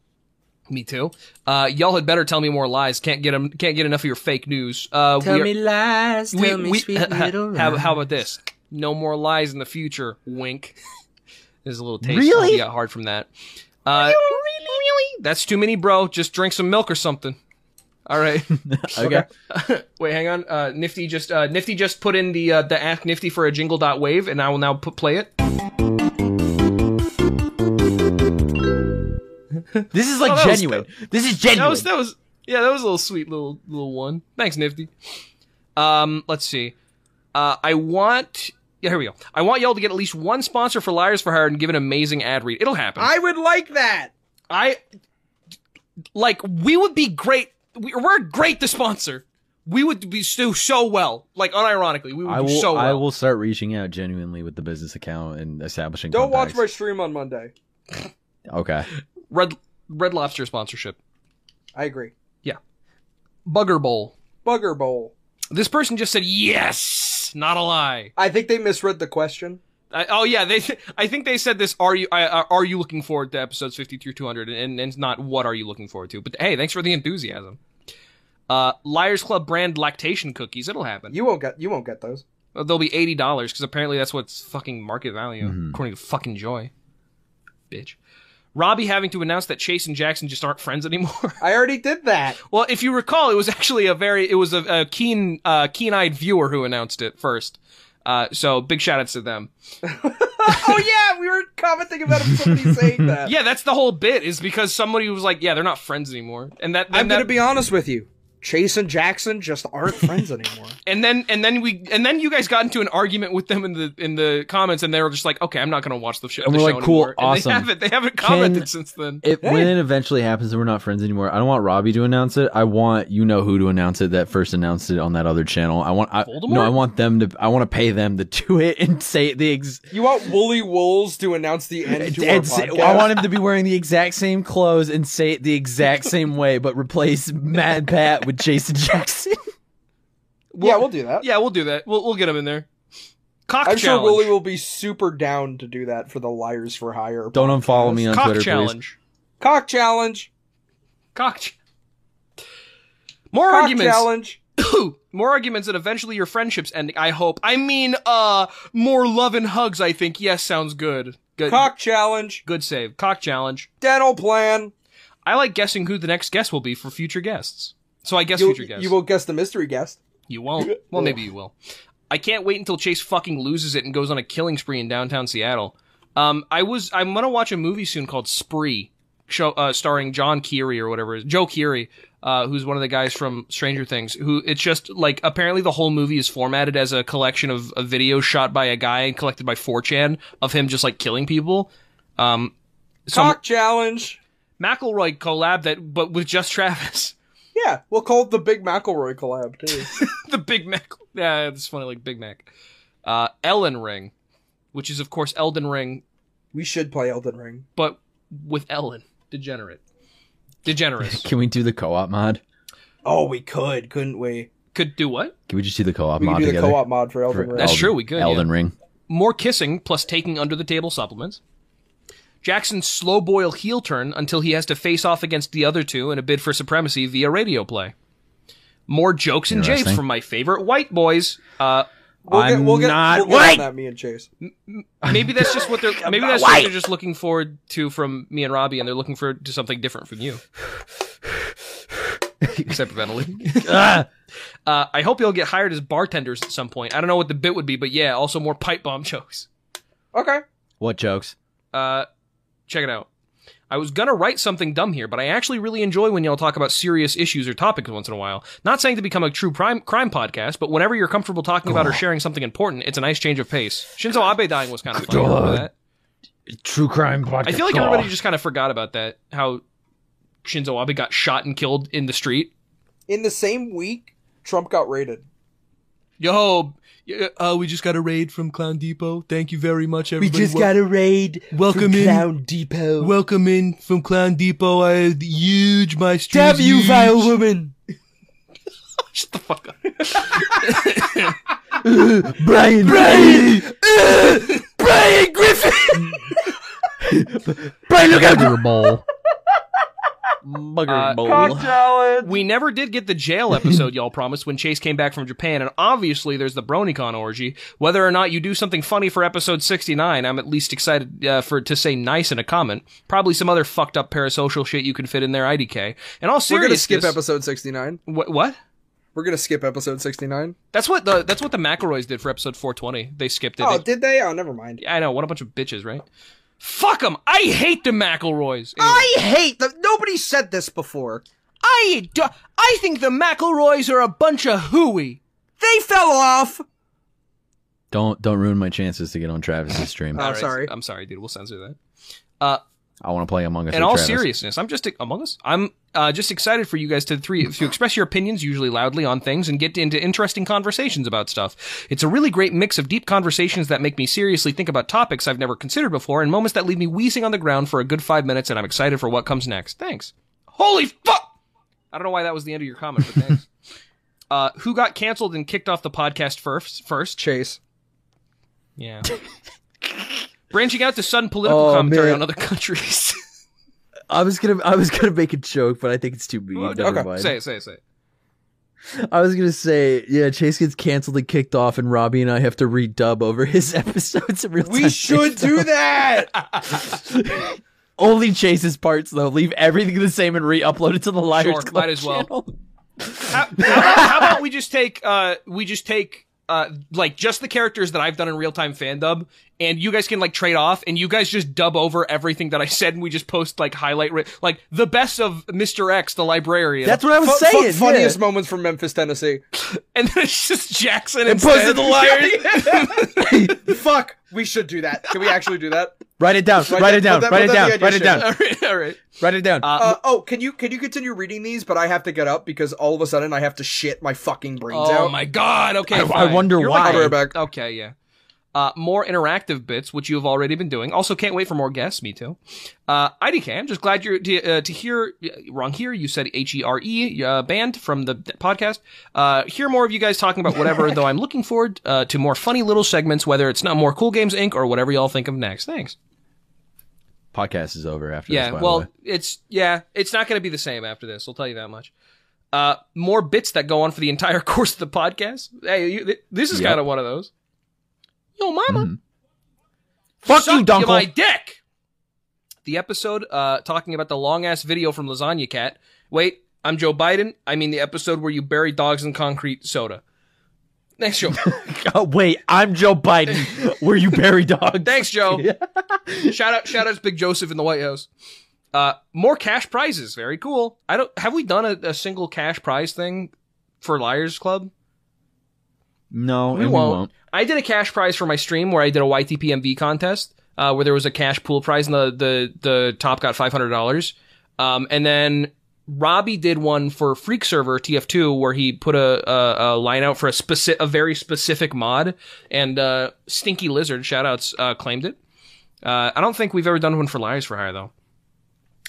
[SPEAKER 1] Me too. Uh, y'all had better tell me more lies. Can't get 'em- Can't get enough of your fake news. Uh, we are-
[SPEAKER 2] lies.
[SPEAKER 1] we- we- how, how about this? No more lies in the future. Wink. There's a little taste.
[SPEAKER 4] Really?
[SPEAKER 1] You got hard from that. Uh, That's too many, bro. Just drink some milk or something. All right. Oh,
[SPEAKER 5] Okay.
[SPEAKER 1] Wait, hang on. Uh, Nifty just uh, Nifty just put in the uh, the ask Nifty for a jingle dot wave, and I will now put play it.
[SPEAKER 4] This is like
[SPEAKER 1] Oh, that was
[SPEAKER 4] genuine. This is genuine.
[SPEAKER 1] That was that was yeah, that was a little sweet little little one. Thanks, Nifty. Um, let's see. Uh, I want. Yeah, here we go. I want y'all to get at least one sponsor for Liars for Hire and give an amazing ad read. It'll happen.
[SPEAKER 2] I would like that.
[SPEAKER 1] I like we would be great. We, we're great to sponsor. We would be do so well. Like unironically, we would
[SPEAKER 5] I
[SPEAKER 1] do
[SPEAKER 5] will.
[SPEAKER 1] so well.
[SPEAKER 5] I will start reaching out genuinely with the business account and establishing.
[SPEAKER 2] Don't watch my
[SPEAKER 5] contacts.
[SPEAKER 2] stream on Monday.
[SPEAKER 5] Okay.
[SPEAKER 1] Red Red Lobster sponsorship.
[SPEAKER 2] I agree.
[SPEAKER 1] Bugger Bowl.
[SPEAKER 2] Bugger bowl.
[SPEAKER 1] This person just said yes, not a lie.
[SPEAKER 2] I think they misread the question.
[SPEAKER 1] I, oh yeah, they. I think they said this. Are you? I, I- are you looking forward to episodes fifty through two hundred? And and not what are you looking forward to? But hey, thanks for the enthusiasm. Uh, Liars Club brand lactation cookies. It'll happen.
[SPEAKER 2] You won't get you won't get those.
[SPEAKER 1] Uh, They'll be eighty dollars because apparently that's what's fucking market value
[SPEAKER 5] Mhm.
[SPEAKER 1] according to fucking Joy, bitch. Robbie having to announce that Chase and Jackson just aren't friends anymore.
[SPEAKER 2] I already did that.
[SPEAKER 1] well, if you recall, it was actually a very it was a, a keen uh, keen-eyed viewer who announced it first. Uh, so big shout outs to them.
[SPEAKER 2] oh yeah, we were commenting about somebody saying that.
[SPEAKER 1] Yeah, that's the whole bit is because somebody was like, yeah, they're not friends anymore, and that,
[SPEAKER 2] I'm
[SPEAKER 1] and that
[SPEAKER 2] gonna be honest with you. Chase and Jackson just aren't friends anymore.
[SPEAKER 1] and then and then we and then you guys got into an argument with them in the in the comments, and they were just like, okay, I'm not gonna watch the show.
[SPEAKER 5] And
[SPEAKER 1] the
[SPEAKER 5] we're
[SPEAKER 1] show
[SPEAKER 5] like, cool,
[SPEAKER 1] anymore. And
[SPEAKER 5] awesome.
[SPEAKER 1] they haven't they haven't commented
[SPEAKER 5] Can-
[SPEAKER 1] since then.
[SPEAKER 5] It, When it eventually happens and we're not friends anymore, I don't want Robbie to announce it. I want you know who to announce it that first announced it on that other channel. I want I,
[SPEAKER 1] Voldemort?
[SPEAKER 5] no, I want them to. I want to pay them to do it and say it the ex-
[SPEAKER 2] you want Wooly Wools to announce the end to our
[SPEAKER 5] and say,
[SPEAKER 2] podcast?
[SPEAKER 5] I want him to be wearing the exact same clothes and say it the exact same way, but replace Mad Pat with Jason Jackson.
[SPEAKER 2] yeah, we'll do that.
[SPEAKER 1] Yeah, we'll do that. We'll we'll get them in there. Cock
[SPEAKER 2] I'm sure
[SPEAKER 1] challenge.
[SPEAKER 2] Wooly will be super down to do that for the Liars for Hire.
[SPEAKER 5] Don't unfollow me on
[SPEAKER 1] Cock
[SPEAKER 5] Twitter, please.
[SPEAKER 1] challenge.
[SPEAKER 2] Cock challenge.
[SPEAKER 1] Cock. Ch- More
[SPEAKER 2] Cock
[SPEAKER 1] arguments.
[SPEAKER 2] challenge.
[SPEAKER 1] More arguments and eventually your friendships ending. I hope. I mean, uh, more love and hugs. I think. Yes, sounds good. Good.
[SPEAKER 2] Cock challenge.
[SPEAKER 1] Good save. Cock challenge.
[SPEAKER 2] Dental plan.
[SPEAKER 1] I like guessing who the next guest will be for future guests. So I guess
[SPEAKER 2] You'll-
[SPEAKER 1] future guests.
[SPEAKER 2] you will guess the mystery guest.
[SPEAKER 1] You won't. Well, maybe you will. I can't wait until Chase fucking loses it and goes on a killing spree in downtown Seattle. Um, I was I'm gonna watch a movie soon called Spree, show uh, starring John Keery or whatever it is, Joe Keery. uh, who's one of the guys from Stranger Things, who it's just like apparently the whole movie is formatted as a collection of, of videos shot by a guy and collected by 4chan of him just like killing people. Um, so
[SPEAKER 2] Cock challenge.
[SPEAKER 1] McElroy collab that, but with just Travis.
[SPEAKER 2] Yeah, we'll call it the Big McElroy collab too.
[SPEAKER 1] the Big Mac. Yeah, it's funny, like Big Mac. Uh, Ellen Ring, which is of course Elden Ring,
[SPEAKER 2] we should play Elden Ring.
[SPEAKER 1] but with Ellen, degenerate, degenerous.
[SPEAKER 5] Can we do the co-op mod?
[SPEAKER 2] Oh, we could, couldn't we?
[SPEAKER 1] Could do what?
[SPEAKER 5] Can we just do the co-op
[SPEAKER 2] We
[SPEAKER 5] mod
[SPEAKER 2] could do the
[SPEAKER 5] together?
[SPEAKER 2] co-op mod for Elden
[SPEAKER 5] For
[SPEAKER 2] Ring.
[SPEAKER 1] That's
[SPEAKER 5] Elden-
[SPEAKER 1] true, we could,
[SPEAKER 5] Elden Ring.
[SPEAKER 1] More kissing plus taking under the table supplements. Jackson's slow boil heel turn until he has to face off against the other two in a bid for supremacy via radio play. More jokes and japes
[SPEAKER 5] Interesting.
[SPEAKER 1] from my favorite white boys. Uh,
[SPEAKER 2] We'll get,
[SPEAKER 5] I'm
[SPEAKER 2] we'll get,
[SPEAKER 5] not
[SPEAKER 2] we'll get
[SPEAKER 5] white!
[SPEAKER 2] on that, me and Chase.
[SPEAKER 1] maybe that's just what they're maybe that's what they're just looking forward to from me and Robbie, and they're looking for to something different from you. Except for Ventolin.
[SPEAKER 5] Ah!
[SPEAKER 1] Uh, I hope you'll get hired as bartenders at some point. I don't know what the bit would be, but yeah, also more pipe bomb jokes.
[SPEAKER 2] Okay.
[SPEAKER 5] What jokes?
[SPEAKER 1] Uh, check it out. I was gonna write something dumb here, but I actually really enjoy when y'all talk about serious issues or topics once in a while. Not saying to become a true prime, crime podcast, but whenever you're comfortable talking about or sharing something important, it's a nice change of pace. Shinzo Abe dying was kind of funny. I remember that.
[SPEAKER 5] True crime podcast.
[SPEAKER 1] I feel like everybody just kind of forgot about that. How Shinzo Abe got shot and killed in the street.
[SPEAKER 2] In the same week, Trump got raided.
[SPEAKER 1] Yo, y- uh, we just got a raid from Clown Depot. Thank you very much, everybody. Wel-
[SPEAKER 4] a raid.
[SPEAKER 1] welcome in,
[SPEAKER 4] Depot.
[SPEAKER 1] welcome in from Clown Depot. I had huge my street. huge.
[SPEAKER 4] woman.
[SPEAKER 1] Shut the fuck up.
[SPEAKER 5] Brian. Brian. Brian Griffin. Brian, look out! Mugger bowl.
[SPEAKER 4] Mugger
[SPEAKER 1] Uh,
[SPEAKER 4] bowl.
[SPEAKER 1] We never did get the jail episode y'all promised when Chase came back from Japan, and obviously there's the BronyCon orgy. Whether or not you do something funny for episode 69, I'm at least excited uh, for to say nice in a comment. Probably some other fucked up parasocial shit you can fit in there, IDK. And all
[SPEAKER 2] We're gonna
[SPEAKER 1] seriousness,
[SPEAKER 2] skip episode sixty-nine.
[SPEAKER 1] Wha- what?
[SPEAKER 2] We're gonna skip episode sixty-nine.
[SPEAKER 1] That's what the that's what the McElroys did for episode 420. They skipped it.
[SPEAKER 2] Oh,
[SPEAKER 1] They-
[SPEAKER 2] did they? Oh, never mind.
[SPEAKER 1] I know, what a bunch of bitches, right? Fuck them! I hate the McElroys. Anyway.
[SPEAKER 2] I hate that. Nobody said this before.
[SPEAKER 1] I do- I think the McElroys are a bunch of hooey.
[SPEAKER 2] They fell off.
[SPEAKER 5] Don't don't ruin my chances to get on Travis's stream.
[SPEAKER 2] Uh, I'm
[SPEAKER 1] All right,
[SPEAKER 2] sorry.
[SPEAKER 1] I'm sorry, dude. We'll censor that.
[SPEAKER 5] I want to play Among Us.
[SPEAKER 1] in
[SPEAKER 5] with
[SPEAKER 1] all
[SPEAKER 5] Travis.
[SPEAKER 1] seriousness, I'm just Among Us. I'm uh, just excited for you guys to three to express your opinions, usually loudly, on things and get into interesting conversations about stuff. It's a really great mix of deep conversations that make me seriously think about topics I've never considered before and moments that leave me wheezing on the ground for a good five minutes. And I'm excited for what comes next. Thanks. Holy fuck! I don't know why that was the end of your comment, but thanks. Uh, who got canceled and kicked off the podcast first? First,
[SPEAKER 2] Chase.
[SPEAKER 1] yeah. Branching out to sudden political
[SPEAKER 4] Oh,
[SPEAKER 1] commentary
[SPEAKER 4] man.
[SPEAKER 1] on other countries.
[SPEAKER 4] I was gonna, I was gonna make a joke, but I think it's too mean. Never
[SPEAKER 2] okay,
[SPEAKER 4] mind.
[SPEAKER 1] say it, say it, say it.
[SPEAKER 4] I was gonna say, yeah, Chase gets canceled and kicked off, and Robbie and I have to redub over his episodes. In real
[SPEAKER 2] We
[SPEAKER 4] time.
[SPEAKER 2] should do that.
[SPEAKER 4] only Chase's parts though. Leave everything the same and re-upload it to the Liars
[SPEAKER 1] Sure,
[SPEAKER 4] Club
[SPEAKER 1] might as well.
[SPEAKER 4] channel.
[SPEAKER 1] how, how about, how about we just take uh we just take uh like just the characters that I've done in real time fan dub and you guys can like trade off and you guys just dub over everything that I said and we just post like highlight ri- like the best of Mr. X the librarian
[SPEAKER 4] That's what I was
[SPEAKER 2] Fu- fu-
[SPEAKER 4] saying. yeah.
[SPEAKER 2] funniest moments from Memphis, Tennessee.
[SPEAKER 1] and then it's just Jackson
[SPEAKER 4] And post
[SPEAKER 1] instead.
[SPEAKER 4] it to the Liars.
[SPEAKER 2] Fuck. We should do that. Can we actually do that?
[SPEAKER 4] write it down.
[SPEAKER 2] Write
[SPEAKER 4] Write
[SPEAKER 2] that-
[SPEAKER 4] it down.
[SPEAKER 2] put that-
[SPEAKER 4] Write
[SPEAKER 2] put
[SPEAKER 4] it
[SPEAKER 2] that in
[SPEAKER 4] down.
[SPEAKER 2] the
[SPEAKER 4] Write it
[SPEAKER 2] addition.
[SPEAKER 4] down.
[SPEAKER 1] all right, all right.
[SPEAKER 4] Write it down.
[SPEAKER 2] Uh, oh, can you can you continue reading these? But I have to get up because all of a sudden I have to shit my fucking brains
[SPEAKER 1] Oh
[SPEAKER 2] out.
[SPEAKER 1] my god. Okay.
[SPEAKER 4] I- I
[SPEAKER 1] fine.
[SPEAKER 4] wonder
[SPEAKER 1] You're
[SPEAKER 4] why.
[SPEAKER 2] I'll be right back.
[SPEAKER 1] Okay, yeah. Uh, more interactive bits, which you have already been doing. Also, can't wait for more guests. Me too. Uh, IDK, I'm just glad you're to, uh, to hear. Wrong here. You said H E R E uh, band from the d- podcast. Uh, hear more of you guys talking about whatever. though I'm looking forward uh, to more funny little segments, whether it's not more Cool Games Inc. or whatever y'all think of next. Thanks.
[SPEAKER 5] Podcast is over after.
[SPEAKER 1] Yeah,
[SPEAKER 5] this, by the way.
[SPEAKER 1] well, it's yeah, it's not going to be the same after this. I'll tell you that much. Uh, more bits that go on for the entire course of the podcast. Hey, you, th- this is
[SPEAKER 5] Yep.
[SPEAKER 1] kind of one of those. Yo, mama,
[SPEAKER 4] Fuck
[SPEAKER 1] suck
[SPEAKER 4] you, Dunkel.
[SPEAKER 1] my dick. The episode uh, talking about the long ass video from Lasagna Cat. Wait, I'm Joe Biden. I mean the episode where you bury dogs in concrete soda. Thanks, Joe.
[SPEAKER 4] Oh, wait, I'm Joe Biden. Where you bury dog?
[SPEAKER 1] Thanks, Joe. shout out, shout out to Big Joseph in the White House. Uh, more cash prizes. Very cool. I don't have we done a, a single cash prize thing for Liars Club.
[SPEAKER 5] No,
[SPEAKER 1] We
[SPEAKER 5] and
[SPEAKER 1] won't.
[SPEAKER 5] we won't.
[SPEAKER 1] I did a cash prize for my stream where I did a YTPMV contest uh, where there was a cash pool prize and the the, the top got five hundred dollars. Um, and then Robbie did one for Freak Server TF2 where he put a, a, a line out for a specific a very specific mod and uh, Stinky Lizard shoutouts uh, claimed it. Uh, I don't think we've ever done one for Liars for Hire though.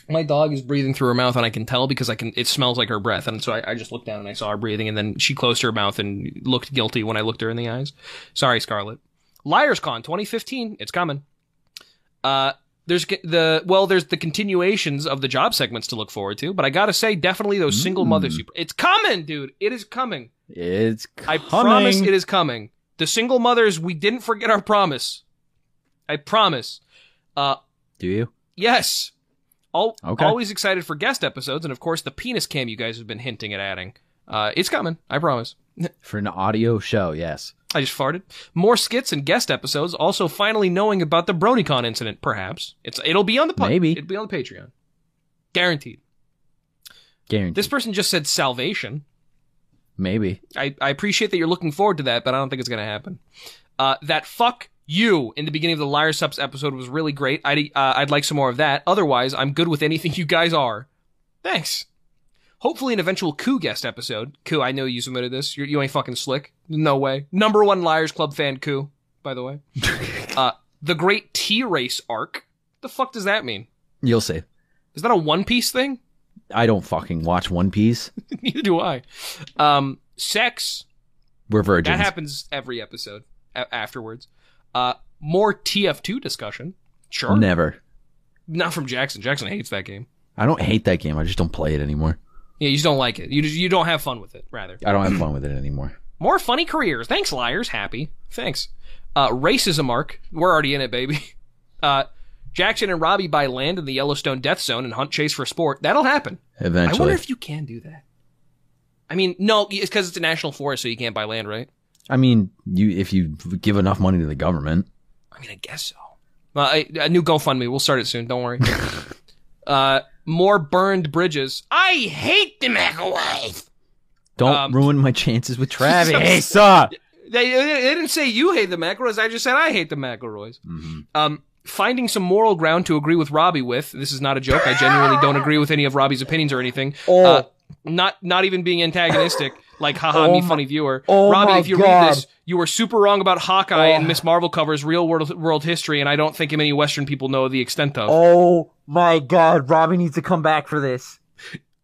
[SPEAKER 1] My dog is breathing through her mouth, and I can tell because I can. It smells like her breath, and so I, I just looked down and I saw her breathing, and then she closed her mouth and looked guilty when I looked her in the eyes. Sorry, Scarlet. Liars Con 2015, it's coming. Uh, there's g- the well, there's the continuations of the job segments to look forward to, but I gotta say, definitely those single mother
[SPEAKER 5] Mm.
[SPEAKER 1] super. It's coming, dude. It is coming.
[SPEAKER 5] It's
[SPEAKER 1] I
[SPEAKER 5] coming.
[SPEAKER 1] promise it is coming. The single mothers, we didn't forget our promise. I promise. Uh,
[SPEAKER 5] Do you?
[SPEAKER 1] Yes. Al-
[SPEAKER 5] Okay.
[SPEAKER 1] Always excited for guest episodes, and of course the penis cam you guys have been hinting at adding. Uh, it's coming, I promise.
[SPEAKER 5] For an audio show, yes.
[SPEAKER 1] I just farted. More skits and guest episodes. Also, finally knowing about the BronyCon incident, perhaps it's it'll be on the pod-
[SPEAKER 5] Maybe.
[SPEAKER 1] it'll be on the Patreon, guaranteed.
[SPEAKER 5] Guaranteed.
[SPEAKER 1] This person just said salvation.
[SPEAKER 5] Maybe.
[SPEAKER 1] I, I appreciate that you're looking forward to that, but I don't think it's gonna happen. Uh, that fuck you in the beginning of the Liar Subs episode was really great. I'd uh, I'd like some more of that. Otherwise, I'm good with anything you guys are. Thanks. Hopefully, an eventual coup guest episode. Coup, I know you submitted this. You're, you ain't fucking slick. No way. Number one Liars Club fan, coup. By the way, uh, the Great T Race arc. The fuck does that mean?
[SPEAKER 5] You'll see.
[SPEAKER 1] Is that a One Piece thing?
[SPEAKER 5] I don't fucking watch One Piece.
[SPEAKER 1] Neither do I. Um, sex.
[SPEAKER 5] We're virgins.
[SPEAKER 1] That happens every episode a- afterwards. Uh, more TF2 discussion. Sure.
[SPEAKER 5] Never.
[SPEAKER 1] Not from Jackson. Jackson hates that game.
[SPEAKER 5] I don't hate that game. I just don't play it anymore.
[SPEAKER 1] Yeah, you just don't like it. You just, you don't have fun with it, rather.
[SPEAKER 5] I don't have fun with it anymore.
[SPEAKER 1] More funny careers. Thanks, liars. Happy. Thanks. Uh, racism arc. We're already in it, baby. Uh, Jackson and Robbie buy land in the Yellowstone Death Zone and hunt chase for sport. That'll happen. I
[SPEAKER 5] Eventually.
[SPEAKER 1] wonder if you can do that. I mean, no, it's because it's a national forest, so you can't buy land, right?
[SPEAKER 5] I mean, you if you give enough money to the government.
[SPEAKER 1] I mean, I guess so. Well, I, a new GoFundMe. We'll start it soon. Don't worry. uh, more burned bridges. I hate the microwave.
[SPEAKER 5] Don't
[SPEAKER 1] Um,
[SPEAKER 5] ruin my chances with Travis. Asa!
[SPEAKER 1] They, they didn't say you hate the McElroys. I just said I hate the McElroys.
[SPEAKER 4] Mm-hmm.
[SPEAKER 5] Mhm.
[SPEAKER 1] Um, finding some moral ground to agree with Robbie with. This is not a joke. I genuinely don't agree with any of Robbie's opinions or anything.
[SPEAKER 4] Oh.
[SPEAKER 1] Uh, not not even being antagonistic. Like, haha, me funny viewer.
[SPEAKER 4] oh
[SPEAKER 1] Robbie,
[SPEAKER 4] my
[SPEAKER 1] if you
[SPEAKER 4] God. Oh.
[SPEAKER 1] read this, you were super wrong about Hawkeye and Miss Marvel covers real world, world history, and I don't think many Western people know the extent of.
[SPEAKER 4] Oh my god, Robbie needs to come back for this.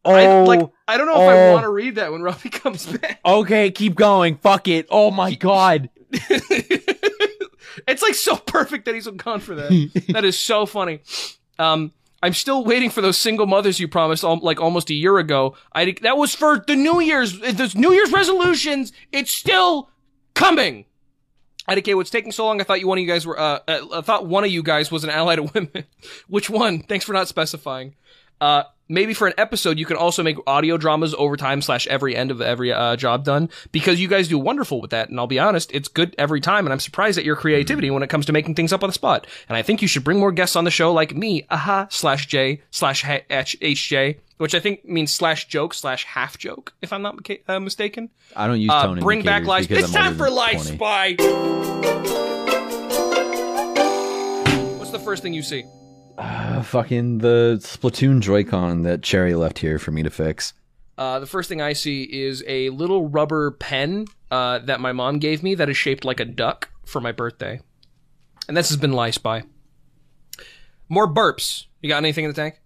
[SPEAKER 4] Oh,
[SPEAKER 1] I, like I don't know if I
[SPEAKER 4] oh.
[SPEAKER 1] want to read that when Robbie comes back.
[SPEAKER 4] okay, keep going. Fuck it. Oh my god.
[SPEAKER 1] it's like so perfect that he's gone for that. that is so funny. Um, I'm still waiting for those single mothers you promised, al- like almost a year ago. I that was for the New Year's. Those New Year's resolutions. It's still coming. IDK, what's taking so long? I thought you one of you guys were. Uh, uh, I thought one of you guys was an ally to women. Which one? Thanks for not specifying. Uh, maybe for an episode, you can also make audio dramas over time slash every end of every uh, job done because you guys do wonderful with that. And I'll be honest, it's good every time. And I'm surprised at your creativity when it comes to making things up on the spot. And I think you should bring more guests on the show like me, aha slash J slash H- H- HJ, which I think means slash joke slash half joke, if I'm not mica- uh, mistaken.
[SPEAKER 5] I don't use
[SPEAKER 1] Uh,
[SPEAKER 5] tone
[SPEAKER 1] bring back
[SPEAKER 5] indicators
[SPEAKER 1] lies.
[SPEAKER 5] because
[SPEAKER 1] It's time
[SPEAKER 5] I'm older
[SPEAKER 1] for
[SPEAKER 5] than
[SPEAKER 1] lies,
[SPEAKER 5] 20.
[SPEAKER 1] spy. What's the first thing you see?
[SPEAKER 4] Ah,
[SPEAKER 5] Uh, fucking the Splatoon Joy-Con that Cherry left here for me to fix.
[SPEAKER 1] Uh, the first thing I see is a little rubber pen uh, that my mom gave me that is shaped like a duck for my birthday. And this has been Lie Spy. More burps. You got anything in the tank?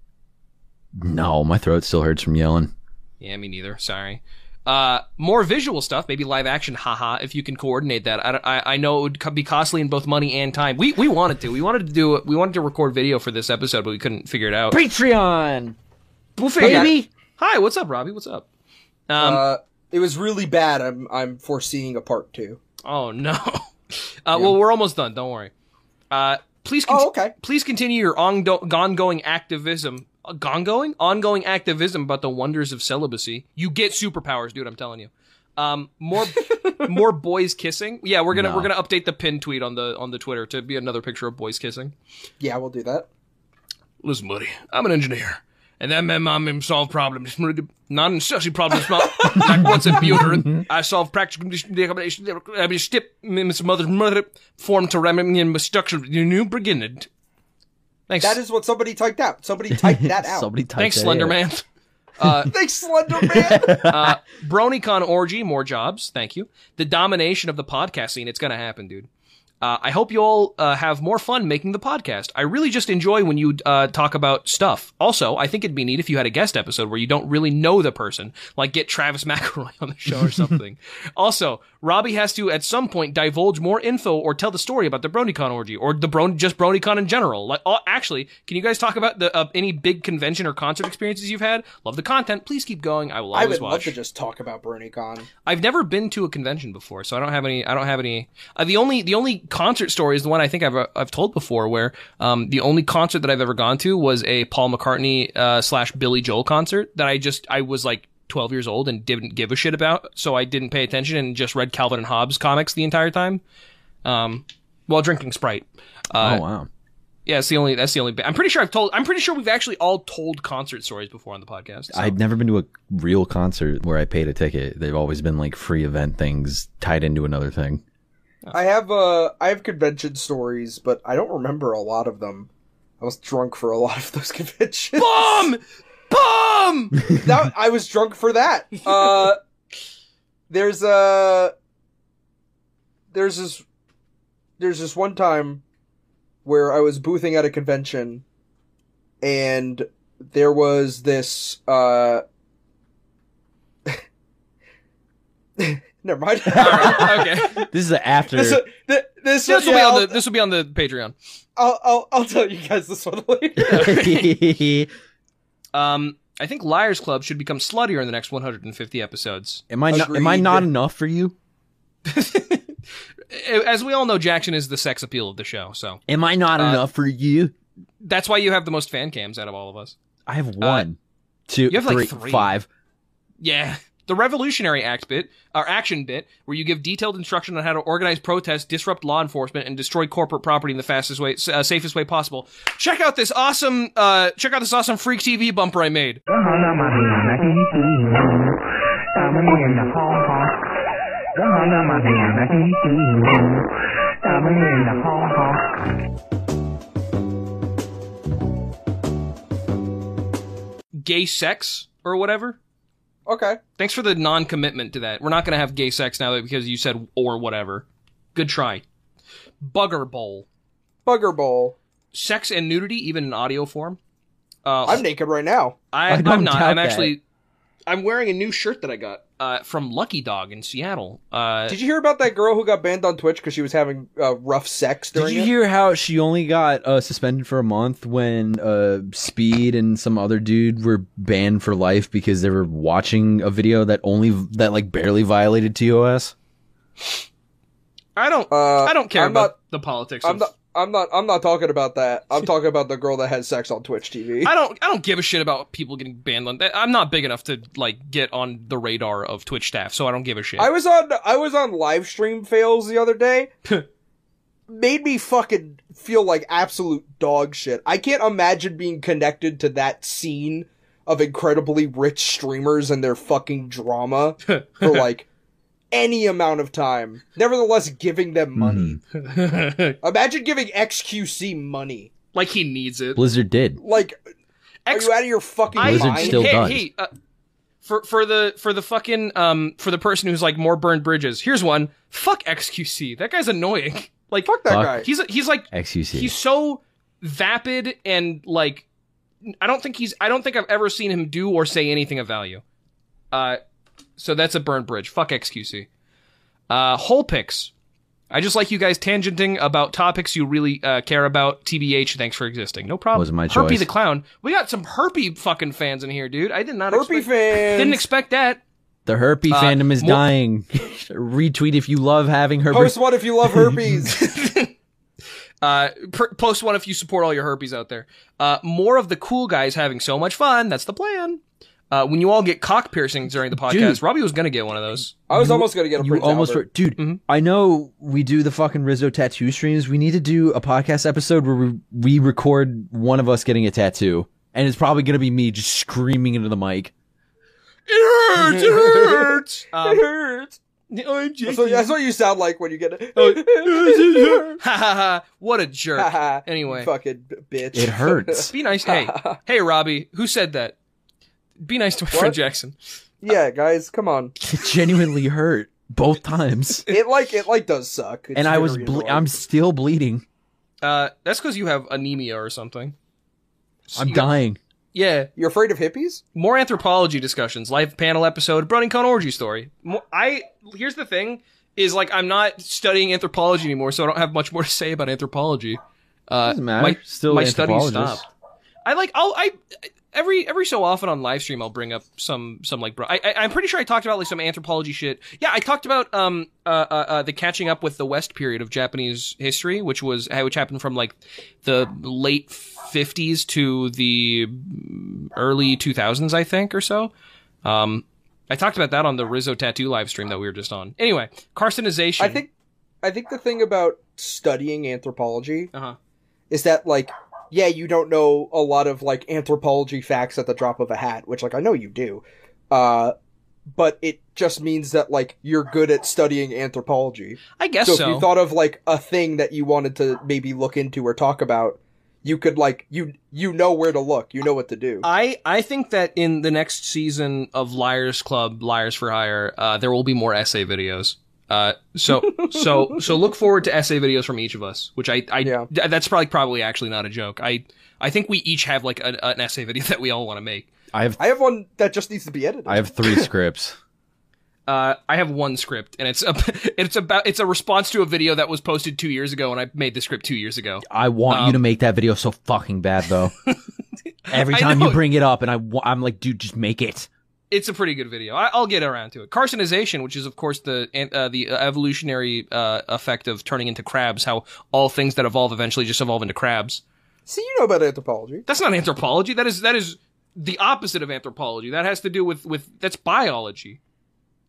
[SPEAKER 5] No, my throat still hurts from yelling.
[SPEAKER 1] Yeah, me neither. Sorry. Uh, more visual stuff, maybe live action, haha, if you can coordinate that. I, don't- I, I know it would co- be costly in both money and time. We, we wanted to. We wanted to do, we wanted to record video for this episode, but we couldn't figure it out.
[SPEAKER 4] Patreon.
[SPEAKER 1] We'll figure it out.
[SPEAKER 4] Baby.
[SPEAKER 1] Hi, what's up, Robbie? What's up? Um,
[SPEAKER 2] uh, it was really bad. I'm I'm foreseeing a part two.
[SPEAKER 1] Oh no. Uh, Well, we're almost done. Don't worry. Uh, please. Con-
[SPEAKER 2] Oh, okay.
[SPEAKER 1] Please continue your ongo- ongoing activism. Uh, ongoing, ongoing activism about the wonders of celibacy. You get superpowers, dude. I'm telling you. Um, more, more boys kissing. Yeah, we're gonna
[SPEAKER 5] No.
[SPEAKER 1] we're gonna update the pin tweet on the on the Twitter to be another picture of boys kissing.
[SPEAKER 2] Yeah, we'll do that.
[SPEAKER 1] Listen, buddy, I'm an engineer. And that meant my mom solve problems. Not necessarily problems, but like once a builder, I solve practical conditions, the accommodation, the- I mean, step, Miss Mother's mother, form to remedy and structure, the new brigand. Thanks.
[SPEAKER 2] That is what somebody typed out. Somebody typed that out.
[SPEAKER 5] Somebody typed
[SPEAKER 1] Thanks,
[SPEAKER 5] that
[SPEAKER 1] Slender
[SPEAKER 5] in.
[SPEAKER 1] Man.
[SPEAKER 2] Thanks, Slender Man.
[SPEAKER 1] Uh, BronyCon orgy, more jobs. Thank you. The domination of the podcast scene. It's gonna happen, dude. Uh, I hope you all uh, have more fun making the podcast. I really just enjoy when you uh, talk about stuff. Also, I think it'd be neat if you had a guest episode where you don't really know the person, like get Travis McElroy on the show or something. also, Robbie has to at some point divulge more info or tell the story about the BronyCon orgy or the Bron- just BronyCon in general. Like, oh, actually, can you guys talk about the uh, any big convention or concert experiences you've had? Love the content. Please keep going. I will
[SPEAKER 2] I
[SPEAKER 1] always
[SPEAKER 2] would
[SPEAKER 1] watch.
[SPEAKER 2] love to just talk about BronyCon.
[SPEAKER 1] I've never been to a convention before, so I don't have any. I don't have any. Uh, the only the only concert story is the one I think I've uh, I've told before, where um the only concert that I've ever gone to was a Paul McCartney uh, slash Billy Joel concert that I just I was like. 12 years old and didn't give a shit about, so I didn't pay attention and just read Calvin and Hobbes comics the entire time, um, while drinking Sprite. Uh,
[SPEAKER 5] Oh wow.
[SPEAKER 1] Yeah, it's the only. That's the only. I'm pretty sure I've told. I'm pretty sure we've actually all told concert stories before on the podcast. so-
[SPEAKER 5] I've never been to a real concert where I paid a ticket. They've always been like free event things tied into another thing.
[SPEAKER 2] I have uh I have convention stories, but I don't remember a lot of them. I was drunk for a lot of those conventions.
[SPEAKER 1] Bum! Bum!
[SPEAKER 2] that I was drunk for that. Uh, there's a there's this there's this one time where I was boothing at a convention, and there was this. Uh, never mind.
[SPEAKER 1] all right, okay.
[SPEAKER 5] This is the after.
[SPEAKER 2] This, this, this,
[SPEAKER 1] This will
[SPEAKER 2] yeah,
[SPEAKER 1] be on
[SPEAKER 2] I'll,
[SPEAKER 1] the this will be on the Patreon.
[SPEAKER 2] I'll, I'll, I'll tell you guys this one later.
[SPEAKER 1] Um, I think Liars Club should become sluttier in the next 150 episodes.
[SPEAKER 5] am I not, am I
[SPEAKER 2] Agreed.
[SPEAKER 5] not enough for you?
[SPEAKER 1] As we all know, Jackson is the sex appeal of the show, so
[SPEAKER 5] Am I not
[SPEAKER 1] Uh,
[SPEAKER 5] enough for you?
[SPEAKER 1] that's why you have the most fan cams out of all of us.
[SPEAKER 5] I have one, two,
[SPEAKER 1] uh, you have, like,
[SPEAKER 5] three,
[SPEAKER 1] three.
[SPEAKER 5] five.
[SPEAKER 1] Yeah. The revolutionary act bit, or action bit, where you give detailed instruction on how to organize protests, disrupt law enforcement, and destroy corporate property in the fastest way, uh, safest way possible. Check out this awesome, uh, check out this awesome Freak TV bumper I made. Gay sex or whatever.
[SPEAKER 2] okay.
[SPEAKER 1] Thanks for the non-commitment to that. We're not going to have gay sex now because you said or whatever. Good try. Bugger bowl.
[SPEAKER 2] Bugger bowl.
[SPEAKER 1] Sex and nudity, even in audio form. Uh,
[SPEAKER 2] I'm naked right now.
[SPEAKER 1] I,
[SPEAKER 4] don't
[SPEAKER 1] am not.
[SPEAKER 4] doubt
[SPEAKER 1] I'm
[SPEAKER 4] that.
[SPEAKER 1] actually. I'm wearing a new shirt that I got uh, from Lucky Dog in Seattle. Uh,
[SPEAKER 2] Did you hear about that girl who got banned on Twitch because she was having uh, rough sex during
[SPEAKER 5] Did you
[SPEAKER 2] it?
[SPEAKER 5] hear how she only got uh, suspended for a month when uh, Speed and some other dude were banned for life because they were watching a video that only that like barely violated TOS?
[SPEAKER 1] I don't.
[SPEAKER 2] Uh,
[SPEAKER 1] I don't care
[SPEAKER 2] I'm
[SPEAKER 1] about
[SPEAKER 2] not-
[SPEAKER 1] the politics.
[SPEAKER 2] I'm
[SPEAKER 1] of,
[SPEAKER 2] not. I'm not. I'm not talking about that. I'm talking about the girl that had sex on Twitch TV.
[SPEAKER 1] I don't. I don't give a shit about people getting banned on. I'm not big enough to like get on the radar of Twitch staff, so I don't give a shit.
[SPEAKER 2] I was on. I was on live stream fails the other day. Made me fucking feel like absolute dog shit. I can't imagine being connected to that scene of incredibly rich streamers and their fucking drama for like any amount of time. Nevertheless, giving them money. Imagine giving XQC money.
[SPEAKER 1] like he needs it.
[SPEAKER 5] Blizzard did.
[SPEAKER 2] Like,
[SPEAKER 1] X-
[SPEAKER 2] are you out of your fucking
[SPEAKER 1] I-
[SPEAKER 5] Blizzard
[SPEAKER 2] mind?
[SPEAKER 5] still
[SPEAKER 1] hey,
[SPEAKER 5] does.
[SPEAKER 1] Hey, uh, for for the for the fucking um for the person who's like more burned bridges. Here's one. Fuck XQC. That guy's annoying. Like
[SPEAKER 2] Fuck that
[SPEAKER 5] Fuck.
[SPEAKER 2] guy.
[SPEAKER 1] He's he's like
[SPEAKER 5] XUC.
[SPEAKER 1] he's so vapid and like I don't think he's I don't think I've ever seen him do or say anything of value. Uh, so that's a burn bridge. Fuck XQC. Uh, whole picks. I just like you guys tangenting about topics you really uh, care about. TBH, thanks for existing. No problem.
[SPEAKER 5] Was my
[SPEAKER 1] Herpy
[SPEAKER 5] choice.
[SPEAKER 1] the clown. We got some Herpy fucking fans in here, dude. I did not
[SPEAKER 2] Burpee
[SPEAKER 1] expect,
[SPEAKER 2] fans.
[SPEAKER 1] didn't expect that.
[SPEAKER 5] the herpy
[SPEAKER 1] uh,
[SPEAKER 5] fandom is
[SPEAKER 1] more-
[SPEAKER 5] dying. Retweet if you love having herpes.
[SPEAKER 2] Post one if you love herpes.
[SPEAKER 1] Uh, pr- post one if you support all your herpes out there. Uh, more of the cool guys having so much fun. That's the plan. Uh, when you all get cock piercings during the podcast,
[SPEAKER 5] Dude.
[SPEAKER 1] Robbie was going to get one of those.
[SPEAKER 2] I was almost gonna get a
[SPEAKER 5] You
[SPEAKER 2] Prince
[SPEAKER 5] almost,
[SPEAKER 2] Albert.
[SPEAKER 5] wrote- dude.
[SPEAKER 1] Mhm.
[SPEAKER 5] I know we do the fucking Rizzo tattoo streams. We need to do a podcast episode where we, we record one of us getting a tattoo, and it's probably gonna be me just screaming into the mic.
[SPEAKER 1] It hurts. It hurts.
[SPEAKER 2] it hurts.
[SPEAKER 1] I'm
[SPEAKER 2] That's what, that's what you sound like when you get it.
[SPEAKER 1] Oh, ha ha ha! What a jerk. Anyway.
[SPEAKER 2] fucking b- bitch.
[SPEAKER 5] It hurts.
[SPEAKER 1] Be nice. Hey, hey, Robbie. Who said that? Be nice to my
[SPEAKER 2] What?
[SPEAKER 1] friend Jackson.
[SPEAKER 2] yeah, guys, come on.
[SPEAKER 5] it genuinely hurt both times,
[SPEAKER 2] It like it like does suck. It's
[SPEAKER 5] and I was
[SPEAKER 2] very
[SPEAKER 5] ble-
[SPEAKER 2] annoying.
[SPEAKER 5] I'm still bleeding.
[SPEAKER 1] Uh, that's because you have anemia or something.
[SPEAKER 5] I'm
[SPEAKER 1] You-
[SPEAKER 5] dying.
[SPEAKER 1] Yeah.
[SPEAKER 2] You're afraid of hippies?
[SPEAKER 1] More anthropology discussions, live panel episode, Brunning-Con orgy story. Mo- I here's the thing: is like I'm not studying anthropology anymore, so I don't have much more to say about anthropology. Uh,
[SPEAKER 5] Doesn't matter.
[SPEAKER 1] my-
[SPEAKER 5] still
[SPEAKER 1] my
[SPEAKER 5] an
[SPEAKER 1] studies
[SPEAKER 5] anthropologist.
[SPEAKER 1] stopped. I like I'll I every every so often on live stream I'll bring up some some like bro I, I I'm pretty sure I talked about like some anthropology shit. Yeah, I talked about um uh, uh, uh the catching up with the West period of Japanese history, which was uh, which happened from like the late 50s to the early 2000s I think or so. Um I talked about that on the Rizzo tattoo live stream that we were just on. Anyway, carcinization.
[SPEAKER 2] I think I think the thing about studying anthropology
[SPEAKER 1] Uh-huh.
[SPEAKER 2] is that like yeah, you don't know a lot of like anthropology facts at the drop of a hat, which like I know you do. Uh but it just means that like you're good at studying anthropology.
[SPEAKER 1] I guess
[SPEAKER 2] so,
[SPEAKER 1] so.
[SPEAKER 2] if you thought of like a thing that you wanted to maybe look into or talk about, you could like you you know where to look, you know what to do.
[SPEAKER 1] I, I think that in the next season of Liars Club, Liars for Hire, uh, there will be more essay videos. Uh, so so so look forward to essay videos from each of us, which I, I
[SPEAKER 2] Yeah.
[SPEAKER 1] th- that's probably probably actually not a joke. I I think we each have like an, an essay video that we all want to make.
[SPEAKER 5] I have
[SPEAKER 2] I have one that just needs to be edited.
[SPEAKER 5] I have three scripts.
[SPEAKER 1] Uh, I have one script, and it's a, it's about it's a response to a video that was posted two years ago, and I made the script two years ago.
[SPEAKER 5] I want
[SPEAKER 1] Um,
[SPEAKER 5] you to make that video so fucking bad though. Every
[SPEAKER 1] I
[SPEAKER 5] time
[SPEAKER 1] know.
[SPEAKER 5] you bring it up, and I, wa- I'm like, dude, just make it.
[SPEAKER 1] it's a pretty good video. I, I'll get around to it. Carcinization, which is of course the uh, the evolutionary uh, effect of turning into crabs, how all things that evolve eventually just evolve into crabs.
[SPEAKER 2] See, you know about anthropology.
[SPEAKER 1] That's not anthropology. That is that is the opposite of anthropology. That has to do with with that's biology,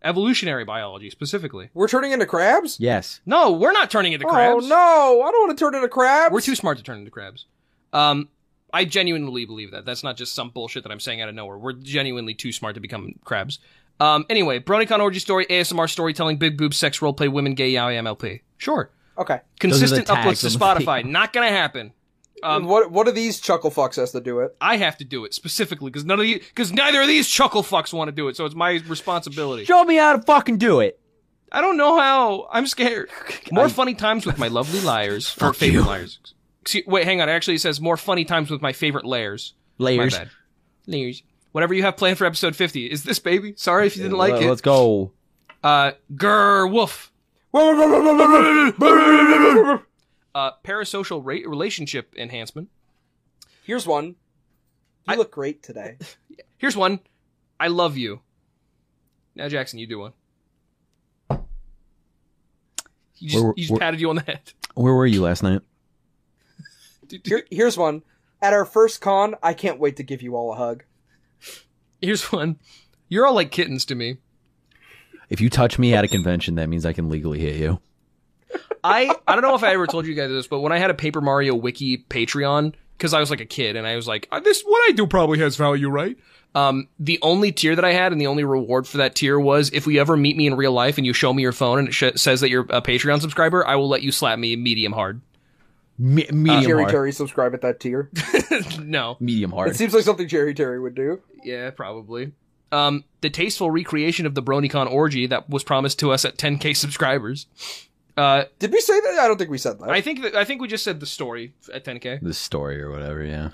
[SPEAKER 1] evolutionary biology specifically.
[SPEAKER 2] We're turning into crabs?
[SPEAKER 5] Yes.
[SPEAKER 1] No, we're not turning into crabs.
[SPEAKER 2] Oh no, I don't want to turn into crabs.
[SPEAKER 1] We're too smart to turn into crabs. Um, I genuinely believe that. That's not just some bullshit that I'm saying out of nowhere. We're genuinely too smart to become crabs. Um, anyway, BronyCon orgy story, ASMR storytelling, big boob, sex roleplay, women, gay, yaoi, MLP. Sure.
[SPEAKER 2] Okay.
[SPEAKER 5] are the
[SPEAKER 1] Consistent uploads
[SPEAKER 5] tags
[SPEAKER 1] to
[SPEAKER 5] on the
[SPEAKER 1] Spotify. Not gonna happen. Um,
[SPEAKER 2] what what do these chuckle fucks has to do it?
[SPEAKER 1] I have to do it specifically because none of the because neither of these chuckle fucks want to do it, so it's my responsibility.
[SPEAKER 5] Show me how to fucking do it.
[SPEAKER 1] I don't know how. I'm scared. More funny times with my lovely liars. Or favorite liars. Excuse, wait, hang on. It actually says more funny times with my favorite lairs.
[SPEAKER 5] Layers.
[SPEAKER 1] My bad. Layers. Whatever you have planned for episode 50. Is this baby? Sorry if you didn't like
[SPEAKER 5] Let-
[SPEAKER 1] it.
[SPEAKER 5] Let's go.
[SPEAKER 1] Uh, grr, woof. Uh, parasocial ra- relationship enhancement.
[SPEAKER 2] Here's one.
[SPEAKER 1] I-
[SPEAKER 2] You look great today.
[SPEAKER 1] Here's one. I love you. Now, Jackson, you do one. He just,
[SPEAKER 5] Where-
[SPEAKER 1] he just
[SPEAKER 5] where-
[SPEAKER 1] patted you on the head.
[SPEAKER 5] Where were you last night?
[SPEAKER 2] Here, here's one. At our first con, I can't wait to give you all a hug.
[SPEAKER 1] Here's one. You're all like kittens to me.
[SPEAKER 5] If you touch me at a convention, that means I can legally hit you.
[SPEAKER 1] I I don't know if I ever told you guys this, but when I had a Paper Mario Wiki Patreon, because I was like a kid and I was like, "Uh, this what I do probably has value, right? Um, the only tier that I had and the only reward for that tier was if we ever meet me in real life and you show me your phone and it sh- says that you're a Patreon subscriber, I will let you slap me medium hard.
[SPEAKER 5] Me- medium
[SPEAKER 2] Jerry
[SPEAKER 5] hard.
[SPEAKER 2] Terry, subscribe at that tier.
[SPEAKER 1] no,
[SPEAKER 5] Medium
[SPEAKER 2] It
[SPEAKER 5] hard.
[SPEAKER 2] seems like something Jerry Terry would do.
[SPEAKER 1] yeah, probably. Um, the tasteful recreation of the BronyCon orgy that was promised to us at 10k subscribers. Uh,
[SPEAKER 2] Did we say that? I don't think we said that.
[SPEAKER 1] I think that, I think we just said the story at 10k.
[SPEAKER 5] This story or whatever. Yeah.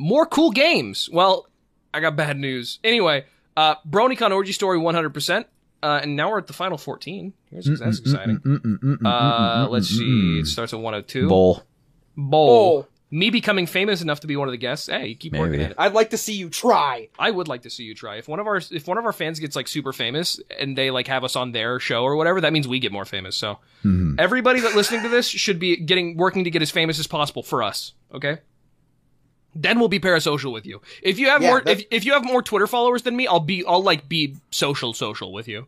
[SPEAKER 1] more cool games. Well, I got bad news. Anyway, uh, BronyCon Orgy Story 100%. Uh, and now we're at the final 14. Here's,
[SPEAKER 5] Mm,
[SPEAKER 1] that's exciting. Uh, let's see. It starts at 102.
[SPEAKER 5] Bowl.
[SPEAKER 1] Bowl.
[SPEAKER 2] Oh,
[SPEAKER 1] Me becoming famous enough to be one of the guests. Hey, you keep working
[SPEAKER 5] Maybe.
[SPEAKER 1] at it.
[SPEAKER 2] I'd like to see you try.
[SPEAKER 1] I would like to see you try. If one of our if one of our fans gets like super famous and they like have us on their show or whatever, that means we get more famous. So
[SPEAKER 5] Mhm.
[SPEAKER 1] everybody that listening to this should be getting working to get as famous as possible for us. Okay. Then we'll be parasocial with you. If you have
[SPEAKER 2] Yeah,
[SPEAKER 1] more,
[SPEAKER 2] that-
[SPEAKER 1] if, if you have more Twitter followers than me, I'll be, I'll like be social social with you.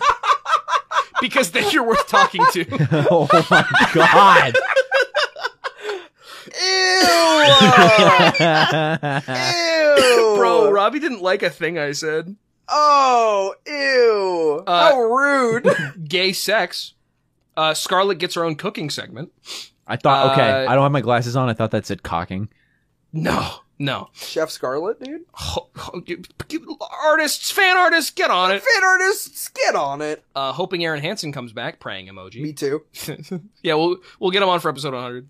[SPEAKER 1] because then you're worth talking to.
[SPEAKER 5] oh my god.
[SPEAKER 2] Ew,
[SPEAKER 1] Bro, Robbie didn't like a thing I said.
[SPEAKER 2] Oh, ew!
[SPEAKER 1] Uh,
[SPEAKER 2] How rude!
[SPEAKER 1] Gay sex. Uh, Scarlett gets her own cooking segment.
[SPEAKER 5] I thought, okay,
[SPEAKER 1] Uh,
[SPEAKER 5] I don't have my glasses on. I thought that said cocking.
[SPEAKER 1] No, no.
[SPEAKER 2] Chef Scarlet, dude.
[SPEAKER 1] Artists, fan artists, get on it.
[SPEAKER 2] Fan artists, get on it.
[SPEAKER 1] Uh, hoping Aaron Hansen comes back. Praying emoji.
[SPEAKER 2] Me too.
[SPEAKER 1] yeah, we'll we'll get him on for episode 100.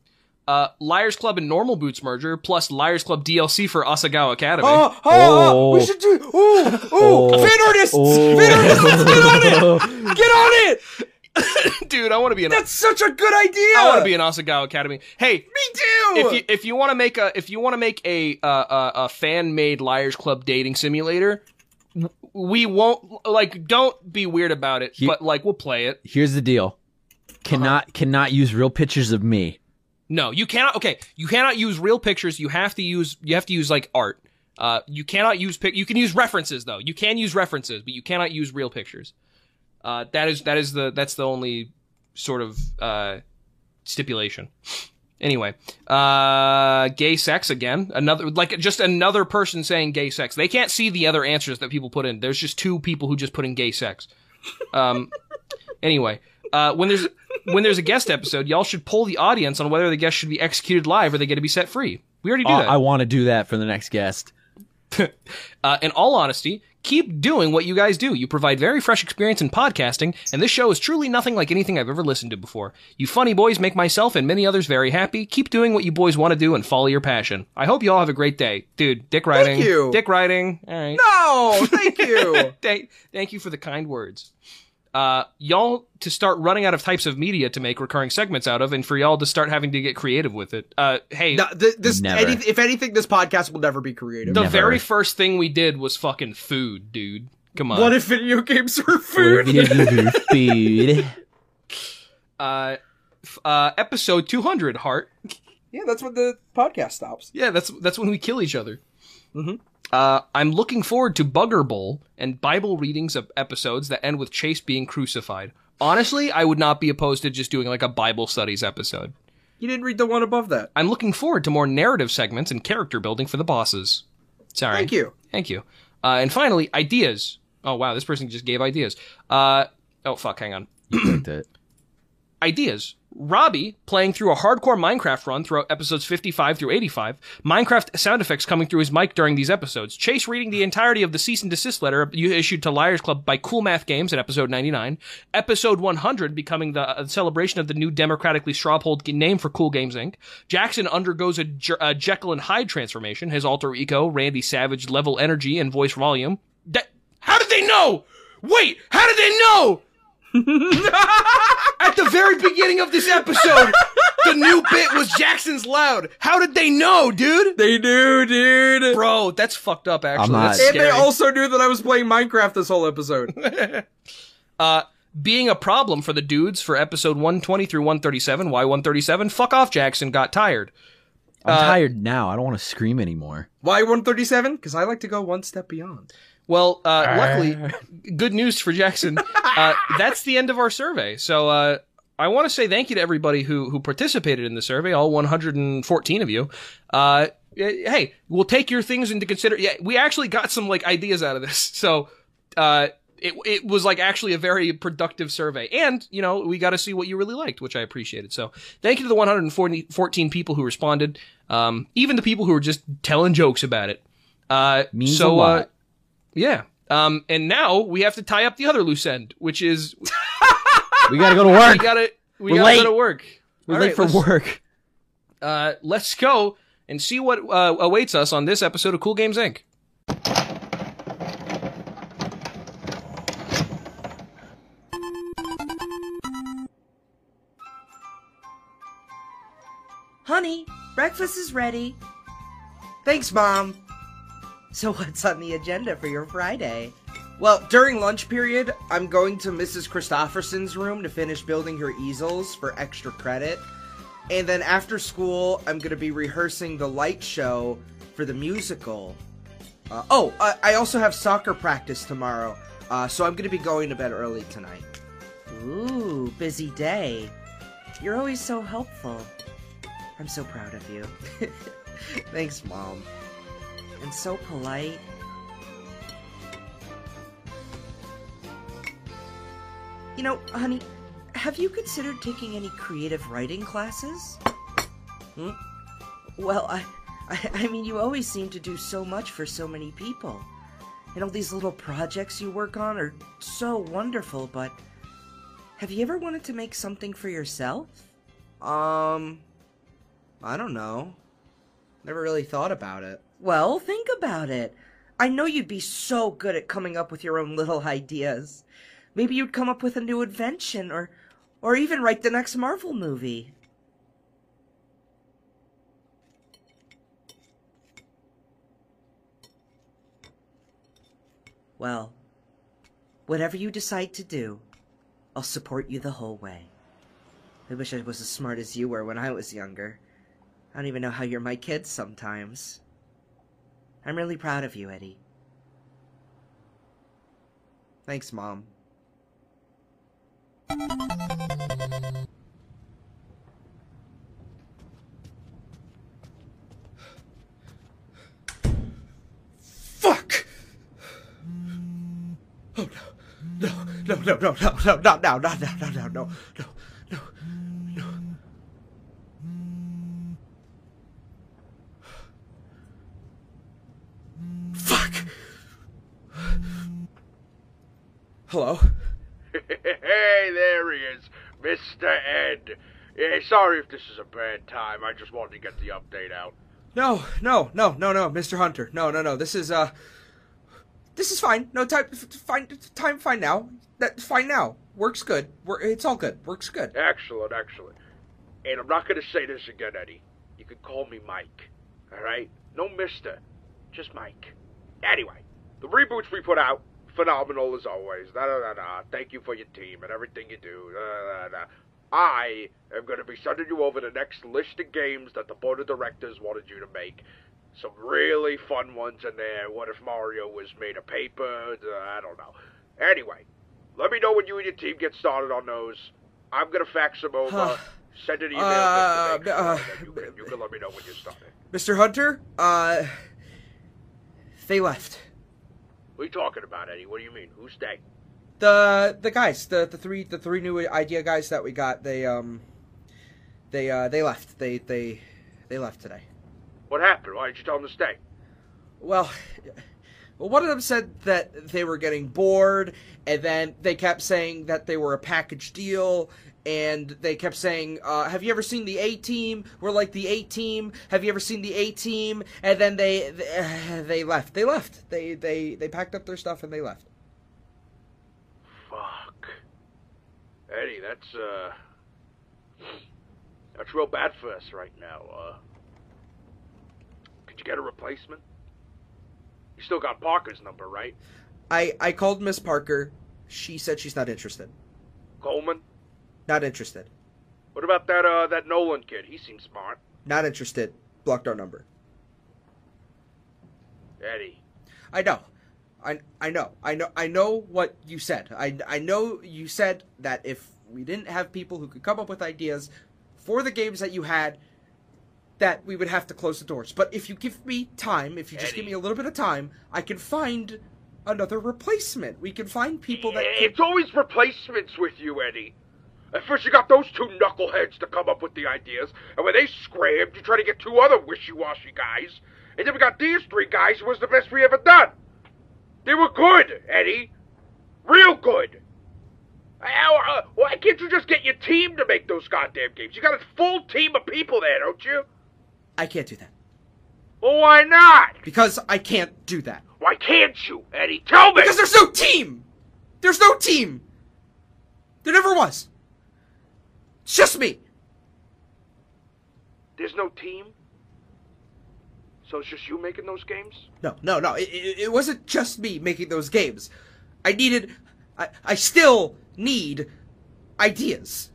[SPEAKER 1] Uh, Liars Club and Normal Boots merger plus Liars Club DLC for Asagawa Academy.
[SPEAKER 2] Oh, oh, oh, we
[SPEAKER 5] Oh.
[SPEAKER 2] should do. Ooh, ooh,
[SPEAKER 5] Oh.
[SPEAKER 2] fan artists,
[SPEAKER 5] Oh.
[SPEAKER 2] fan artists, get on it, get on it.
[SPEAKER 1] Dude, I want to be an
[SPEAKER 2] That's such a good idea.
[SPEAKER 1] I want to be an Asagawa Academy. Hey,
[SPEAKER 2] Me too.
[SPEAKER 1] if you if you want to make a if you want to make a uh, uh, a fan made Liars Club dating simulator, w- we won't like don't be weird about it,
[SPEAKER 5] He-
[SPEAKER 1] but like we'll play it.
[SPEAKER 5] Here's the deal. Cannot
[SPEAKER 1] Uh-huh.
[SPEAKER 5] cannot use real pictures of me.
[SPEAKER 1] No, you cannot. Okay, you cannot use real pictures. You have to use you have to use like art. Uh, you cannot use pic. You can use references though. You can use references, but you cannot use real pictures. Uh, that is that is the that's the only sort of uh, stipulation. Anyway, uh, gay sex again. Another like just another person saying gay sex. They can't see the other answers that people put in. There's just two people who just put in gay sex. Um, anyway, uh, when there's when there's a guest episode, y'all should poll the audience on whether the guest should be executed live or they get to be set free. We already do
[SPEAKER 5] Oh,
[SPEAKER 1] that.
[SPEAKER 5] I want to do that for the next guest.
[SPEAKER 1] Uh, in all honesty, keep doing what you guys do. You provide very fresh experience in podcasting, and this show is truly nothing like anything I've ever listened to before. You funny boys make myself and many others very happy. Keep doing what you boys want to do and follow your passion. I hope you all have a great day. Dude, dick riding.
[SPEAKER 2] you.
[SPEAKER 1] Dick riding. All right.
[SPEAKER 2] no, Oh, thank you.
[SPEAKER 1] thank, thank you for the kind words. Uh, y'all to start running out of types of media to make recurring segments out of, and for y'all to start having to get creative with it. Uh, hey,
[SPEAKER 2] No, th- this,
[SPEAKER 5] Never.
[SPEAKER 2] any- if anything, this podcast will never be creative.
[SPEAKER 1] the
[SPEAKER 5] never.
[SPEAKER 1] very first thing we did was fucking food, dude. Come on.
[SPEAKER 2] What if video games were
[SPEAKER 5] We're
[SPEAKER 2] food?
[SPEAKER 5] gonna do food.
[SPEAKER 1] uh, f- uh, episode 200 heart
[SPEAKER 2] yeah, that's when the podcast stops.
[SPEAKER 1] yeah that's that's when we kill each other
[SPEAKER 2] Mhm.
[SPEAKER 1] uh, i'm looking forward to bugger bowl and bible readings of episodes that end with chase being crucified honestly i would not be opposed to just doing like a bible studies episode
[SPEAKER 2] You didn't read the one above that.
[SPEAKER 1] i'm looking forward to more narrative segments and character building for the bosses sorry
[SPEAKER 2] Thank you.
[SPEAKER 1] Thank you. Uh, and finally, ideas. Oh wow, this person just gave ideas. Uh, oh fuck, hang on.
[SPEAKER 5] Liked it.
[SPEAKER 1] ideas. Robbie playing through a hardcore Minecraft run throughout episodes 55 through 85. Minecraft sound effects coming through his mic during these episodes. Chase reading the entirety of the cease and desist letter you issued to Liars Club by Cool Math Games in episode 99. Episode 100 becoming the uh, celebration of the new democratically strawpolled g- name for Cool Games Inc. Jackson undergoes a, Jer- a Jekyll and Hyde transformation. His alter ego, Randy Savage, level energy and voice volume. That- how did they know? Wait, how did they know? At the very beginning of this episode, the new bit was Jackson's loud. How did they know, dude?
[SPEAKER 2] They do, dude.
[SPEAKER 1] Bro, that's fucked up. Actually,
[SPEAKER 5] not-
[SPEAKER 1] that's
[SPEAKER 2] and
[SPEAKER 1] scary.
[SPEAKER 2] they also knew that I was playing Minecraft this whole episode.
[SPEAKER 1] Being a problem for the dudes for episode 120 through 137. Why 137? Fuck off, Jackson. Got tired.
[SPEAKER 5] I'm
[SPEAKER 1] Uh,
[SPEAKER 5] tired now. I don't want to scream anymore.
[SPEAKER 2] Why 137? Because I like to go one step beyond.
[SPEAKER 1] Well, uh, luckily, good news for Jackson. Uh, that's the end of our survey. So uh, I want to say thank you to everybody who who participated in the survey, all 114 of you. Uh, eh, hey, we'll take your things into consider. Yeah, we actually got some like ideas out of this. So uh, it it was like actually a very productive survey, and you know we got to see what you really liked, which I appreciated. So thank you to the 114 people who responded, um, even the people who were just telling jokes about it. Uh,
[SPEAKER 5] Means
[SPEAKER 1] so
[SPEAKER 5] a
[SPEAKER 1] Uh,
[SPEAKER 5] lot.
[SPEAKER 1] yeah. Um, and now we have to tie up the other loose end, which is
[SPEAKER 5] we gotta go to
[SPEAKER 1] we
[SPEAKER 5] work.
[SPEAKER 1] gotta we
[SPEAKER 5] We're
[SPEAKER 1] gotta
[SPEAKER 5] late.
[SPEAKER 1] go to work.
[SPEAKER 5] We're
[SPEAKER 1] All
[SPEAKER 5] late
[SPEAKER 1] right,
[SPEAKER 5] for
[SPEAKER 1] let's-
[SPEAKER 5] work.
[SPEAKER 1] Uh, let's go and see what uh, awaits us on this episode of Cool Games Inc.
[SPEAKER 7] Honey, breakfast is ready.
[SPEAKER 2] Thanks, Mom.
[SPEAKER 7] So, what's on the agenda for your Friday?
[SPEAKER 2] Well, during lunch period, I'm going to Mrs. Christofferson's room to finish building her easels for extra credit.
[SPEAKER 7] And then after school, I'm going to be rehearsing the light show for the musical. Uh, oh, uh, I also have soccer practice tomorrow, uh, so I'm going to be going to bed early tonight.
[SPEAKER 8] Ooh, busy day. You're always so helpful. I'm so proud of you.
[SPEAKER 7] Thanks, Mom.
[SPEAKER 8] And so polite. You know, honey, have you considered taking any creative writing classes? Hmm? Well, I, I, I mean, you always seem to do so much for so many people. And all these little projects you work on are so wonderful, but have you ever wanted to make something for yourself?
[SPEAKER 7] Um, I don't know. Never really thought about it.
[SPEAKER 8] Well, think about it. I know you'd be so good at coming up with your own little ideas. Maybe you'd come up with a new invention or or even write the next Marvel movie. Well, whatever you decide to do, I'll support you the whole way. I wish I was as smart as you were when I was younger. I don't even know how you're my kid sometimes. I'm really proud of you, Eddie.
[SPEAKER 7] Thanks, Mom.
[SPEAKER 2] Fuck! Oh no. No, no, no, no, no, no, not now, not now, not now, no, no, no, no. Fuck! Hello?
[SPEAKER 9] hey, there he is, Mr. Ed. Yeah, sorry if this is a bad time. I just wanted to get the update out.
[SPEAKER 2] No, no, no, no, no, Mr. Hunter. No, no, no. This is uh This is fine. No time f- fine time fine now. That fine now. Works good. We're, it's all good. Works good.
[SPEAKER 9] Excellent, excellent. And I'm not going to say this again, Eddie. You can call me Mike. All right? No Mister, just Mike. Anyway, the reboots we put out, phenomenal as always. Da da da da. Thank you for your team and everything you do. Da da da. da. I am going to be sending you over the next list of games that the board of directors wanted you to make. Some really fun ones in there. What if Mario was made of paper? Da, I don't know. Anyway, let me know when you and your team get started on those. I'm going to fax them over. Send an email.
[SPEAKER 2] Uh,
[SPEAKER 9] to me,
[SPEAKER 2] uh,
[SPEAKER 9] and you, can, you can let me know when you're started.
[SPEAKER 2] Mr. Hunter? Uh they left.
[SPEAKER 9] What are you talking about, Eddie? What do you mean? Who's they?
[SPEAKER 2] The the guys, the the three the three new idea guys that we got, they um they uh they left. They they they left today.
[SPEAKER 9] What happened? Why didn't you tell them to stay?
[SPEAKER 2] Well, well, one of them said that they were getting bored, and then they kept saying that they were a package deal, and they kept saying, uh, "Have you ever seen the A Team? We're like the A Team. Have you ever seen the A Team?" And then they they, they left. They left. They they they packed up their stuff and they left.
[SPEAKER 9] Fuck. Eddie, that's uh that's real bad for us right now. Uh could you get a replacement? You still got Parker's number, right?
[SPEAKER 2] I I called Miss Parker. She said she's not interested.
[SPEAKER 9] Coleman?
[SPEAKER 2] Not interested.
[SPEAKER 9] What about that uh that Nolan kid? He seems smart.
[SPEAKER 2] Not interested. Blocked our number.
[SPEAKER 9] Eddie.
[SPEAKER 2] I know. I, I know. I know I know what you said. I, I know you said that if we didn't have people who could come up with ideas for the games that you had that we would have to close the doors. But if you give me time, if you just give me a little bit of time, I can find another replacement. We can find people that can...
[SPEAKER 9] It's always replacements with you, Eddie. At first you got those two knuckleheads to come up with the ideas, and when they scrammed, you try to get two other wishy-washy guys, and then we got these three guys who was the best we ever done. They were good, Eddie. Real good. How, uh, why can't you just get your team to make those goddamn games? You got a full team of people there, don't you?
[SPEAKER 2] I can't do that.
[SPEAKER 9] Well, why not?
[SPEAKER 2] Because I can't do that.
[SPEAKER 9] Why can't you, Eddie? Tell me!
[SPEAKER 2] Because there's no team! There's no team! There never was. It's just me.
[SPEAKER 9] There's no team? So it's just you making those games?
[SPEAKER 2] No, no, no. It, it, it wasn't just me making those games. I needed. I, I still need ideas.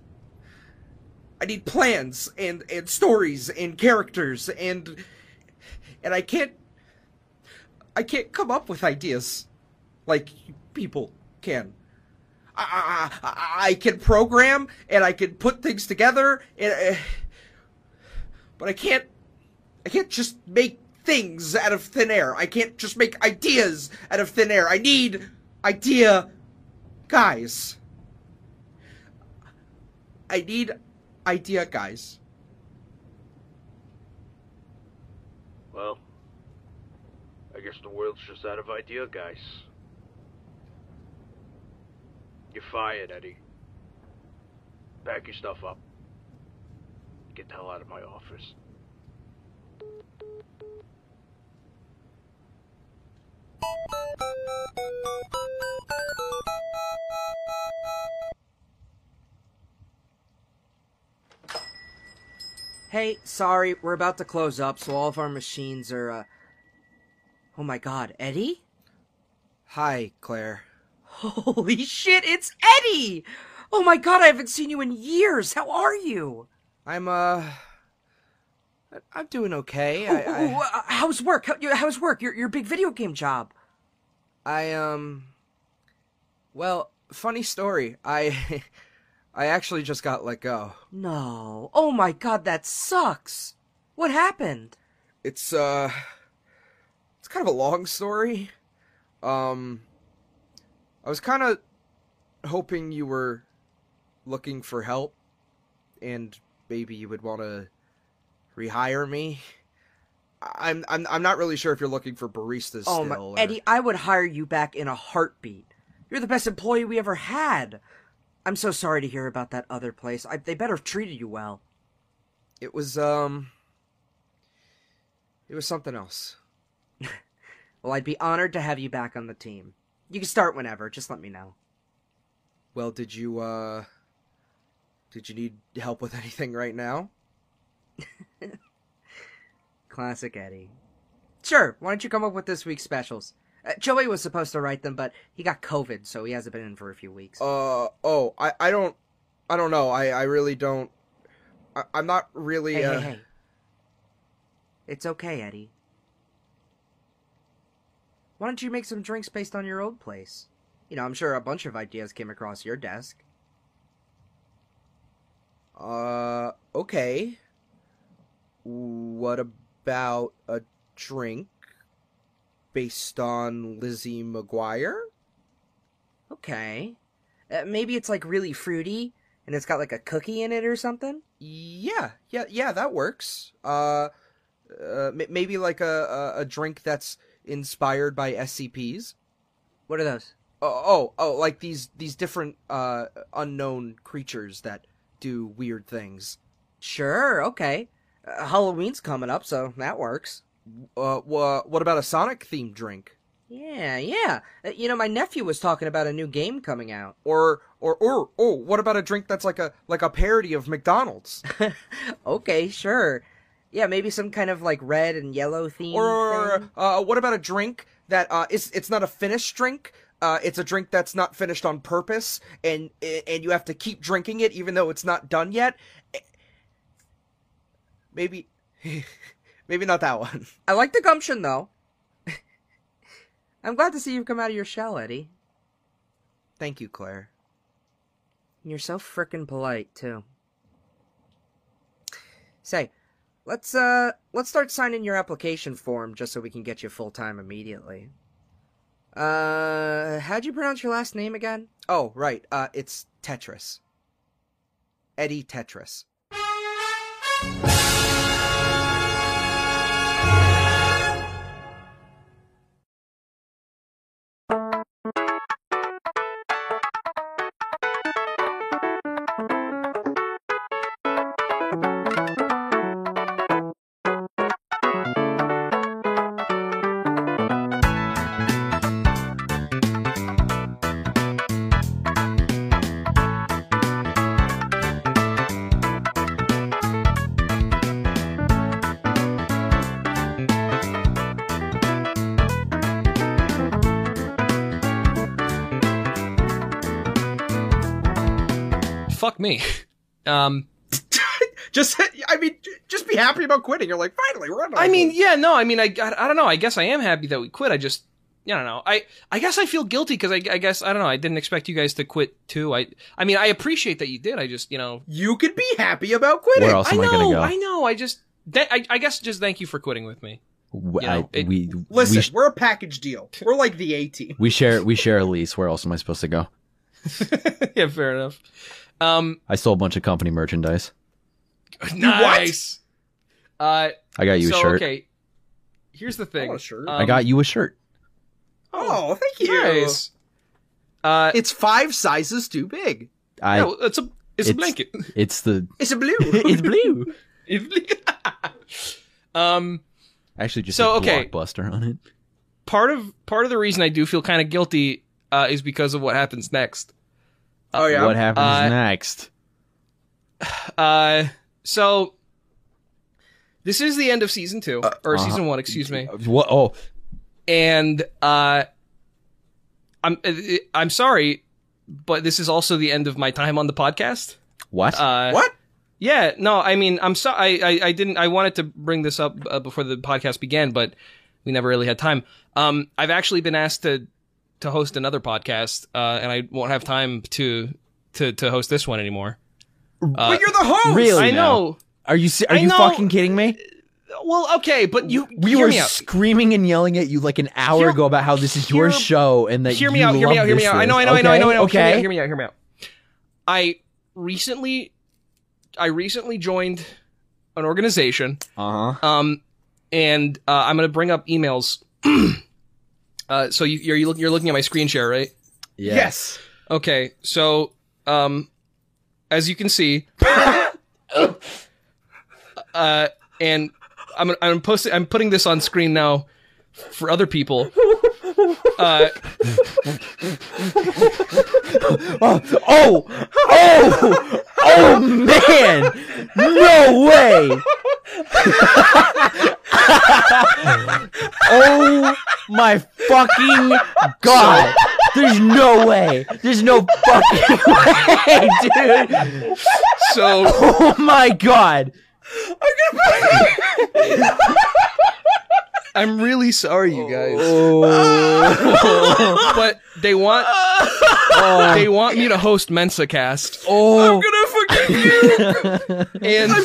[SPEAKER 2] I need plans and and stories and characters and and I can't I can't come up with ideas like people can. I, I- I, I can program and I can put things together and uh, but I can't I can't just make things out of thin air. I can't just make ideas out of thin air. I need idea guys. I need idea guys.
[SPEAKER 9] Well, I guess the world's just out of idea, guys. You're fired, Eddie. Pack your stuff up. Get the hell out of my office.
[SPEAKER 8] Hey, sorry, we're about to close up, so all of our machines are, uh. Oh my god, Eddie?
[SPEAKER 2] Hi, Claire.
[SPEAKER 8] Holy shit, it's Eddie! Oh my god, I haven't seen you in years! How are you?
[SPEAKER 2] I'm uh I- I'm doing okay. I,
[SPEAKER 8] Ooh, uh, how's work? How, you- how's work? Your, your big video game job.
[SPEAKER 2] I I um well, funny story. I I actually just got let go.
[SPEAKER 8] No. Oh my god, that sucks. What happened?
[SPEAKER 2] It's uh it's kind of a long story. Um I was kind of hoping you were looking for help and maybe you would want to rehire me. I- I'm I'm I'm not really sure if you're looking for baristas
[SPEAKER 8] Oh
[SPEAKER 2] still.
[SPEAKER 8] my,
[SPEAKER 2] or-
[SPEAKER 8] Eddie, I would hire you back in a heartbeat. You're the best employee we ever had. I'm so sorry to hear about that other place. I, they better have treated you well.
[SPEAKER 2] It was um it was something else.
[SPEAKER 8] Well, I'd be honored to have you back on the team. You can start whenever. Just let me know.
[SPEAKER 2] Well, did you uh did you need help with anything right now?
[SPEAKER 8] Classic Eddie. Sure. Why don't you come up with this week's specials? Uh, Joey was supposed to write them, but he got COVID, so he hasn't been in for a few weeks.
[SPEAKER 2] Uh oh, I I don't I don't know. I I really don't. I, I'm not really.
[SPEAKER 8] hey,
[SPEAKER 2] uh,
[SPEAKER 8] hey, hey. It's okay, Eddie. Why don't you make some drinks based on your old place? You know, I'm sure a bunch of ideas came across your desk.
[SPEAKER 2] Uh okay. What about a drink based on Lizzie McGuire?
[SPEAKER 8] Okay. Uh, maybe it's like really fruity, and it's got like a cookie in it or something?
[SPEAKER 2] Yeah, yeah, yeah. That works. Uh, uh m- maybe like a, a a drink that's inspired by SCPs.
[SPEAKER 8] What are those?
[SPEAKER 2] Oh, oh, oh, like these these different uh unknown creatures that do weird things.
[SPEAKER 8] Sure, okay. Uh, Halloween's coming up, so that works.
[SPEAKER 2] Uh, wha- what about a Sonic themed drink?
[SPEAKER 8] Yeah, yeah. Uh, You know, my nephew was talking about a new game coming out.
[SPEAKER 2] Or or or oh, what about a drink that's like a like a parody of McDonald's?
[SPEAKER 8] Okay, sure. Yeah, maybe some kind of like red and yellow theme.
[SPEAKER 2] or or,
[SPEAKER 8] thing.
[SPEAKER 2] uh, what about a drink that uh is it's not a finished drink? Uh, it's a drink that's not finished on purpose, and and you have to keep drinking it even though it's not done yet. Maybe, maybe not that one.
[SPEAKER 8] I like the gumption though. I'm glad to see you've come out of your shell, Eddie.
[SPEAKER 2] Thank you, Claire.
[SPEAKER 8] You're so frickin' polite too. Say, let's uh let's start signing your application form just so we can get you full time immediately. Uh, how'd you pronounce your last name again?
[SPEAKER 2] Oh, right. Uh, it's Tetris. Eddie Tetris.
[SPEAKER 1] Fuck me. Um,
[SPEAKER 2] Just, I mean, j- just be happy about quitting. You're like, finally, we're on.
[SPEAKER 1] I mean, yeah, no, I mean, I, I, I don't know. I guess I am happy that we quit. I just, I don't know. I, I guess I feel guilty because I, I guess I don't know. I didn't expect you guys to quit too. I, I mean, I appreciate that you did. I just, you know,
[SPEAKER 2] you could be happy about quitting.
[SPEAKER 5] Where else
[SPEAKER 1] I
[SPEAKER 5] am I,
[SPEAKER 1] know,
[SPEAKER 5] gonna go?
[SPEAKER 1] I know. I just, th- I, I guess just thank you for quitting with me.
[SPEAKER 5] W-
[SPEAKER 1] you know,
[SPEAKER 5] I-
[SPEAKER 1] it-
[SPEAKER 5] we
[SPEAKER 2] Listen,
[SPEAKER 5] we, sh-
[SPEAKER 2] we're a package deal. We're like the A team.
[SPEAKER 5] we share we share a lease. Where else am I supposed to go?
[SPEAKER 1] yeah, fair enough. Um,
[SPEAKER 5] I sold a bunch of company merchandise.
[SPEAKER 1] nice. Uh,
[SPEAKER 5] I got you
[SPEAKER 1] so
[SPEAKER 5] a shirt.
[SPEAKER 1] okay, here's the
[SPEAKER 2] I
[SPEAKER 1] thing. Um,
[SPEAKER 2] want a shirt.
[SPEAKER 5] I got you a shirt.
[SPEAKER 2] oh, thank you.
[SPEAKER 1] Nice. Uh,
[SPEAKER 2] It's five sizes too big.
[SPEAKER 5] I
[SPEAKER 1] no, it's a it's, a
[SPEAKER 5] it's-
[SPEAKER 1] blanket.
[SPEAKER 5] it's the
[SPEAKER 2] It's a blue.
[SPEAKER 4] it's blue.
[SPEAKER 1] um.
[SPEAKER 5] actually just
[SPEAKER 1] So,
[SPEAKER 5] a
[SPEAKER 1] okay.
[SPEAKER 5] blockbuster on it.
[SPEAKER 1] part of part of the reason I do feel kind of guilty uh, is because of what happens next.
[SPEAKER 2] oh yeah.
[SPEAKER 5] What happens
[SPEAKER 1] Uh,
[SPEAKER 5] next?
[SPEAKER 1] Uh, so this is the end of season two or
[SPEAKER 5] uh-huh.
[SPEAKER 1] season one, excuse me.
[SPEAKER 5] What? Oh,
[SPEAKER 1] And uh, I'm I'm sorry, but this is also the end of my time on the podcast.
[SPEAKER 5] what?
[SPEAKER 1] Uh,
[SPEAKER 2] What?
[SPEAKER 1] Yeah, no, I mean, I'm sorry. I, I, I didn't. I wanted to bring this up uh, before the podcast began, but we never really had time. Um, I've actually been asked to to host another podcast, uh, and I won't have time to to to host this one anymore. Uh,
[SPEAKER 2] but you're the host.
[SPEAKER 5] really?
[SPEAKER 1] I know.
[SPEAKER 5] Are you se- are
[SPEAKER 1] I
[SPEAKER 5] you
[SPEAKER 1] know-
[SPEAKER 5] fucking kidding me?
[SPEAKER 1] Well, okay, but you
[SPEAKER 5] We
[SPEAKER 1] hear
[SPEAKER 5] were
[SPEAKER 1] me out.
[SPEAKER 5] screaming and yelling at you like an hour
[SPEAKER 1] Hear-
[SPEAKER 5] ago about how this is your
[SPEAKER 1] hear-
[SPEAKER 5] show and that
[SPEAKER 1] hear me
[SPEAKER 5] you
[SPEAKER 1] out. Hear me
[SPEAKER 5] love
[SPEAKER 1] out. Hear me
[SPEAKER 5] this
[SPEAKER 1] out. I know. I
[SPEAKER 5] list.
[SPEAKER 1] know. I know. I know. I know.
[SPEAKER 5] Okay.
[SPEAKER 1] Hear me out. Hear me out. Hear me out. I recently, I recently joined an organization
[SPEAKER 5] Uh huh.
[SPEAKER 1] Um, and uh, I'm gonna bring up emails. uh, so you, you're you look, you're looking at my screen share, right?
[SPEAKER 5] Yeah.
[SPEAKER 2] Yes.
[SPEAKER 1] Okay. So, um, as you can see, uh, and I'm I'm posting I'm putting this on screen now for other people. Uh,
[SPEAKER 5] Oh, oh, oh, oh, man! No way! oh my fucking god! There's no way! There's no fucking way, dude!
[SPEAKER 1] so
[SPEAKER 5] Oh my god!
[SPEAKER 1] I'm really sorry, you guys,
[SPEAKER 5] Oh,
[SPEAKER 1] but they want
[SPEAKER 5] oh,
[SPEAKER 1] they want me to host MensaCast.
[SPEAKER 5] oh.
[SPEAKER 1] and I'm,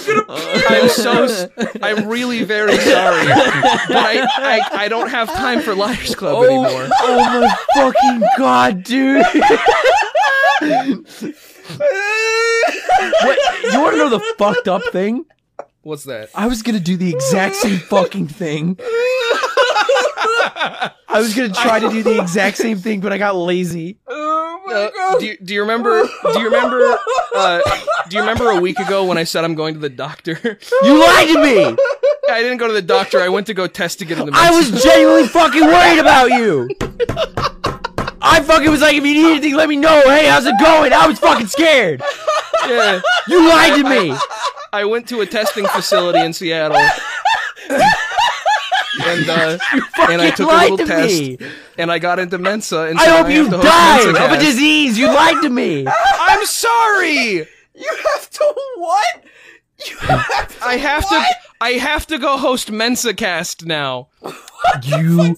[SPEAKER 1] so s- I'm really very sorry, but I, I I don't have time for Liars Club anymore.
[SPEAKER 5] Oh my fucking god, dude! what, you want to know the fucked up thing?
[SPEAKER 1] What's that?
[SPEAKER 5] I was gonna do the exact same fucking thing. I was gonna try to do the exact same thing, but I got lazy.
[SPEAKER 1] Uh, do you, do you remember? Do you remember? Uh, do you remember a week ago when I said I'm going to the doctor?
[SPEAKER 5] You lied to me.
[SPEAKER 1] I didn't go to the doctor. I went to go test to get in the.
[SPEAKER 5] I was genuinely fucking worried about you. I fucking was like, if you need anything, let me know. Hey, how's it going? I was fucking scared.
[SPEAKER 1] Yeah.
[SPEAKER 5] You lied to me.
[SPEAKER 1] I went to a testing facility in Seattle. And uh, and I
[SPEAKER 5] You
[SPEAKER 1] took a
[SPEAKER 5] lied
[SPEAKER 1] little
[SPEAKER 5] to
[SPEAKER 1] test,
[SPEAKER 5] me.
[SPEAKER 1] and I got into Mensa. And
[SPEAKER 5] I
[SPEAKER 1] so
[SPEAKER 5] hope
[SPEAKER 1] now
[SPEAKER 5] you
[SPEAKER 1] have to host
[SPEAKER 5] died of a
[SPEAKER 1] MensaCast.
[SPEAKER 5] disease. You lied to me.
[SPEAKER 1] I'm sorry.
[SPEAKER 2] You have to what? You have to.
[SPEAKER 1] I have
[SPEAKER 2] what?
[SPEAKER 1] to. I have to go host MensaCast now.
[SPEAKER 5] You,
[SPEAKER 2] You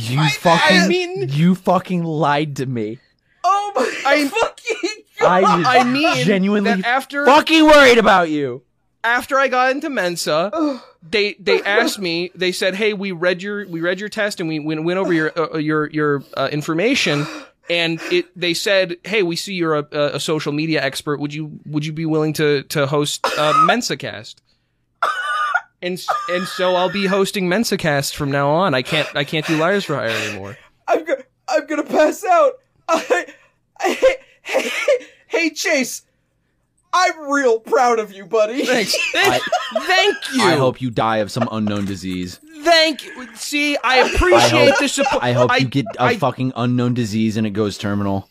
[SPEAKER 5] you fucking,
[SPEAKER 1] I mean-
[SPEAKER 5] you fucking lied to me.
[SPEAKER 2] Oh my
[SPEAKER 1] I-
[SPEAKER 2] fucking
[SPEAKER 5] I was
[SPEAKER 1] I mean,
[SPEAKER 5] genuinely
[SPEAKER 1] that after
[SPEAKER 5] fucking worried about you.
[SPEAKER 1] after I got into Mensa,
[SPEAKER 5] Oh.
[SPEAKER 1] they they asked me. They said, "Hey, we read your we read your test and we went, went over your uh, your your uh, information." And it, they said, "Hey, we see you're a, a, a social media expert. Would you would you be willing to to host uh, MensaCast?" And s- and so I'll be hosting MensaCast from now on. I can't I can't do liars for hire anymore.
[SPEAKER 2] I'm go- I'm gonna pass out. I, I, hey, hey, Chase, I'm real proud of you, buddy.
[SPEAKER 1] Thanks. Thank, thank you.
[SPEAKER 5] I hope you die of some unknown disease.
[SPEAKER 1] Thank you. See, I appreciate the support.
[SPEAKER 5] I hope
[SPEAKER 1] I,
[SPEAKER 5] you get a
[SPEAKER 1] I-
[SPEAKER 5] fucking unknown disease and it goes terminal.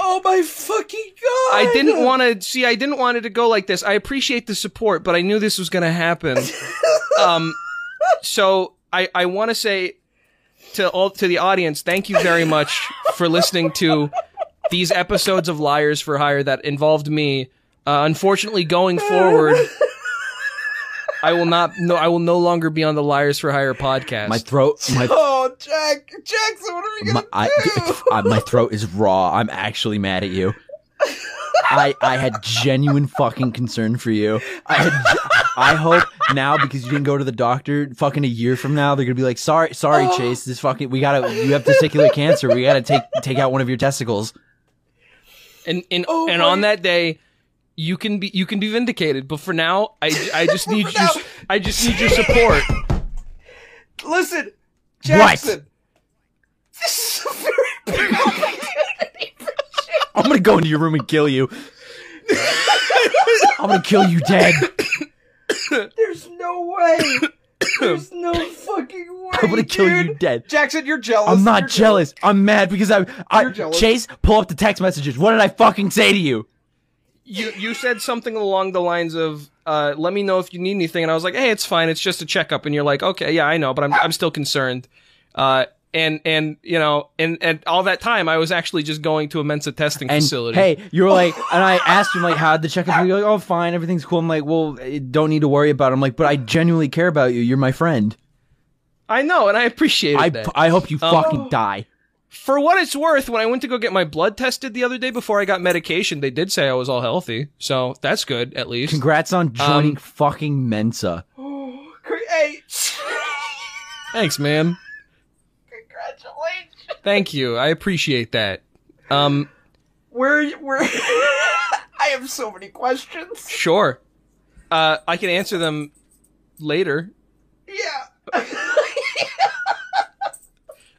[SPEAKER 2] Oh my fucking god!
[SPEAKER 1] I didn't want to see. I didn't want it to go like this. I appreciate the support, but I knew this was going to happen. um, so I I want to say to all to the audience, thank you very much for listening to these episodes of Liars for Hire that involved me Uh, unfortunately, going forward, I will not. No, I will no longer be on the Liars for Hire podcast.
[SPEAKER 5] My throat, my
[SPEAKER 2] Oh, Jack, Jackson, what are we gonna
[SPEAKER 5] my, I, I- my throat is raw. I'm actually mad at you. I I had genuine fucking concern for you. I had, ge- I hope now because you didn't go to the doctor. Fucking a year from now, they're gonna be like, sorry, sorry,
[SPEAKER 2] Oh.
[SPEAKER 5] Chase. This fucking we gotta. You have testicular cancer. We gotta take take out one of your testicles.
[SPEAKER 1] and and, and on that day, you can be you can be vindicated. But for now, I, I just need you. I just need your support.
[SPEAKER 2] Listen, Jackson. This is a very big
[SPEAKER 5] I'm gonna go into your room and kill you. I'm gonna kill you dead.
[SPEAKER 2] There's no way. There's no fucking way.
[SPEAKER 5] I'm gonna kill you
[SPEAKER 2] dude.
[SPEAKER 5] dead.
[SPEAKER 2] Jackson, you're jealous.
[SPEAKER 5] I'm
[SPEAKER 2] You're
[SPEAKER 5] not jealous. I'm mad because I, I
[SPEAKER 2] You're jealous.
[SPEAKER 5] Chase, pull up the text messages. What did I fucking say to you?
[SPEAKER 1] You you said something along the lines of, uh, "Let me know if you need anything," and I was like, "Hey, it's fine. It's just a checkup." And you're like, "Okay, yeah, I know, but I'm I'm still concerned." Uh, and and you know, and and all that time, I was actually just going to a Mensa testing
[SPEAKER 5] and
[SPEAKER 1] facility.
[SPEAKER 5] hey, you were like, and I asked him like, how would the checkup? You're like, oh, fine, everything's cool. I'm like, well, eh, don't need to worry about. it. I'm like, but I genuinely care about you. You're my friend.
[SPEAKER 1] I know, and I appreciate
[SPEAKER 5] I,
[SPEAKER 1] that.
[SPEAKER 5] I hope you
[SPEAKER 1] Um,
[SPEAKER 5] fucking die.
[SPEAKER 1] For what it's worth, when I went to go get my blood tested the other day before I got medication, they did say I was all healthy, so that's good at least.
[SPEAKER 5] Congrats on joining fucking Mensa.
[SPEAKER 2] Cra- Hey,
[SPEAKER 1] Thanks, man. Congratulations. Thank you. I appreciate that. Um,
[SPEAKER 2] where where? I have so many questions.
[SPEAKER 1] sure. Uh, I can answer them later.
[SPEAKER 2] Yeah.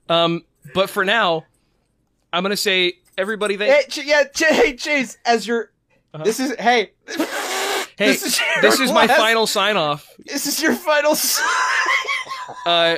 [SPEAKER 1] Um, but for now, I'm gonna say everybody. Thank-
[SPEAKER 2] hey, Ch- yeah. Ch- hey, Chase, as your
[SPEAKER 5] Uh-huh.
[SPEAKER 2] this is hey.
[SPEAKER 1] hey,
[SPEAKER 2] this is your
[SPEAKER 1] this is my
[SPEAKER 2] last-
[SPEAKER 1] final sign off.
[SPEAKER 2] This is your final. s-
[SPEAKER 1] Uh,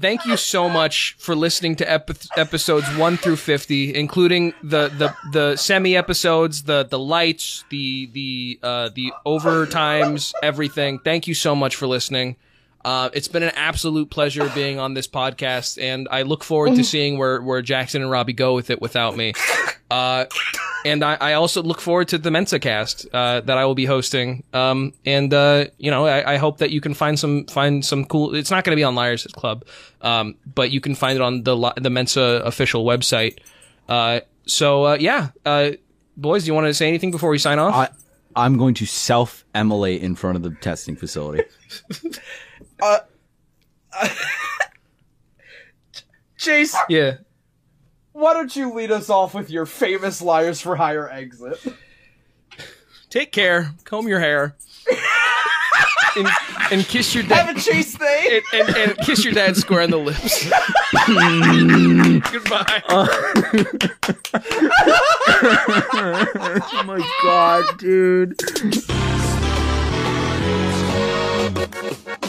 [SPEAKER 1] thank you so much for listening to epi- episodes 1 through 50 including the the the semi episodes the the lights the the uh the overtimes everything thank you so much for listening uh, it's been an absolute pleasure being on this podcast, and I look forward to seeing where, where Jackson and Robbie go with it without me. Uh, and I, I also look forward to the Mensa cast uh, that I will be hosting. Um, and uh, you know, I, I hope that you can find some find some cool. It's not going to be on Liars Club, um, but you can find it on the Li- the Mensa official website. Uh, so uh, yeah, uh, boys, do you want to say anything before we sign off?
[SPEAKER 5] I, I'm going to self emulate in front of the testing facility.
[SPEAKER 2] Chase,
[SPEAKER 1] yeah.
[SPEAKER 2] why don't you lead us off with your famous liars for hire exit?
[SPEAKER 1] Take care. Comb your hair. and, and kiss your
[SPEAKER 2] Have
[SPEAKER 1] dad.
[SPEAKER 2] a Chase thing.
[SPEAKER 1] And, and, and kiss your dad square on the lips. Goodbye.
[SPEAKER 4] Oh my god, dude.